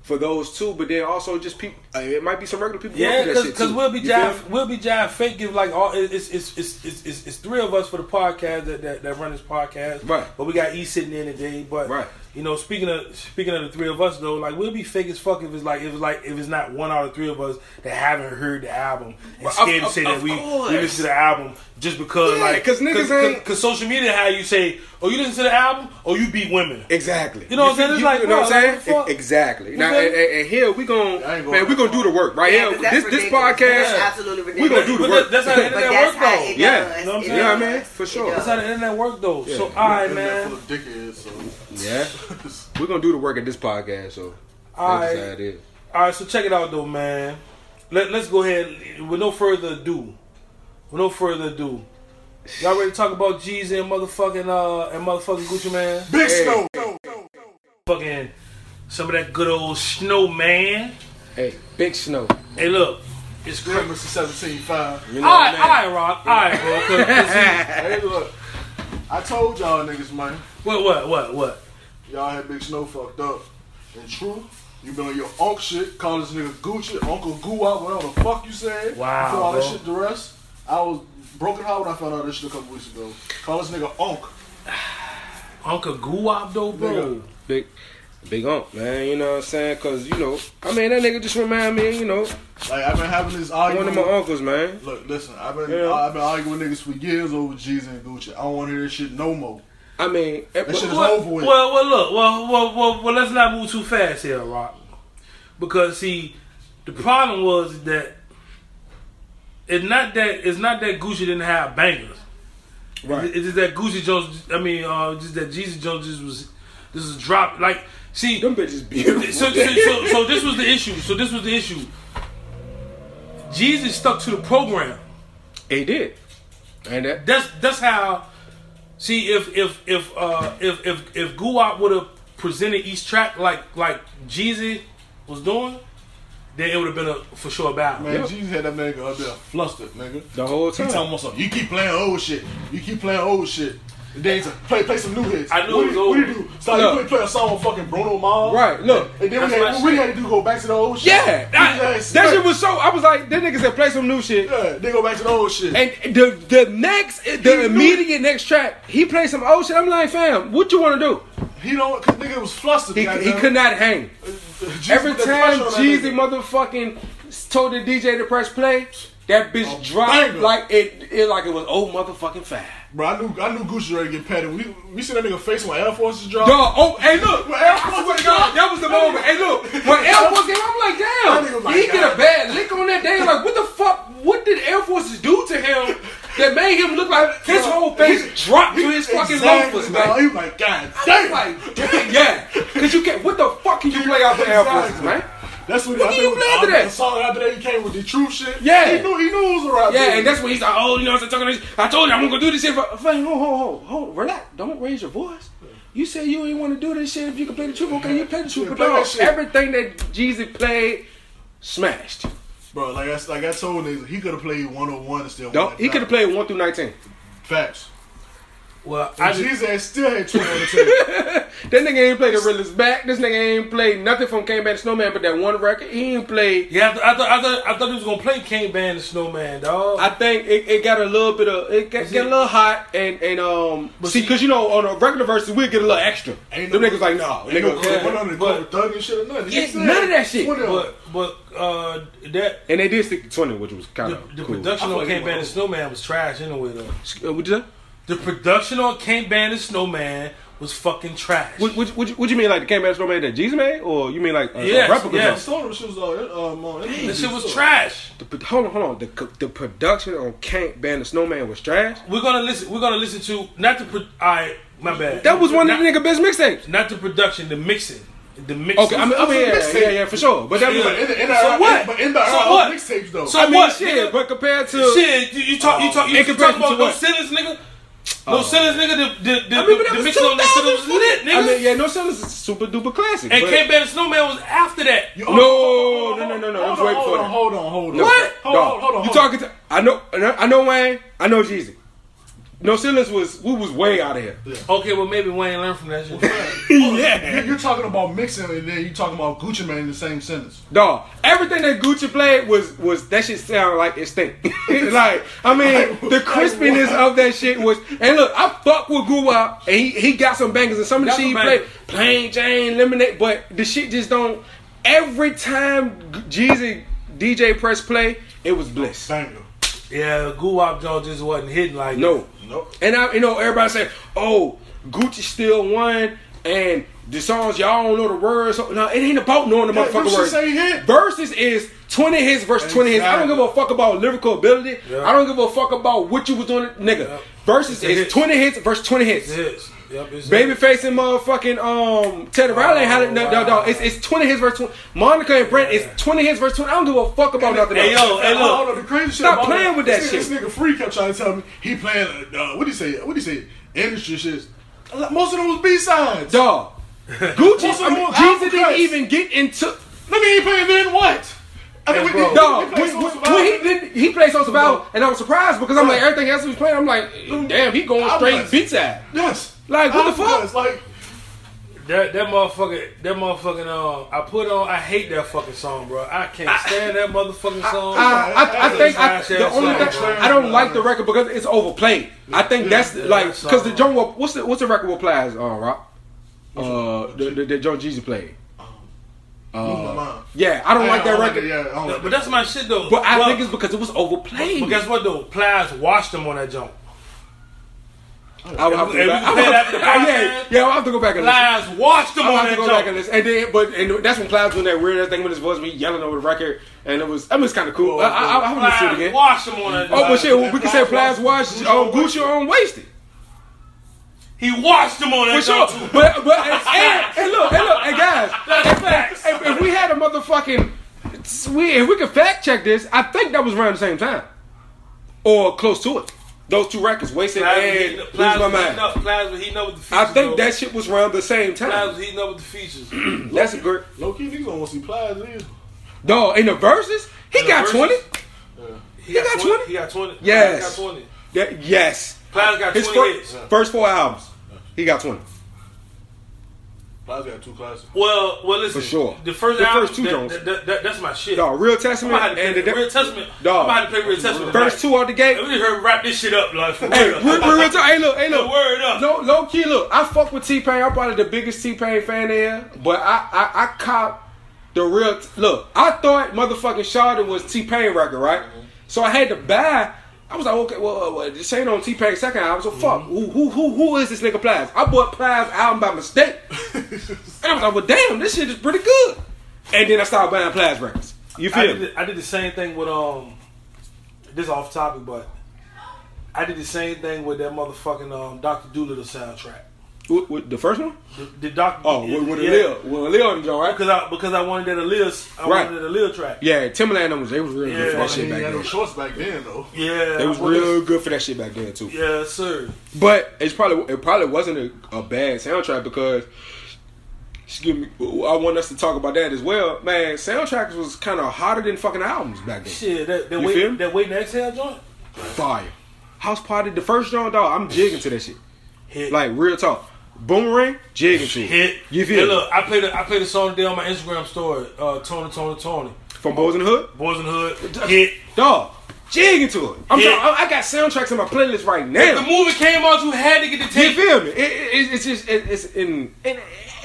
E: for those two. But then also just people. Uh, it might be some regular people. going
B: Yeah,
E: through that shit,
B: because
E: too.
B: we'll be
E: You feel me?
B: jive, we'll be jive fake give like all it's it's, it's it's it's it's it's three of us for the podcast that that, that run this podcast.
E: Right.
B: But we got E sitting in today. But
E: Right.
B: you know, speaking of speaking of the three of us though, like we'll be fake as fuck if it's like if it's like if it's not one out of three of us that haven't heard the album and
E: Well, of-
B: scared
E: of-
B: to say
E: of
B: that we,
E: course.
B: we listen to the album just because
E: Yeah,
B: like
E: 'cause niggas ain't-
B: because social media how you say oh you listen to the album or you beat women.
E: Exactly.
B: You know what I'm saying?
E: feel-
B: It's like,
E: you know what
B: bro,
E: I'm
B: like,
E: saying?
B: what the fuck?
E: E- Exactly.
B: You
E: Now,
B: feel
E: and,
B: me?
E: and- and here we going
C: I ain't
E: to
C: gonna-
E: man, we gonna do the work right
F: Yeah,
E: here.
F: 'cause that's
E: This this
F: ridiculous.
E: podcast,
F: That's absolutely
E: we gonna do the
B: But
E: work.
B: that, that's how the
F: But
B: internet
F: that's
B: work
F: how
B: though.
F: it
E: Yeah.
F: does.
B: You know what I'm
F: It
B: saying? Yeah,
F: does.
E: man, for
F: It
E: sure.
B: That's
F: does.
B: how the internet work though. So all
E: Yeah.
B: right,
C: Been there
B: man.
C: Full of dickheads. So
E: yeah, we gonna do the work at this podcast. So
B: All
E: that's
B: right.
E: how it is.
B: All right, so check it out though, man. Let, let's go ahead with no further ado. With no further ado, y'all ready to talk about Jeezy and motherfucking uh and motherfucking Gucci man?
C: big snow.
B: Fucking some of that good old snow man.
E: Hey, Big Snow.
B: Hey, look, it's crazy.
C: Christmas seventeen five.
E: You know
B: All right,
E: what
B: all
E: I
B: right, Rock. All right, bro. 'cause- 'cause
C: Hey, look. I told y'all niggas, man.
B: he- what, what, what, what?
C: Y'all had Big Snow fucked up. And true, you been on your unk shit, calling this nigga Gucci, Uncle Goo out, whatever the fuck you said.
B: Wow,
C: Before all that
B: bro.
C: shit the rest. I was broken heart when I found out this shit a couple weeks ago. Call this nigga Unk.
B: Uncle Guwab though, bro.
C: Nigga.
E: Big, big ump, man. You know what I'm saying? Cause you know, I mean that nigga just remind me, you know,
C: Like I've been having this
E: one
C: argument.
E: of my uncles, man.
C: Look, listen, I've been
E: Yeah.
C: I've been arguing with niggas for years over Jeezy and Gucci. I don't want to hear this shit no more.
E: I mean, eh,
C: That shit is
E: but-
C: over with.
B: Well, well, look, well, well, well, well, let's not move too fast here, Rock, because see, the problem was that it's not that it's not that Gucci didn't have bangers.
E: Right.
B: It's just that Gucci Jones. I mean, uh, just that Jeezy Jones just was this is dropped. Like, see,
E: them bitches beautiful.
B: so, so, so, so this was the issue. So this was the issue. Jeezy stuck to the program.
E: they did, and that
B: That's that's how. See if if if uh, if if if Guwap would have presented each track like like Jeezy was doing, then it would have been a for sure battle.
C: Man, Jesus had that nigga up there flustered, nigga.
E: The whole
C: He
E: time.
C: talking about something. You keep playing old shit. You keep playing old shit. And Then he's like, play play some new hits.
B: I knew it
C: what
B: was
C: do you- What do
B: old.
C: you do? So
E: Look.
C: you play, play a song with fucking Bruno Mars.
E: Right, look.
C: And then we
B: That's
C: had,
B: my
C: what we
B: shit.
C: had to do go back to the old shit.
E: Yeah,
C: We
E: that,
C: just-
E: that shit was so. I was like, that nigga said play some new shit.
C: Yeah, they go back to the old shit.
E: And the the next, the
C: knew
E: immediate next track, he played some old shit. I'm like, fam, what you want to do?
C: he don't, cause nigga was flustered.
E: He, he
C: goddamn. Uh,
E: could not hang.
C: Jesus
E: Every
C: put that pressure
E: time
C: on that
E: Jeezy
C: nigga.
E: motherfucking told the DJ to press play, that bitch
C: Oh,
E: dropped
C: banger.
E: like it, it like it was oh motherfucking fat.
C: Bro, I knew, I knew Gucci ready to get patted. We, we see that nigga face when Air Forces drop.
E: Dog, oh hey look,
C: When Air
E: I swear
C: Force
E: to God,
C: dropped,
E: that was the moment. Hey look, when Air Force came, I'm like,
C: That nigga
E: damn,
C: was like,
E: he get a
C: God.
E: bad lick on that day. Like, what the fuck? What did Air Forces do to him that made him look like his whole face dropped to his fucking
C: Exactly,
E: loafers,
C: dog.
E: man?
C: He was like, God
E: That's
C: damn.
E: like, dang, yeah. Cause you can't. What the fuck can you play out for Air Forces,
C: Exactly.
E: man?
C: That's what,
E: What
C: I
E: do
C: think
E: you
C: was
E: play
C: the-
E: after
C: I-
E: that?
C: The song after that he came with the truth shit.
E: Yeah.
C: he knew he knew it was a rap.
E: Yeah, and that's when he's like, oh, you know, what I'm saying, talking. This. I told you I'm gonna go do this shit. For, for, hold, hold, hold, hold, relax. Don't raise your voice. You said you ain't want to do this shit. If you can play the truth, okay, you play the truth.
C: Yeah,
E: But
C: play that
E: dog,
C: shit.
E: everything that Jeezy played, smashed.
C: bro. Like I like I told niggas, he could have played 101 and still.
E: Don't
C: won that
E: he could have
C: battle.
E: played one through nineteen.
C: facts.
B: Well, I
C: And
B: just,
C: Jesus had still had 20 on the table.
E: That nigga ain't played the realest back. This nigga ain't played nothing from Came Back to Snowman, but that one record he ain't played.
B: yeah, I, th- I, thought I thought I thought he was gonna play King Band the Snowman, dog.
E: I think it, it got a little bit of it got, got a little hot and and um see because you know on a regular versus we get a little extra.
C: Ain't
E: Them
C: no-
E: niggas like no,
C: Ain't no
E: nigga,
C: club,
B: yeah,
C: went under the
B: but-
C: club, thug and shit or nothing. He
E: Yeah,
C: said
E: none of that shit.
C: 20 on it.
B: but but uh, that
E: and they did stick to twenty, which was kind
B: the,
E: of
B: the
E: Oh, cool.
B: production
C: I
B: on
C: fucking
B: King Band
C: went
B: the Snowman was trash anyway, though.
E: Uh, What'd you say?
B: The production on King Band the Snowman was fucking trash.
E: What, what, what, you- what you mean like the Came Back to Snowman that Jeezy made, or you mean like uh,
B: Yes,
E: replicas?
B: yes.
E: of?
C: Some of them shit was all that, um, on-
B: This shit was trash.
E: The pro- hold on, hold on. The, co- the production on Can't Ban the Snowman was trash.
B: We're gonna listen. We're gonna listen to not the. Pro- I my bad.
E: That was one
B: not,
E: of the nigga best mixtapes.
B: Not the production, the mixing, the mixing.
E: Okay, I mean, I mean, yeah, yeah, yeah, for sure. But that was
C: But in the in the-
B: So what?
C: But in the
B: So what?
C: mixtapes though.
B: So
E: I mean,
B: what,
E: shit.
B: nigga?
E: But compared to
B: Shit, you, you talk, you talk, you,
E: In
B: you talk
E: comparison to
B: about no
E: what? Oh.
B: sentence, nigga. No sentence, nigga. The the the,
E: I mean, but
B: the,
E: that was
B: mixing on that shit was lit,
E: 2000.
B: nigga.
E: I mean, yeah, no Silence is a super duper classic.
B: and
E: but-
B: K. Bad Snowman was after that.
C: You-
E: No, no, no, no, no. It was
C: Hold
E: way
C: on,
E: before
C: hold
E: that.
C: on, hold on, hold on.
E: What?
C: Hold
E: Dog,
C: on, hold on.
E: You
C: hold on.
E: talking to? I know, I know- I know Wayne. I know Jeezy. No Silence was we was way out of here.
B: Okay, well maybe Wayne learned from that shit.
E: yeah.
C: You- You're talking about mixing, and then you're talking about Gucci Mane in the same sentence.
E: Dog, everything that Gucci played was was that shit sound like it stink. like I mean, the crispiness of that shit was. And look, I fuck with Guwap, and he, he got some bangers, and some of the
B: Got
E: shit
B: some
E: he
B: bangers.
E: played, plain Jane, lemonade, but the shit just don't. Every time G- Jeezy DJ press play, it was bliss.
C: Banger.
B: yeah, Guwap Jones just wasn't hitting like
E: No,
C: Nope.
E: and I, you know, everybody say, "Oh, Gucci still won," and the songs y'all don't know the words. So, no, it ain't about knowing the
C: Yeah, them
E: motherfucking
C: shit
E: words.
C: say hit.
E: Verses is twenty hits versus twenty hits. I don't give a fuck about lyrical ability.
B: Yeah.
E: I don't give a fuck about what you was doing, nigga.
B: Yeah.
E: Verses
B: It's a
E: is
B: hit.
E: twenty hits versus twenty hits.
B: It is. Yep, it's
E: Babyface and motherfucking um Teddy Riley ain't had it. No, no, no. It's, it's twenty hits versus twenty. Monica and Brent is twenty hits versus twenty. I don't give a fuck about nothing.
B: Hey
E: else.
B: yo, hey
C: I don't
B: look.
C: know the crazy shit.
E: Stop
C: about
E: playing with that
C: this
E: shit.
C: Nigga, this nigga Free kept trying to tell me he playing. Uh, what do you say? What do you say? Industry shit. Most of them was B sides. Let
E: dog. Gucci,
C: Most of
E: I mean,
C: them was
E: Jeezy didn't
C: Alcatraz.
E: even get into.
C: me he playing then what? I mean,
B: bro.
C: we,
E: Dog,
C: we, we,
E: when, when- when he did, he played Soul Survival, and I was surprised because I'm like everything else he was playing. I'm like, damn, he going
C: I
E: straight
C: was.
E: beats at.
C: Yes.
E: Like, what the
C: I
E: fuck?
C: was Like
B: That that motherfucker, that motherfucking um, I put on. I hate that fucking song, bro. I can't stand that motherfucking song.
E: I, I, I think I, the only
B: Trash-ass
E: thing
B: song,
E: I don't like the record because it's overplayed. I think that's
B: yeah, uh,
E: like
B: that's
E: because the
B: all.
E: John Wa- what's the what's the record with Plies on Rock? Uh, the, the, the Joe Jeezy played.
C: move my mind.
E: Yeah, I don't
C: Yeah,
E: like that
C: Uh, I
E: record,
C: Yeah, I don't like
B: But
C: that.
B: that's my shit though.
E: but I
B: Well,
E: think it's because it was overplayed.
B: But guess what though? Plies washed them on that jump.
E: I would have to
B: Hey, we
E: go
B: can
E: back. I would
B: play
E: have
B: that after the
E: to- Yeah,
B: podcast.
E: yeah, I have to go back and listen.
B: Plies washed them
E: I'm
B: on
E: gonna have
B: that
E: to go back
B: jump.
E: and listen. And then, but and that's when Clouds doing that weird ass thing with his voice, me yelling over the record, and it was, I mean, it's kind of cool. I, I, I, I want to see it
B: Plies
E: again.
B: washed them on that
E: Oh, but
B: jump.
E: shit, we can say Plies watch on Gucci on wasted.
B: He washed them on
E: For
B: that
E: sure,
B: jump. too.
E: but but and, and, and look, and look, and guys,
B: That's facts.
E: if, if we had a motherfucking, it's- we if we could fact check this, I think that was around the same time, or close to it. Those two records, wasted
B: Plies was
E: and
B: heating
E: lose
B: up- Plies
E: my
B: was heating
E: mind.
B: up- Plies was heating up with the features.
E: I think
B: though.
E: that shit was around the same
B: Plies
E: time.
B: was heating up with the features.
E: That's a good.
C: Low key, niggas don't want to see Plies either.
E: Dog, in the verses, he
B: In the
E: got
B: verses?
E: 20.
B: He
E: got 20?
B: He got 20.
E: Yes.
B: He got 20.
E: Yeah, yes.
B: Clown's got
E: His
B: 20
E: fir-
B: hits.
E: first four albums, he got 20.
C: Clouds got two classes.
B: Well, well, listen.
E: For sure.
B: The first
E: The
B: album,
E: first two
B: that-
E: joints.
B: that- that- that- that's my shit.
E: Dog, Real
B: I'm
E: Testament
B: about to play
E: and the
B: Real Testament.
E: Dog.
B: I'm about to play Real Testament.
E: first
B: tonight.
E: two out the gate.
B: We just heard wrap this shit up, like. For
E: Hey,
B: real.
E: we're, real talk. Hey, look, hey, look.
B: The word up.
E: No, low key, look. I fuck with T Pain. I'm probably the biggest T Pain fan there, but I, I, I cop the real. look, I thought motherfucking Shawty was T Pain record, right? So I had to buy. I was like, okay, well, uh, well this ain't on T Pain's second album, so
B: Mm-hmm.
E: fuck. Who, who, who, who is this nigga Plies? I bought Plies album by mistake, and I was like, well, damn, this shit is pretty good. And then I started buying Plies records. You
B: I
E: feel
B: did,
E: me?
B: the, I did the same thing with um. This off topic, but I did the same thing with that motherfucking um Doctor Doolittle soundtrack.
E: What- what, the first one?
B: The, the Doctor.
E: Oh, with, with Lil, with Lil and Joe, right?
B: Because I because I wanted that Aaliyah. I
E: Right.
B: wanted that Aaliyah track.
E: Yeah, Timberland them was they was real good for
B: Yeah.
E: that shit back
C: had no
E: then.
C: shorts back then though.
B: Yeah.
E: They
B: I
E: was
B: wanted-
E: real good for that shit back then too.
B: Yeah, sir.
E: But it's probably it probably wasn't a, a bad soundtrack because excuse me, I want us to talk about that as well. Man, soundtracks was kind of hotter than fucking albums back then.
B: Shit, that that
E: You feel me?
B: wait that wait and exhale joint.
E: Fire, House Party, the first joint, dog. I'm jigging to that shit.
B: Hit.
E: Like real talk, Boomerang, jigging to it.
B: hit.
E: You
B: Hey,
E: feel me?
B: look, I played a, I played a song today on my Instagram story. Uh, Tony, Tony, Tony.
E: from Boys in the Hood,
B: Boys in the Hood. Hit.
E: dog. Jigging to it. I'm
B: Hit.
E: talking- I I got soundtracks in my playlist right now.
B: The movie came out. You had to get the
E: You
B: tape.
E: feel me? It, it, it's just it, it's in, in,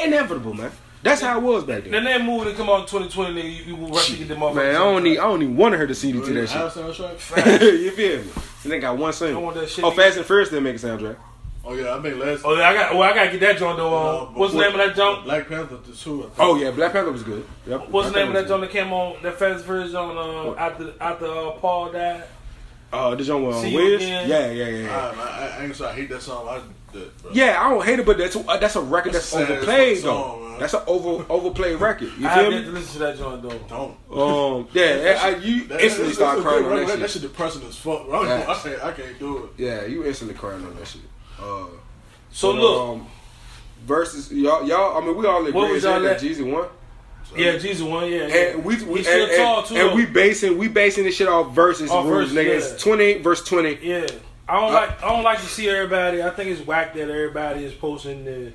E: inevitable, man. That's how it was back then.
B: Then that movie that come out in 2020, nigga, you, you rush to get them off.
E: Oh, Man, I don't need I don't even want her to see you to that
C: Have
E: shit.
C: soundtrack?
E: you feel me? And they got one single.
B: I want that shit
E: oh,
B: to-
E: Fast and Furious didn't make a soundtrack.
C: Oh yeah, I made last.
B: Oh, yeah, I got. Well, I gotta get that joint though.
C: uh,
B: Um, what's the
C: before-
B: name of that joint?
C: Black Panther the two. I think.
E: Oh yeah, Black Panther was good. Yep,
B: What's the
E: Black
B: name of
E: Panther
B: that joint that came on that fast version on um, after after uh, Paul died?
E: was good. Uh, the joint with uh,
B: See You
E: Wiz. Yeah,
B: Again.
E: yeah, yeah, yeah.
C: Damn, I, I, I ain't sorry. I hate that song. I did, bro.
E: yeah, I don't hate it, but that's uh, that's a record that's,
C: That's a sad
E: overplayed
C: song,
E: though.
C: man.
E: That's an over overplayed record. You
B: I have
E: feel
B: yet to
E: me?
B: listen to that joint though.
C: Don't.
E: Um, yeah, that- I, you
C: That- that's-
E: instantly start
C: that's
E: crying
C: a
E: on
C: good-
E: that shit.
C: That shit depressing as fuck. bro. I, don't
E: Facts.
C: know, I, can't, I can't do it.
E: Yeah, you instantly crying on that shit. Uh,
B: So
E: but,
B: look,
E: um, versus y'all, y'all. I mean, we all agree
B: What was
E: it's not
B: y'all at?
E: that Jeezy won.
B: yeah, Jesus one, yeah, yeah.
E: And we, we
B: He's
E: and,
B: still tall
E: and-
B: too.
E: and
B: though.
E: we basing we basing this shit off versus
B: Off
E: rules,
B: verses,
E: nigga.
B: yeah.
E: It's twenty eight versus twenty.
B: Yeah, I don't like. I don't like to see everybody. I think it's whack that everybody is posting the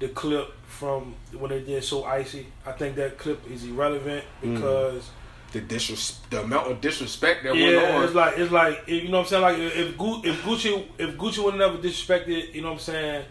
B: the clip from when they did so icy. I think that clip is irrelevant
E: Mm.
B: because
E: The disres- the amount of disrespect that went
B: yeah,
E: on.
B: it's like it's like if- you know what I'm saying. Like if if Gu- if Gucci if Gucci would never disrespected, you know what I'm saying.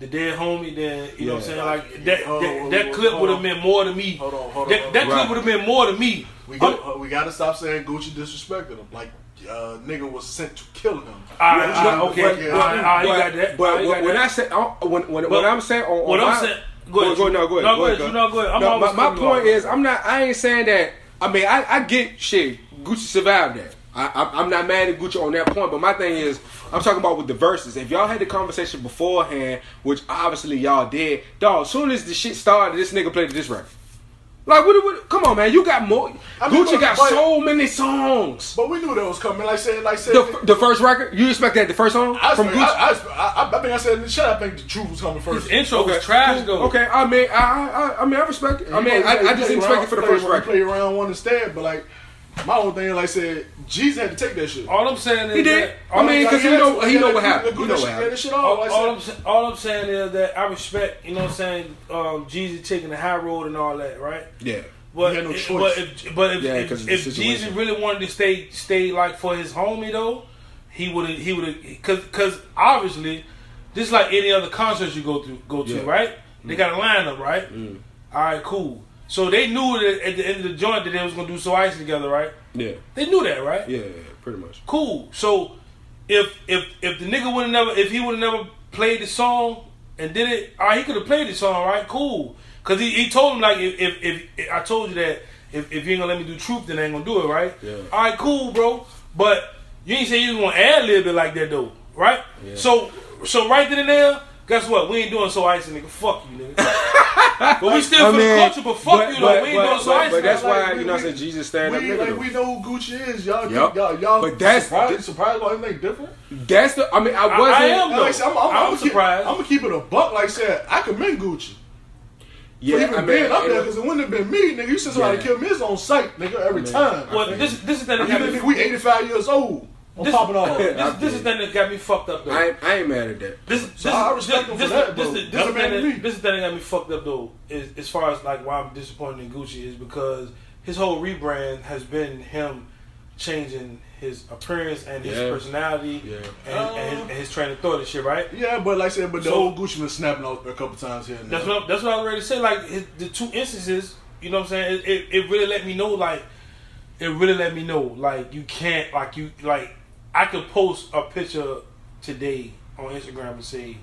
B: The dead homie, then you know what I'm saying.
C: Yeah.
B: Like that,
C: Hold
B: that,
C: on,
B: that
C: Oh, hold
B: clip
C: on.
B: would have meant more to me.
C: Hold on, hold on,
B: that
C: hold
B: that
E: on.
B: clip
E: Right.
B: would have meant more to me.
C: We
B: I'm-
C: got, uh, we got to stop saying Gucci disrespected him. Like uh, nigga was sent to kill him.
B: All
C: Gucci
B: right, all right,
C: was
B: okay, all
C: fucking-
B: right, all right, you
E: but
B: got that.
E: but
B: all right, you
E: when,
B: got
E: when
B: that.
E: I said I- when when,
B: But-
E: when I'm saying on, on
B: what I'm
E: my-
B: saying- go ahead,
E: go, no, go ahead,
B: no,
E: go ahead,
B: you- no, go ahead. I'm always
E: my, my
B: coming
E: point
B: off.
E: is, I'm not. I ain't saying that. I mean, I, I get shit. Gucci survived that. I, I, I'm not mad at Gucci on that point, but my thing is, I'm talking about with the verses. If y'all had the conversation beforehand, which obviously y'all did, dog. As soon as the shit started, this nigga played this record. Like, what, what? Come on, man. You got more.
C: I mean,
E: Gucci
C: but-
E: got
C: but-
E: so many songs.
C: But we knew that was coming. Like said, like said.
E: The, the first record, you expect that the first song
C: I,
E: from
C: expect-
E: Gucci.
C: I, I, expect- I, I, I think I said in the chat. I think the truth was coming first.
B: his intro was trash
E: Cool.
B: though.
E: Okay, I mean, I, I, I- I mean, I respect it. I mean, I, I just didn't expect it for the first record.
C: Play round one instead, but like my whole thing, like I said, Jesus had to take that shit.
B: All I'm saying is
E: He did.
B: that
E: I mean,
C: Like,
E: because he
C: had
E: know
C: to-
E: he
C: had
E: know
C: to-
E: what
C: had to
E: happened.
C: go
E: He
C: that
E: know
C: shit-
E: what
C: had that
E: happened.
C: shit
B: all,
C: off. Like I
B: all
C: said,
B: I'm, sa- all I'm saying is that I respect, you know what I'm saying, um, Jeezy taking the high road and all that, right?
E: Yeah.
B: But,
C: He had no
B: if-
C: choice.
B: but if, but if,
E: Yeah, 'cause
B: if,
E: of the
B: if
E: situation.
B: Jeezy really wanted to stay stay like for his homie though, he would have he would have because because obviously, just like any other concert you go to go to,
E: Yeah. Mm.
B: right? They got a lineup, right? All right, cool. So they knew that at the end of the joint that they was gonna do so ice together, right?
E: Yeah.
B: They knew that, right?
E: Yeah. Pretty much.
B: cool. So if if if the nigga would have never if he would have never played the song and did it, all right, he could have played the song, right? Cool. Cause he, he told him like if, if if if- I told you that if, if you ain't gonna let me do truth, then I ain't gonna do it, right?
E: Yeah.
B: All right, cool, bro. But you ain't say you was gonna add a little bit like that though, right? So so right then and there. Guess what? We ain't doing so icy, nigga. Fuck you, nigga. but we still for the culture, but fuck you, though. we ain't doing so
E: but-
B: icy.
E: but that's
C: man.
E: why
C: Like,
E: you
C: we-
E: know I
C: we-
E: said Jesus stand up
C: we,
E: nigga.
C: like,
E: though.
C: we know who Gucci is, y'all.
E: Yup.
C: Y'all, y'all.
E: But that's-
C: surprised, surprised by anything different.
E: That's the. I mean, I
B: I
E: wasn't.
B: am, though.
C: Like I said, I'm, I'm,
B: I'm
C: I'm,
B: surprised.
C: I'm gonna keep it a buck. Like I said, I commend Gucci.
E: Yeah,
C: even
E: I mean,
C: being up
E: it
C: there,
E: was-
C: because it wouldn't have been me, nigga. You should somebody
E: Yeah.
C: kill me. It's on sight, nigga, every time.
B: Well, this this is the thing that
C: Even
B: got me.
C: if we 85 years old, I'm
B: this,
C: popping off.
B: this, this is the thing that got me fucked up though.
E: I ain't, I ain't mad at that.
B: This, this,
C: I respect him
B: this,
C: for that,
B: this,
C: though.
B: this,
C: That's
B: this,
C: a man to me.
B: this, this is the thing that got me fucked up though. Is as far as like why I'm disappointed in Gucci is because his whole rebrand has been him changing his appearance and his
E: Yeah.
B: personality
E: Yeah.
B: and, and, his, and his train of thought and shit, right?
C: Yeah, but like I said, but the
B: So-
C: old Gucci been snapping out a couple times here and there.
B: That's what I, that's what I was ready to say. Like his, the two instances, you know what I'm saying? It, it, it really let me know. Like it really let me know. Like you can't. Like you like I could post a picture today on Instagram and say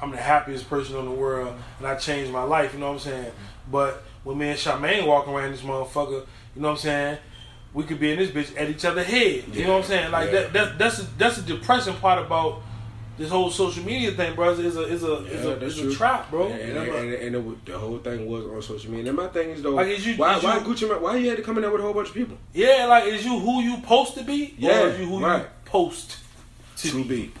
B: I'm the happiest person in the world and I changed my life. You know what I'm saying?
E: Mm-hmm.
B: But when me and Charmaine walking around this motherfucker, you know what I'm saying? We could be in this bitch at each other's head. You know what I'm saying? Like
E: Yeah.
B: that, that that's a, that's the depressing part about this whole social media thing, bro. Is a is a is
E: Yeah,
B: a,
E: that's
B: is a
E: true.
B: trap, bro.
E: And, and,
B: You know what I'm
E: and, and it, was- the whole thing was on social media. And my thing is though,
B: Like, is you-
E: why,
B: is
E: why
B: you-
E: Gucci? Ma- Why you had to come in there with a whole bunch of people
B: Yeah, like is you who you supposed to be,
E: Yeah,
B: or is you who you
E: right.
B: post to,
E: to
B: be?
E: be?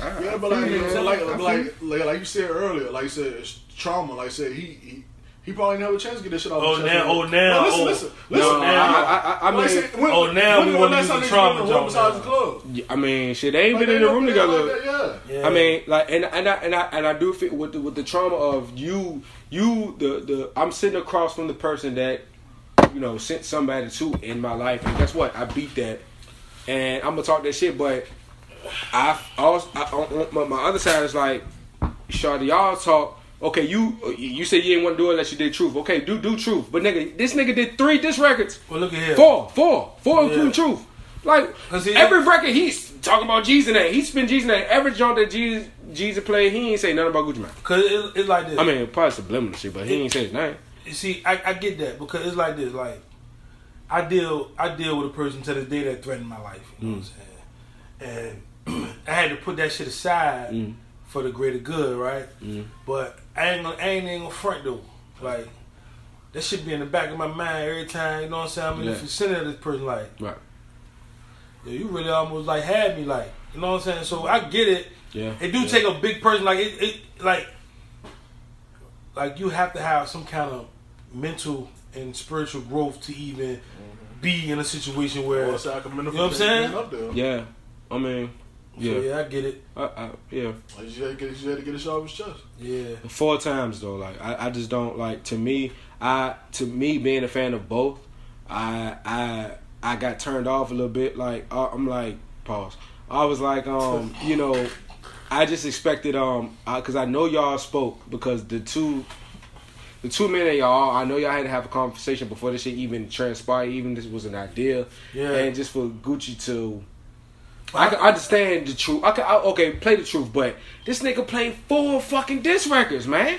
E: I-
C: Yeah,
E: I
C: but like,
E: feel you,
C: you know,
E: man.
C: like,
E: I feel you.
C: like, like, like you said earlier, like you said, it's trauma. Like I said, he, he, he probably never have a chance to get this shit off.
B: Oh,
C: his chest.
B: now- oh, now, oh,
C: No, listen, listen,
B: no,
C: listen.
B: now.
E: Uh, I- I- I
C: Like
E: mean-
C: said, when-
B: oh, now
C: when
B: we
C: the
B: wanna
C: last
B: use the
C: time they
B: trauma
C: went to one
B: zone
C: besides
B: now.
C: the club?
E: Yeah, I mean, shit, they ain't
C: Like,
E: been in
C: they
E: the room
C: up there
E: together.
C: like that, yeah.
B: Yeah.
E: I mean, like, and and I, and I and I do fit with the, with the trauma of you, you the the I'm sitting across from the person that you know sent somebody to in my life, and guess what? I beat that, and I'm gonna talk that shit. But I also I, on, on- my, my other side is like, Shawty, y'all talk. Okay, you you said you didn't want to do it unless you did truth. Okay, do do truth, but nigga, this nigga did three diss records.
B: Well, look at here.
E: Four, four, four, including
B: Yeah.
E: Truth. Like
B: 'Cause he-
E: every record he's talking about G's in that. He spin G's in that. Every joint that G's G's played, he ain't say nothing about Gucci Mane.
B: Cause it, it's like this.
E: I mean, probably subliminal shit, but he ain't say his name.
B: You see, I, I get that because it's like this. Like, I deal I deal with a person to this day that threatened my life. You know what I'm saying? And I had to put that shit aside for the greater good, right? But I ain't gonna, I ain't even gonna front though. Like, that should be in the back of my mind every time. You know what I'm saying? I'm in
E: Yeah.
B: the vicinity of this person. Like,
E: Right.
B: Yeah, you really almost like had me like, you know what I'm saying? So I get it.
E: Yeah,
B: It do
E: yeah.
B: take a big person like it, it like like you have to have some kind of mental and spiritual growth to even be in a situation where
C: Well, so I commend him
B: You know what I'm
C: for
B: saying?
C: being up there.
E: Yeah. I mean,
B: yeah.
E: yeah.
B: yeah, I get it.
E: I, I, yeah.
C: Like, you had to get, you had to get this shit off his chest.
B: Yeah.
E: Four times though. Like I, I just don't like. To me, I to me being a fan of both, I I I got turned off a little bit. Like I, I'm like pause. I was like um you know, I just expected um because I know y'all spoke because the two the two men of y'all, I know y'all had to have a conversation before this shit even transpired, even this was an idea.
B: Yeah.
E: And just for Gucci to. I can understand the truth. I can I, okay, play the truth, but this nigga played four fucking disc records, man,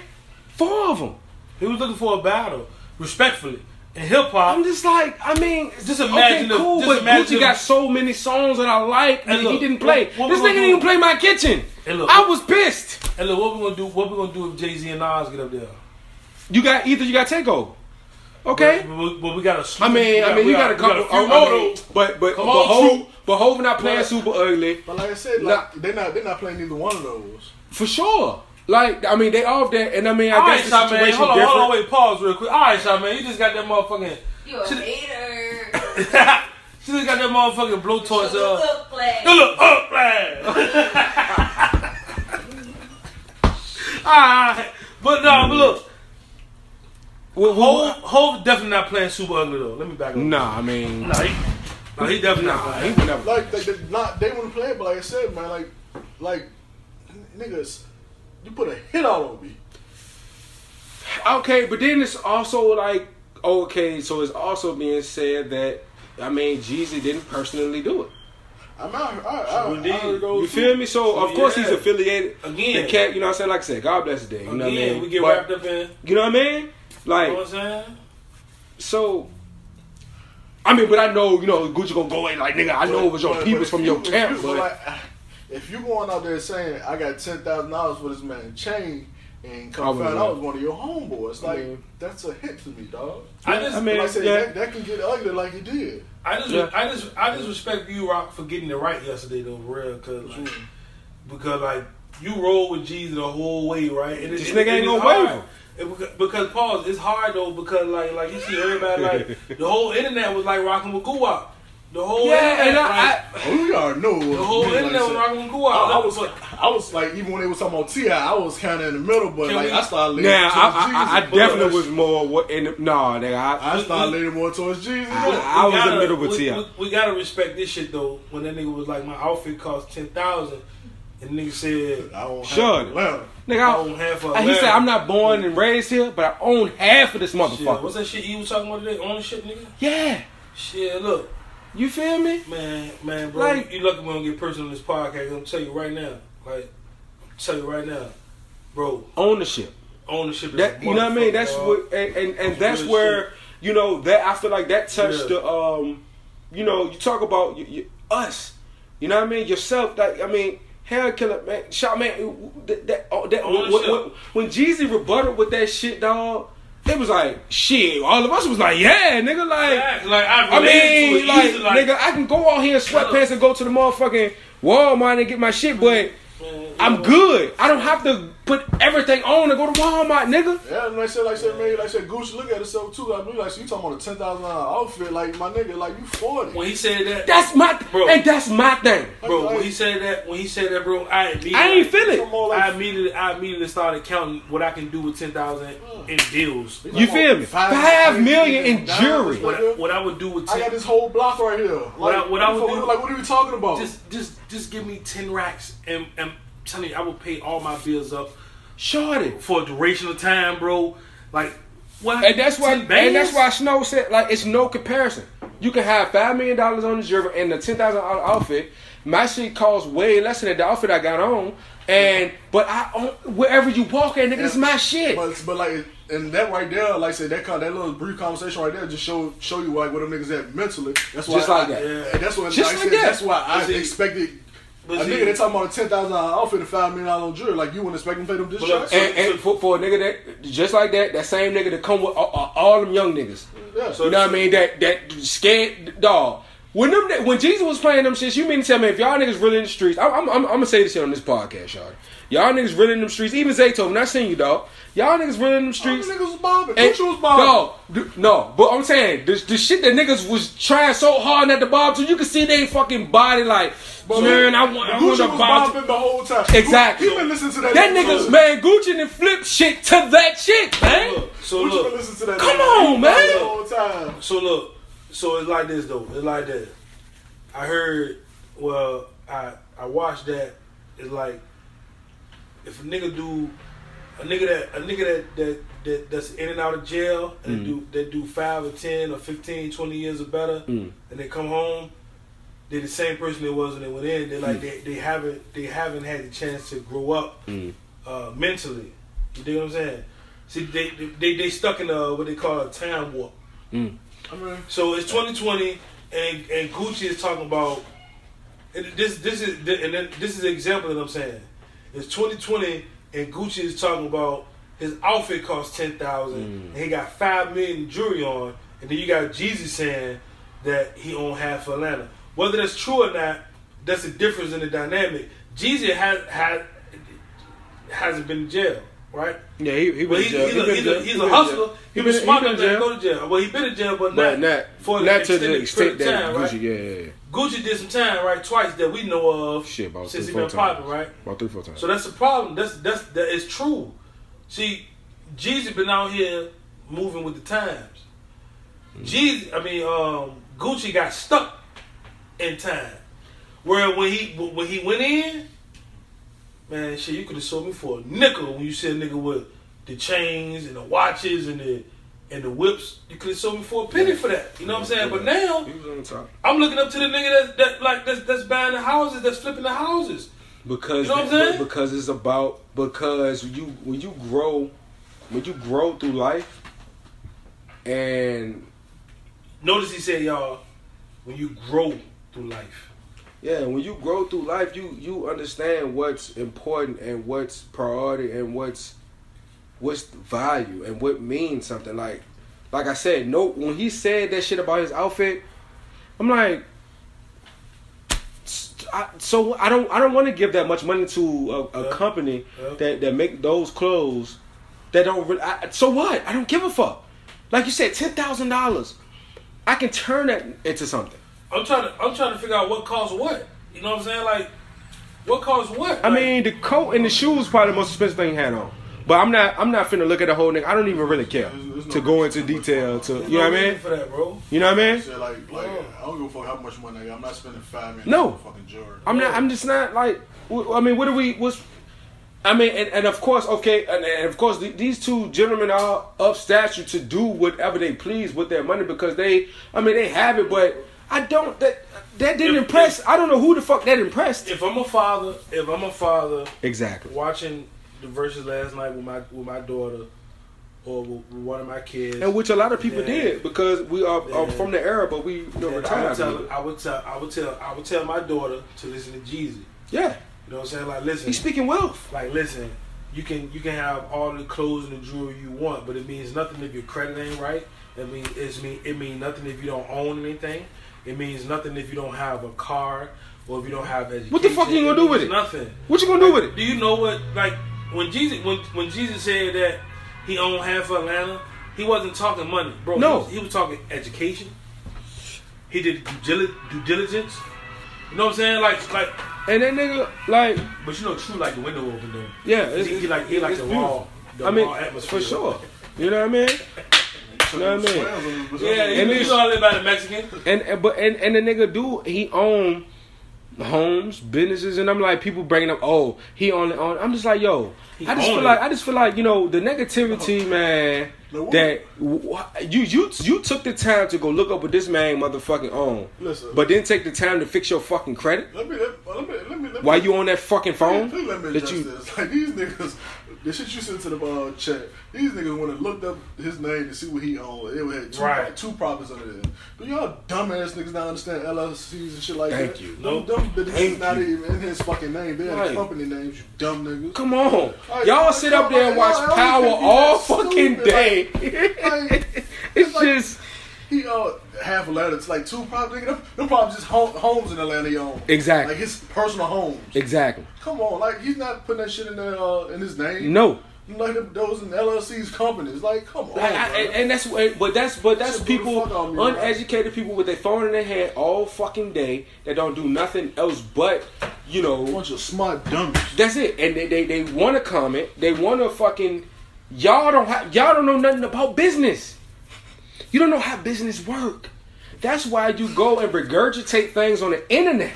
E: four of them.
B: He was looking for a battle, respectfully. In hip
E: I'm
B: hop,
E: just like, I mean,
B: Just imagine
E: okay,
B: if-
E: cool,
B: just
E: but
B: imagine
E: Gucci
B: if-
E: got so many songs that I like, and
B: Hey, look,
E: he didn't play.
B: what- what
E: this
B: we gonna
E: nigga didn't
B: do-
E: even play my kitchen.
B: Hey, look,
E: I
B: what-
E: was pissed.
B: and look what we gonna do. What we gonna do if Jay Z and Nas get up there?
E: You got either you got takeover, okay?
B: But, but- but we got a.
E: I mean, I mean, you got a couple.
B: We got a few
E: oh, I
B: more,
E: mean,
B: though.
E: but but
B: Come
E: but
B: on,
E: Hov,
B: Snoop.
E: but Hov not playing
B: But-
E: super ugly
C: But like I said,
E: Nah.
C: like, they're not they're not playing either one of those.
E: for sure. Like I mean, they off there, and I mean, I
B: All right,
E: guess the
B: Shaman. Hold on,
E: situation
B: hold on,
E: different.
B: wait. Pause real quick. All right, Shaman. You just got that motherfucking.
G: You a
B: Should-
G: hater.
B: She just got that motherfucking blowtorch
G: Look
B: up.
G: up, flag.
B: You look up, man. Alright. Ah, But no, but look.
E: Well,
B: Hove,
E: well,
B: Hove definitely not playing super ugly though. Let me back up.
E: Nah, I mean,
B: Nah, he, nah, he definitely not
E: nah, he
B: playing.
E: would never.
C: Like they, they not they wouldn't play it, but like I said, man, like like n- niggas, you put a hit out on me.
E: Okay, but then it's also like okay, so it's also being said that I mean, Jeezy didn't personally do it.
C: I'm out. I, I,
B: Sure
C: I,
B: did.
C: I heard
E: You
C: those. two.
E: feel me? So of course he's
B: yeah.
E: affiliated
B: Again.
E: The cat, you know what I'm saying? Like I said, God bless the day. You
B: Again,
E: know what I mean?
B: we get
E: But-
B: wrapped up in.
E: You know what I mean?
B: You
E: Like
B: know what I'm saying?
E: So, I mean, but I know, you know, Gucci gonna go in like, nigga, I know it was your
C: But- but
E: people's
C: if
E: from
C: you-
E: your
C: if
E: camp,
C: you-
E: but
C: like, if you going out there saying I got ten thousand dollars for this man chain and
E: I
C: come
E: wouldn't
C: find
E: know.
C: out it's one of your homeboys, like
E: Mhm.
C: that's a hit to me, dog.
B: I just,
E: I
B: I,
E: mean-
C: Like I said,
E: yeah.
C: that, that can get ugly, like it did.
B: just,
E: yeah.
B: I just, I just respect you, Rock, for getting it right yesterday though, for real, cause like,
E: Mm.
B: because like you roll with Jeezy the whole way, right? And it-
E: This
B: it-
E: nigga
B: it
E: ain't
B: is
E: gonna
B: hard.
E: waive him.
B: It beca- because pause, it's hard though because like like you see everybody like the whoo internet was like rocking with Guwap. The whole internet,
G: and
B: like,
G: I,
C: Oh, we already know.
B: the whole
C: Like I
B: internet was
C: said,
B: rocking with
C: I,
B: Guwap.
C: I was, I was like, even when they was talking about Ti, I was kind of in the middle, but
B: Can
C: like,
B: we-
C: I started leaning
E: Nah,
C: towards
E: I, I, I, I
C: Jesus,
E: definitely
C: but-
E: was more what in the, nah, nigga. I,
C: I started leaning more towards Jesus. but-
E: I was in the middle with
B: we,
E: T.I.
B: we, we gotta respect this shit though. When that nigga was like, my outfit cost ten thousand, and nigga said,
C: I don't have
E: Sure.
C: to laugh.
B: I
E: nigga.
B: own half of.
E: I, he
B: Atlanta.
E: said, "I'm not born and raised here, but I own half of this
B: Shit,
E: motherfucker."
B: what's that shit you was talking about today? Ownership, nigga.
E: yeah,
B: Shit, look,
E: you feel me?
B: man, man, bro.
E: Like-
B: you lucky we don't get personal in this podcast. I'm gonna tell you right now, like, I'm tell you right now, bro.
E: Ownership.
B: Ownership. Is
E: That
B: a
E: you know what I mean? That's
B: motherfucker, dog.
E: what, and and, and that's
B: Real
E: where you know that I feel like that touched
B: Yeah.
E: the um, you know, you talk about you, you, us. You know what I mean? Yourself. Like I mean, hair killer man, shot man. That that, oh, that when, when, when- when Jeezy rebutted with that shit, dog. It was like shit. All of us was like, yeah, nigga, like.
B: Facts, Like I,
E: I
B: related
E: mean,
B: to it
E: like,
B: easy,
E: nigga, I can go out here in sweatpants and go to the motherfucking Walmart and get my shit, but
B: man,
E: I'm
B: yo,
E: good. I don't have to put everything on and go to Walmart, nigga.
C: Yeah, and like I said, like I said, man, like I said, Gucci, look at itself too. I mean, like, so you talking about a ten thousand dollar outfit, like my nigga, like you forty.
B: When he said that,
E: That's my
B: Bro.
E: and that's my thing.
B: bro, when he said that, when he said that, bro, I immediately,
E: I ain't feel
C: Come
E: it.
C: on,
B: I
C: like,
B: immediately, I immediately started counting what I can do with ten thousand
C: Mm.
B: in bills.
E: You feel me?
C: Five
E: Five million
C: million
E: in
C: dollars.
E: jewelry.
B: What I, what I would do with
C: I got
B: ten,
C: this whole block right here. Like,
B: What I- what I would
C: fuck-
B: do-
C: like, what are we talking about?
B: just, just, just give me ten racks, and and I'm telling you, I will pay all my bills up
E: Shorty.
B: for a duration of time, bro. Like, what?
E: And that's why
B: 10
E: and that's
B: bands?
E: why Snow said like it's no comparison. You can have five million dollars on the jewelry and the ten thousand dollar outfit. My shit costs way less than the outfit I got on. And but I own wherever you walk at, nigga, this is my shit.
C: But but like and that right there, like I said, that kind that little brief conversation right there just show show you like where them niggas at mentally. That's why
E: Just like
C: I-
E: that.
C: Yeah, and that's what
E: Just
C: like I
E: like
C: said,
E: that.
C: That's why I
B: But see-
C: expected. A
B: but see-
C: nigga, they talking about a ten thousand dollar outfit and five million dollar jewelry. Like you wouldn't expect them to pay them this
B: But look,
C: shit.
E: And, and for, for a nigga that just like that, that same nigga to come with all, all- all them young niggas.
C: Yeah.
E: You know what I mean? That that scared dog. When them when Jesus was playing them shits, you mean to tell me if y'all niggas really in the streets? I'm I'm, I'm, I'm gonna say this shit on this podcast, y'all. Y'all niggas really in them streets. Even Zayto, when I seen you, dog. Y'all niggas really in them
C: All them
E: streets.
C: niggas was bombing.
E: And-
C: Gucci was bombing.
E: No, d- no, but I'm saying the, the shit that niggas was trying so hard at the bomb, so you can see they fucking body like, man, I want, I
C: Gucci
E: want to
C: was
E: bomb.
C: bombing the whole time.
E: Exactly.
C: He been listening to that.
E: That
C: nigga
E: niggas, man, Gucci and flip shit to that shit, man.
B: Look, so
C: Gucci been
B: look,
C: listening to that.
E: Come
C: nigga
E: on, man.
C: The whole time.
B: So look, so it's like this though. It's like this. I heard. Well, I I watched that. It's like if a nigga do a nigga that a nigga that that, that that's in and out of jail and they do they do five or ten or 15, 20 years or better, and they come home. They're the same person they was when they went in. They like they, they haven't they haven't had the chance to grow up uh, mentally. You dig what I'm saying? See, they they, they, they stuck in a, what they call a time warp.
C: I mean,
B: So it's 2020, and and Gucci is talking about and this. This is and then this is an example that I'm saying. It's 2020, and Gucci is talking about his outfit cost ten thousand, and he got five million jewelry on, and then you got Jeezy saying that he owned half Atlanta. Whether that's true or not, that's a difference in the dynamic. Jeezy has has hasn't been in jail, right?
E: Yeah, he, he
B: Well,
E: been
B: he's,
E: in jail.
B: he's,
E: He
B: a,
E: been in
B: he's,
E: jail.
B: a, he's
E: been
B: a
E: in
B: hustler.
E: jail.
B: He, was
E: been-
B: smart
E: he
B: enough
E: been in
B: not to
E: jail.
B: go to jail. Well, he been in jail, but not,
E: But not
B: for an
E: not to the
B: extended
E: extent
B: period of
E: that
B: time,
E: Gucci,
B: right?
E: yeah, yeah, yeah.
B: Gucci did some time, right? Twice that we know of
E: Shit, about
B: since
E: three,
B: he
E: four
B: been popping,
E: times.
B: right?
E: About three, four times.
B: So that's the problem. That's that's that is true. See, Jeezy been out here moving with the times. Jeezy, I mean, um, Gucci got stuck in time. Where when he when he went in, man, shit, you could have sold me for a nickel when you said nigga with the chains and the watches and the and the whips. You could have sold me for a penny for that. You know what I'm saying? But now
E: He was on top
B: I'm looking up to the nigga that that like that's that's buying the houses, that's flipping the houses.
E: because
B: You know what I'm saying?
E: because it's about because you when you grow when you grow through life and
B: Notice he said, y'all, when you grow through life,
E: yeah when you grow through life you you understand what's important and what's priority and what's what's value and what means something like like I said no when he said that shit about his outfit I'm like I, so I don't I don't want to give that much money to a, a
B: Yeah.
E: company
B: Yeah.
E: that that make those clothes that don't. Re- I, so what? I don't give a fuck. Like you said, ten thousand dollars. I can turn that into something.
B: I'm trying to I'm trying to figure out what caused what. You know what I'm saying? Like, what caused what?
E: I
B: Like,
E: mean, the coat and the shoes probably the most expensive thing he had on. But I'm not. I'm not finna look at the whole thing. I don't even really care
C: There's- there's
E: to
C: no
E: go into
C: reason.
E: detail. To
B: there's
E: you know
B: no
E: what I
B: reason
E: mean?
B: For that, bro.
E: You know what I mean?
C: Said like, like I don't give a fuck how much money I got. I'm not spending five minutes.
E: No.
C: on fucking jewelry.
E: I'm not. I'm just not like. w- I mean, what do we? What's? I mean, and, and of course, okay, and, and of course, th- these two gentlemen are of stature to do whatever they please with their money because they. I mean, they have it, but I don't. That that didn't
B: If-
E: impress. I don't know who the fuck that impressed.
B: If I'm a father, if I'm a father
E: exactly.
B: watching the verses last night with my with my daughter or with with one of my kids,
E: And which a lot of people
B: Yeah.
E: did because we are, are
B: Yeah.
E: from the era, but we you know,
B: then I would
E: retired.
B: tell
E: people.
B: I would tell I would tell I would tell my daughter to listen to Jeezy.
E: Yeah,
B: You know what I'm saying? Like listen,
E: he's speaking wealth.
B: like listen, you can you can have all the clothes and the jewelry you want, but it means nothing if your credit ain't right. It mean it's mean it mean nothing if you don't own anything. It means nothing if you don't have a car or if you don't have education.
E: What the fuck you gonna
B: It
E: do with
B: means
E: it?
B: Nothing.
E: What you gonna do with it?
B: Do you know what like when Jesus when when Jesus said that he owned half of Atlanta, he wasn't talking money, bro.
E: No.
B: he was, he was talking education. He did due, dili- due diligence. You know what I'm saying? Like like,
E: And that nigga, like,
B: but you know, true like the window open there.
E: yeah, it's,
B: He, he like he like
E: it's
B: the
E: beautiful.
B: raw. The
E: I mean,
B: raw atmosphere.
E: for sure. You know what I mean? You know what I mean?
B: Yeah,
E: And
B: you, you
E: it's-
B: know I live by the Mexican.
E: and, and but and, and the nigga do he own homes, businesses, and I'm like people bringing up oh he only own. I'm just like yo, I just
B: own
E: feel
B: it.
E: like I just feel like you know the negativity man
C: No, what-
E: that w- you you you took the time to go look up what this man motherfucking own,
C: Listen.
E: but didn't take the time to fix your fucking credit.
C: Let me, let, let me, let me, let me.
E: Why you on that fucking phone?
C: Please let me
E: That
C: address
E: you
C: this. Like these niggas, the shit you sent to the uh, chat. These niggas would have looked up his name to see what he owned. It had two,
B: Right.
C: two properties under there. Do y'all dumbass niggas not understand LLCs and shit like
E: Thank
C: that?
E: you.
C: Them-
B: Nope.
C: Them, the
E: Thank
C: niggas not
E: you.
C: even in his fucking name. They're
E: Right.
C: company names. You dumb niggas.
E: come on,
C: Like,
E: y'all sit up there and
C: y'all-
E: watch
C: y'all
E: Power
C: think you
E: all
C: that
E: fucking
C: stupid.
E: day.
C: Like,
E: It's
C: like-
E: just
C: he uh half Atlanta. It's like two properties. Nigga, them, them properties just home, homes in Atlanta. He own
E: Exactly.
C: Like his personal homes.
E: exactly
C: Come on, like he's not putting that shit in there uh, in his name.
E: no.
C: Like those in LLC's companies. Like, come on.
E: Like, I,
C: bro.
E: and, and that's what- but that's but that's
C: Shit blew the
E: people
C: fuck out of me, man.
E: uneducated people with their phone in their hand all fucking day that don't do nothing else but you know
C: bunch of smart dummies.
E: that's it and they they, they want to comment they want to fucking y'all don't have y'all don't know nothing about business you don't know how business work that's why you go and regurgitate things on the internet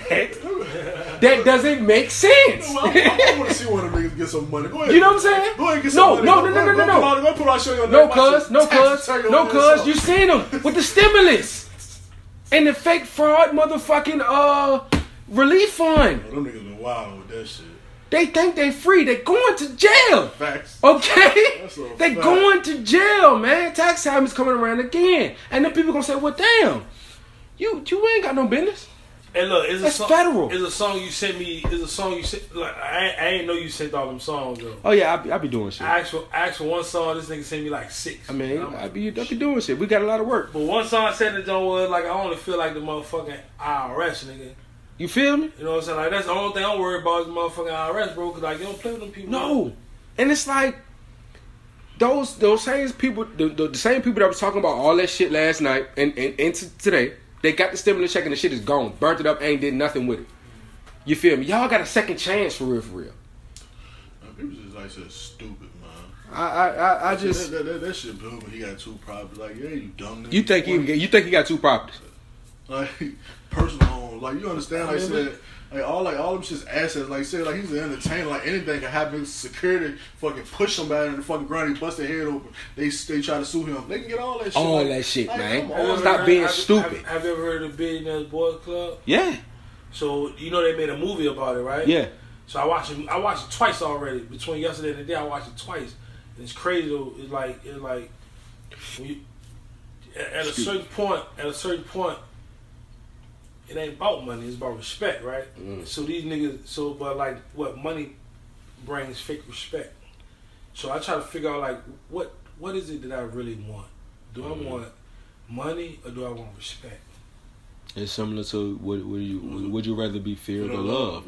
E: that doesn't make sense.
C: I, want to see one of them niggas get some money. Go ahead.
E: You know what I'm saying?
C: Go ahead and get
E: No,
C: some money.
E: no,
C: Go-
E: no,
C: go-
E: no, no,
C: go
E: no.
C: Put on, go put on show your
E: No
C: name. Watch your
E: cuz, no
C: tax
E: cuz,
C: return
E: no
C: on yourself.
E: cuz, you seen them with the stimulus and the fake fraud motherfucking uh relief fund.
C: Them niggas been wild with that shit.
E: They think they free. They going to jail.
C: Facts.
E: Oh. Okay,
C: That's a
E: they
C: fact.
E: going to jail, man. Tax time is coming around again, and then people gonna say, "Well, damn, you you ain't got no business."
B: And look, it's a
E: That's
B: song,
E: federal.
B: It's a song you sent me. It's a song you sent. Like I, I ain't know you sent all them songs though.
E: Oh yeah, I be, I be doing shit. I,
B: I asked for, I asked for one song. This nigga sent me like six.
E: mean,
B: And I'm
E: I
B: like,
E: be I be doing shit. We got a lot of work.
B: But one song I said to John was like, I only feel like the motherfucking IRS, nigga.
E: You feel me?
B: You know what I'm saying? Like that's the only thing I'm worried about is motherfucking IRS, bro. Cause like you don't play with them people.
E: No, and it's like those those same people, the, the, the same people that was talking about all that shit last night and and, and t- today, they got the stimulus check and the shit is gone, burnt it up, ain't did nothing with it. You feel me? Y'all got a second chance for real, for real.
C: Man, People just like said stupid, man.
E: I I I, I just
C: that, that, that, that shit blew me. He got two properties. Like, yeah, you dumb nigga.
E: you think you you think he got two properties?
C: like personal home. Like you understand, like I said, like all like all them shit's assets. Like I said, like he's an entertainer. Like anything can happen. Security fucking push somebody in the fucking ground. He bust their head open. They they try to sue him. They can get all that shit.
E: All
C: like-
E: that shit,
C: like,
E: man.
C: come
B: Have you
C: on.
B: ever
E: Stop
B: heard-
E: being
B: have-
E: stupid.
B: Have, have you ever heard of Billionaires Boys Club?
E: Yeah,
B: So you know they made a movie about it, right? So I watched it. I watched it twice already. Between yesterday and today, I watched it twice. And it's crazy. though. It's like it's like when you, at at a
E: Excuse
B: certain point. At a certain point, it ain't about money. It's about respect, right?
E: Mm.
B: So these niggas. So but like what money brings fake respect. So I try to figure out like what what is it that I really want? Do
E: Mm-hmm.
B: I want money or do I want respect?
E: It's similar to would would you would you rather be feared
C: Yeah.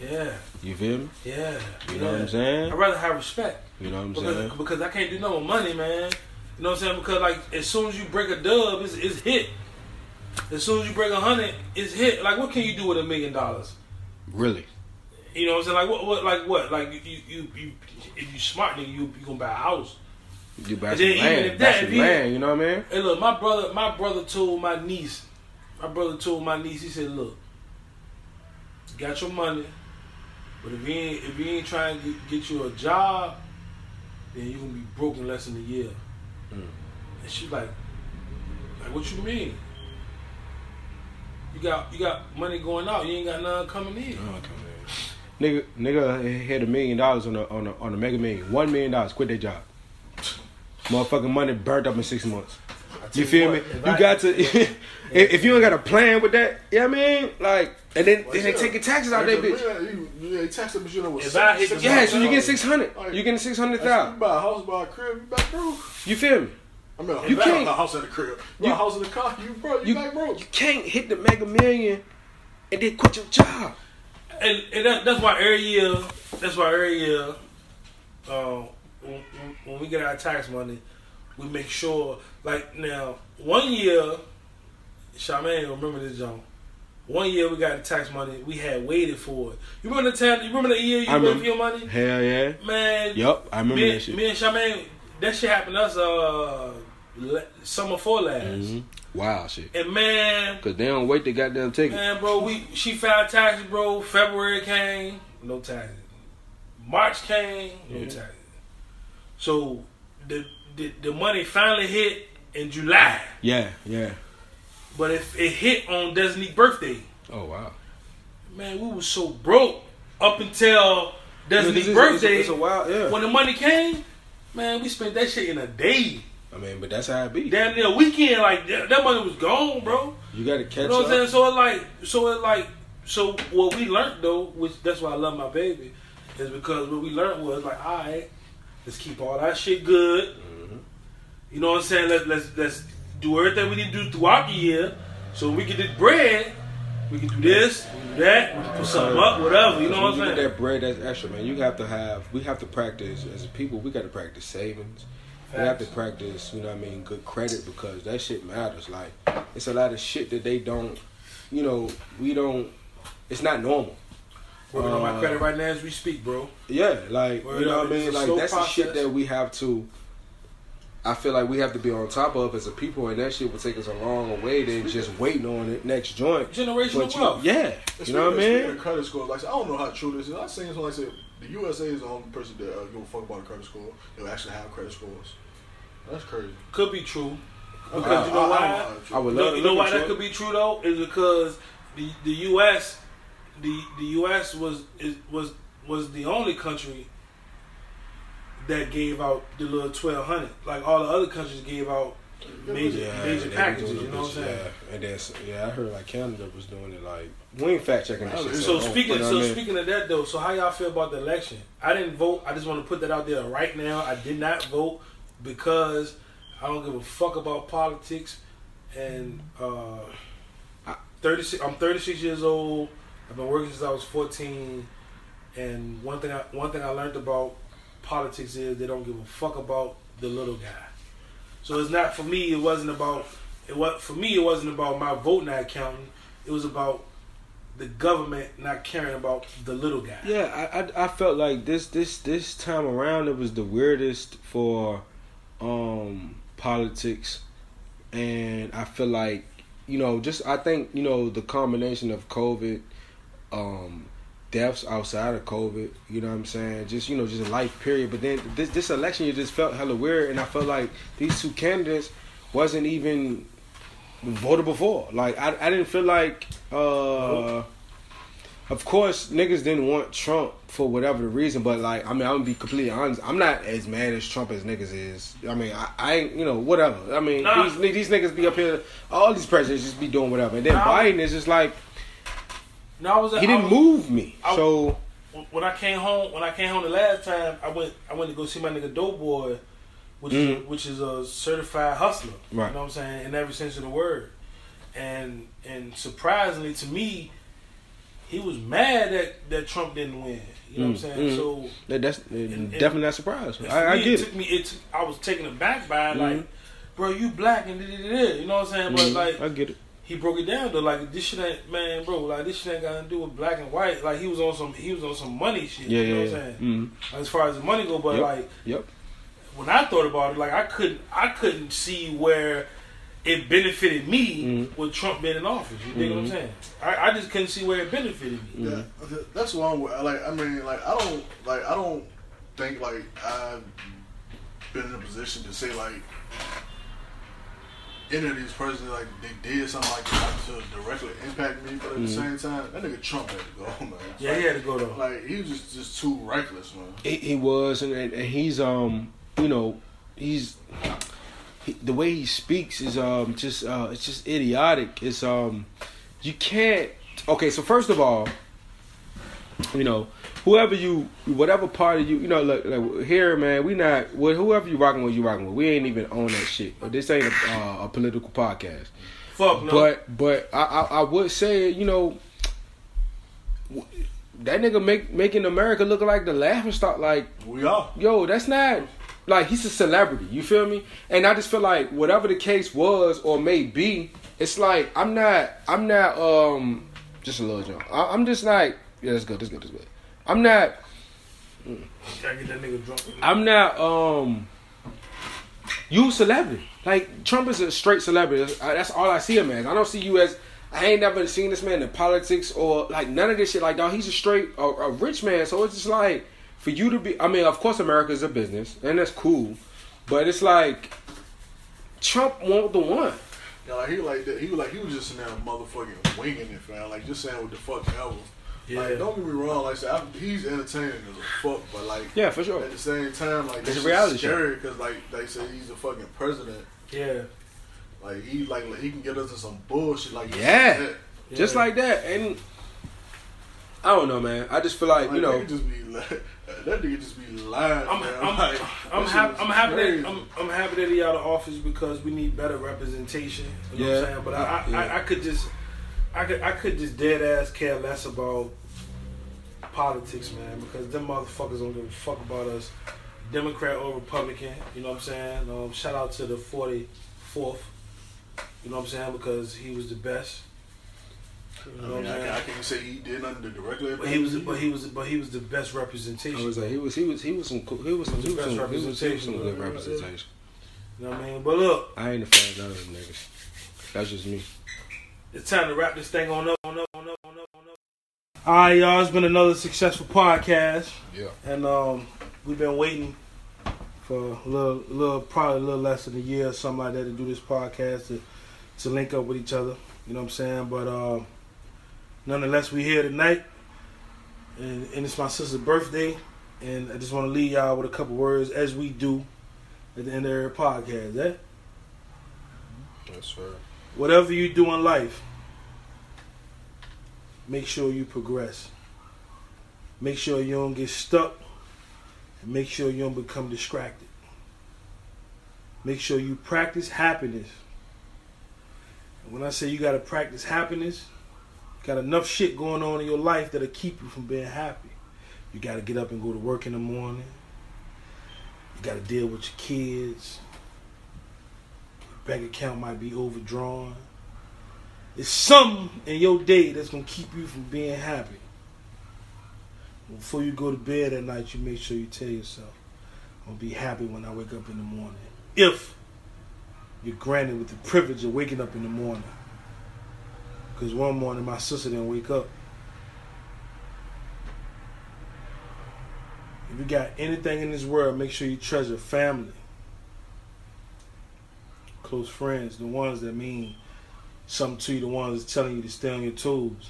B: Yeah,
E: You feel me?
B: yeah.
E: You know what
B: yeah.
E: I'm saying?
B: I'd rather have respect
E: You know what I'm
B: because,
E: saying?
B: because I can't do no money, man. You know what I'm saying? Because like as soon as you break a dub, it's, it's hit. As soon as you break a hundred, it's hit. Like what can you do with a million dollars?
E: Really?
B: You know what I'm saying? Like what? What? Like what? Like you, you, you, you if you smart nigga, you you gonna buy a house.
E: You buy
B: And
E: some
B: then even if
E: land,
B: that,
E: buy
B: if
E: some
B: he-
E: land. You know what I mean?
B: Hey, look, my brother, my brother told my niece, my brother told my niece, he said, look, you got your money, but if you ain't, if you ain't trying to get, get you a job, then you gonna be broke in less than a year. And she like, like what you mean? You got you got money going out, you ain't got none coming in.
E: Nigga, nigga hit a million dollars on a on a on a mega million. One million dollars. Quit their job. Motherfucking money burnt up in six months. You feel me? You got to. if, if you ain't got a plan with that, yeah, I mean, like, and then then they taking taxes out
C: Like,
E: that bitch.
C: yeah, you, you, they tax them, but you know what?
B: If I hit the-
E: Yeah, so you get six hundred. You getting six hundred
C: You
E: thousand.
C: buy a house, buy a crib, you back broke.
E: You feel me?
C: I mean,
E: You
C: you
E: can't-
C: can't a house and a crib. You buy
E: You-
C: a house and a car, you broke. You,
E: You
C: back broke.
E: you can't hit the mega million and then quit your job.
B: and, and that, that's why every year, that's why every year, uh, when, when- when we get our tax money, we make sure. Like now, one year, Charmaine remember this, John. One year we got the tax money. We had waited for it. You remember the time? You remember the year you
E: I
B: waited
E: remember.
B: for your money,
E: Hell yeah.
B: man?
E: Yup, I remember
B: me,
E: that shit.
B: Me and Charmaine, that shit happened to us uh, la- summer before last.
E: Mhm. Wow, shit.
B: And man,
E: Cause they don't wait to goddamn take it.
B: Man, bro, we she filed taxes, bro. February came, no taxes. March came, no taxes. So the, the the money finally hit in July,
E: Yeah, yeah.
B: but if it hit on Destiny's birthday,
E: Oh wow.
B: man, we was so broke up until Destiny's
E: It's a-
B: birthday.
E: It's a wild, yeah.
B: when the money came, man, we spent that shit in a day,
E: I mean, but that's how it be.
B: damn near a weekend. Like that, that money was gone, bro.
E: You gotta catch
B: You know what I'm saying?
E: up.
B: So it like, so it like, so what we learned though, which that's why I love my baby, is because what we learned was like, all right, let's keep all that shit good. You know what I'm saying? Let, let's let's do everything we need to do throughout the year, so we get this bread. We can do this, we can do that, we can put something up, whatever. You know what I'm
E: When get
B: saying?
E: That bread that's extra, man. You have to have. We have to practice as a people. We got to practice savings. We have to
B: Facts.
E: practice. You know what I mean? Good credit because that shit matters. Like it's a lot of shit that they don't. You know, we don't. It's not normal.
B: Working on my
E: Uh,
B: credit right now as we speak, bro.
E: Yeah, like
B: Word
E: you know
B: up,
E: what I
B: it's
E: mean.
B: a
E: Like
B: slow
E: that's the shit
B: process.
E: that we have to. I feel like we have to be on top of as a people, and that shit will take us a long way than just waiting on it next joint.
B: Generational
E: But you-
B: wealth.
E: yeah, you know what I
C: Speaking of
E: mean.
C: Credit score, like I don't know how true this is. I seen someone like say the USA is the only person that uh, give a fuck about a credit score. They actually have credit scores. That's crazy.
B: Could be true. Because
E: Wow.
B: you know
C: I- I
B: why?
C: don't know how true-
E: I would
B: You know,
E: love
B: you
E: to
B: know
E: look
B: why
E: at
B: that
E: you.
B: could be true though is because the the U.S. the the U.S. was is, was was the only country that gave out the little twelve hundred. Like all the other countries gave out major
E: they
B: major
E: was doing
B: packages.
E: that
B: You know what I'm
E: bitch,
B: saying?
E: Yeah. And that's yeah, I heard like Canada was doing it like we ain't fact checking that shit.
B: So
E: I don't-
B: speaking
E: you know
B: so
E: what I mean?
B: speaking of that though, so how y'all feel about the election? I didn't vote. I just want to put that out there right now. I did not vote because I don't give a fuck about politics. And uh, thirty six. I'm thirty six years old. I've been working since I was fourteen. And one thing I one thing I learned about politics is they don't give a fuck about the little guy. So it's not for me. It wasn't about it. What for me? It wasn't about my vote not counting. It was about the government not caring about the little guy.
E: Yeah, I, I I felt like this this this time around it was the weirdest for um politics and I feel like you know, just I think, you know, the combination of COVID, um, deaths outside of COVID, you know what I'm saying? Just you know, just life period. But then this this election you just felt hella weird and I felt like these two candidates wasn't even votable for. Like I I didn't feel like uh of course, niggas didn't want Trump for whatever the reason, but like, I mean, I'm gonna be completely honest. I'm not as mad as Trump as niggas is. I mean, I, I ain't, you know, whatever. I mean,
B: Nah.
E: these, ni- these niggas be up here, all these presidents just be doing whatever. And then
B: Nah.
E: Biden is just like,
B: No, I was.
E: he
B: I
E: didn't
B: was-
E: move me.
B: I-
E: So,
B: When I came home, when I came home the last time, I went. I went to go see my nigga Doughboy, which is,
E: Mhm.
B: which is a certified hustler.
E: Right.
B: You know what I'm saying? In every sense of the word. And and surprisingly to me, he was mad that that Trump didn't win. You know what I'm saying? So
E: That, that's
B: and-
E: definitely not surprised.
B: and for
E: Mm. I, I
B: me,
E: get
B: it.
E: it. Mm-hmm.
B: Took me, it took, I was taken aback by it, like, bro, you black and da da da. da," You know what I'm saying? But like,
E: I get it.
B: he broke it down though. Like this shit ain't man, bro. Like this shit ain't got to do with black and white. Like he was on some he was on some money shit.
E: Yeah,
B: you know what
E: yeah, yeah.
B: I'm saying?
E: Mhm.
B: As far as the money go, but
E: Yep.
B: like
E: Yep.
B: when I thought about it, like I couldn't I couldn't see where it benefited me
E: Mm-hmm.
B: with Trump being in office. You dig what I'm saying? I, I just couldn't see where it benefited me.
E: Mm-hmm.
C: Yeah, that's why I'm like. I mean, like I don't like I don't think like I've been in a position to say like any of these persons like they did something like that to directly impact me, but at the
E: Mm-hmm.
C: same time, that nigga Trump had to go, man.
B: Yeah, he had to go though.
C: Like he was just, just too reckless, man.
E: He, he was, and, and, and he's um, you know, he's he, the way he speaks is um, just uh, it's just idiotic. It's um, you can't. Okay, so first of all, you know, whoever you, whatever party you, you know, look, look here, man, we not with whoever you rocking with, you rocking with. We ain't even on that shit. This ain't a, uh, a political podcast.
B: Fuck no.
E: But but I, I I would say you know w- that nigga make making America look like the laughing stock. Like
C: We are.
E: yo, that's not like he's a celebrity. You feel me? And I just feel like whatever the case was or may be, it's like I'm not I'm not um just a little jump. I, I'm just like yeah, that's good, that's good, that's good. I'm not
B: Gotta get that nigga drunk.
E: I'm not um you a celebrity. Like Trump is a straight celebrity. That's, I- that's all I see him as. I don't see you as. I ain't never seen this man in politics or like none of this shit. Like dog, he's a straight a, a rich man. So it's just like for you to be. I mean, of course, America is a business and that's cool, but it's like Trump want the one.
C: Yeah, like he like that. He was like he was just in there motherfucking winging it, man. Like just saying what the fuck ever.
B: Yeah.
C: Like don't get me wrong. Like I said, I, he's entertaining as a fuck, but like
E: Yeah, for sure.
C: At the same time, like
E: It's
C: it's
E: a reality
C: reality scary because like they say he's a fucking president.
B: Yeah.
C: Like he like, like, he can get us in some bullshit. Like just
E: Yeah.
C: like
E: Just
B: Yeah.
E: like that, and I don't know, man. I just feel like,
C: that. Like,
E: you know,
C: nigga just be li- that nigga just be lying.
B: I'm
C: man.
B: I'm
C: like,
B: I'm,
C: that
B: hap-
C: shit
B: I'm
C: is
B: happy
C: crazy.
B: that I'm, I'm happy that he out of office because we need better representation. You know
E: Yeah.
B: what I'm saying? But I, I,
E: Yeah.
B: I, I could just I could I could just dead ass care less about politics, man, because them motherfuckers don't give a fuck about us, Democrat or Republican. You know what I'm saying? Um, shout out to the 44th. You know what I'm saying? Because he was the best. You
C: I,
B: know what I'm
C: mean, I,
B: saying?
C: can't- I can't say he did nothing to directly.
B: But he was, but he was, but he was the best representation.
E: I was like, he was, he was, he was some, cool- he was some, he was some, he was, he was some good representation.
B: you know what I mean? But look,
E: I ain't a fan of none of them niggas. That's just me.
B: It's time to wrap this thing on up, on up, on up, on up, on up. All right, y'all. It's been another successful podcast.
C: Yeah.
B: And um, we've been waiting for a little, little, probably a little less than a year or something like that to do this podcast to, to link up with each other. You know what I'm saying? But um, nonetheless, we here tonight, and, and it's my sister's birthday, and I just want to leave y'all with a couple words as we do at the end of every podcast. Eh?
E: That's right.
B: whatever you do in life, make sure you progress. Make sure you don't get stuck. And make sure you don't become distracted. Make sure you practice happiness. And when I say you got to practice happiness, you got enough shit going on in your life that'll keep you from being happy. You got to get up and go to work in the morning. You got to deal with your kids bank account might be overdrawn. It's something in your day that's gonna keep you from being happy. Before you go to bed at night, you make sure you tell yourself, I'm gonna be happy when I wake up in the morning. If you're granted with the privilege of waking up in the morning. Because one morning my sister didn't wake up. If you got anything in this world, make sure you treasure family close friends, the ones that mean something to you, the ones that's telling you to stay on your toes,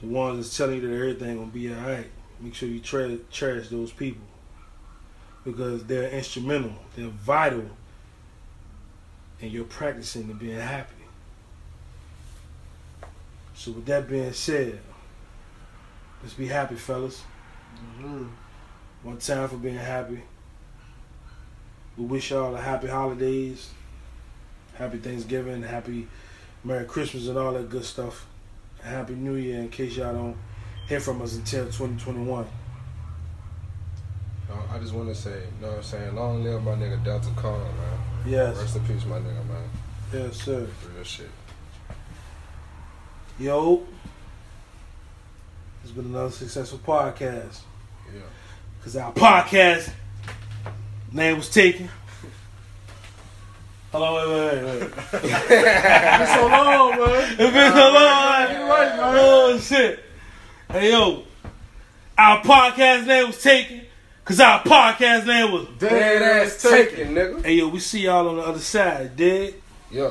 B: the ones that's telling you that everything gonna be alright. Make sure you tre- cherish those people because they're instrumental, they're vital, and you're practicing and being happy. So with that being said, let's be happy, fellas. One time for being happy. We wish y'all a happy holidays, happy Thanksgiving, happy Merry Christmas, and all that good stuff. Happy New Year in case y'all don't hear from us until 2021.
E: Uh, I just want to say, you know what I'm saying? Long live my nigga Delta Khan, man.
B: Yes,
E: Rest in peace, my nigga, man.
B: yes, sir.
E: Real shit.
B: Yo, it's been another successful podcast.
E: Yeah.
B: Cause our podcast name was taken. Hello, wait, wait, wait, wait.
C: It's so long, man.
B: It's been so long. You right, man. Oh shit. Hey yo, our podcast name was taken. Cause our podcast name was.
E: Dead ass taking, nigga.
B: Hey yo, we see y'all on the other side, dig?
E: Yeah.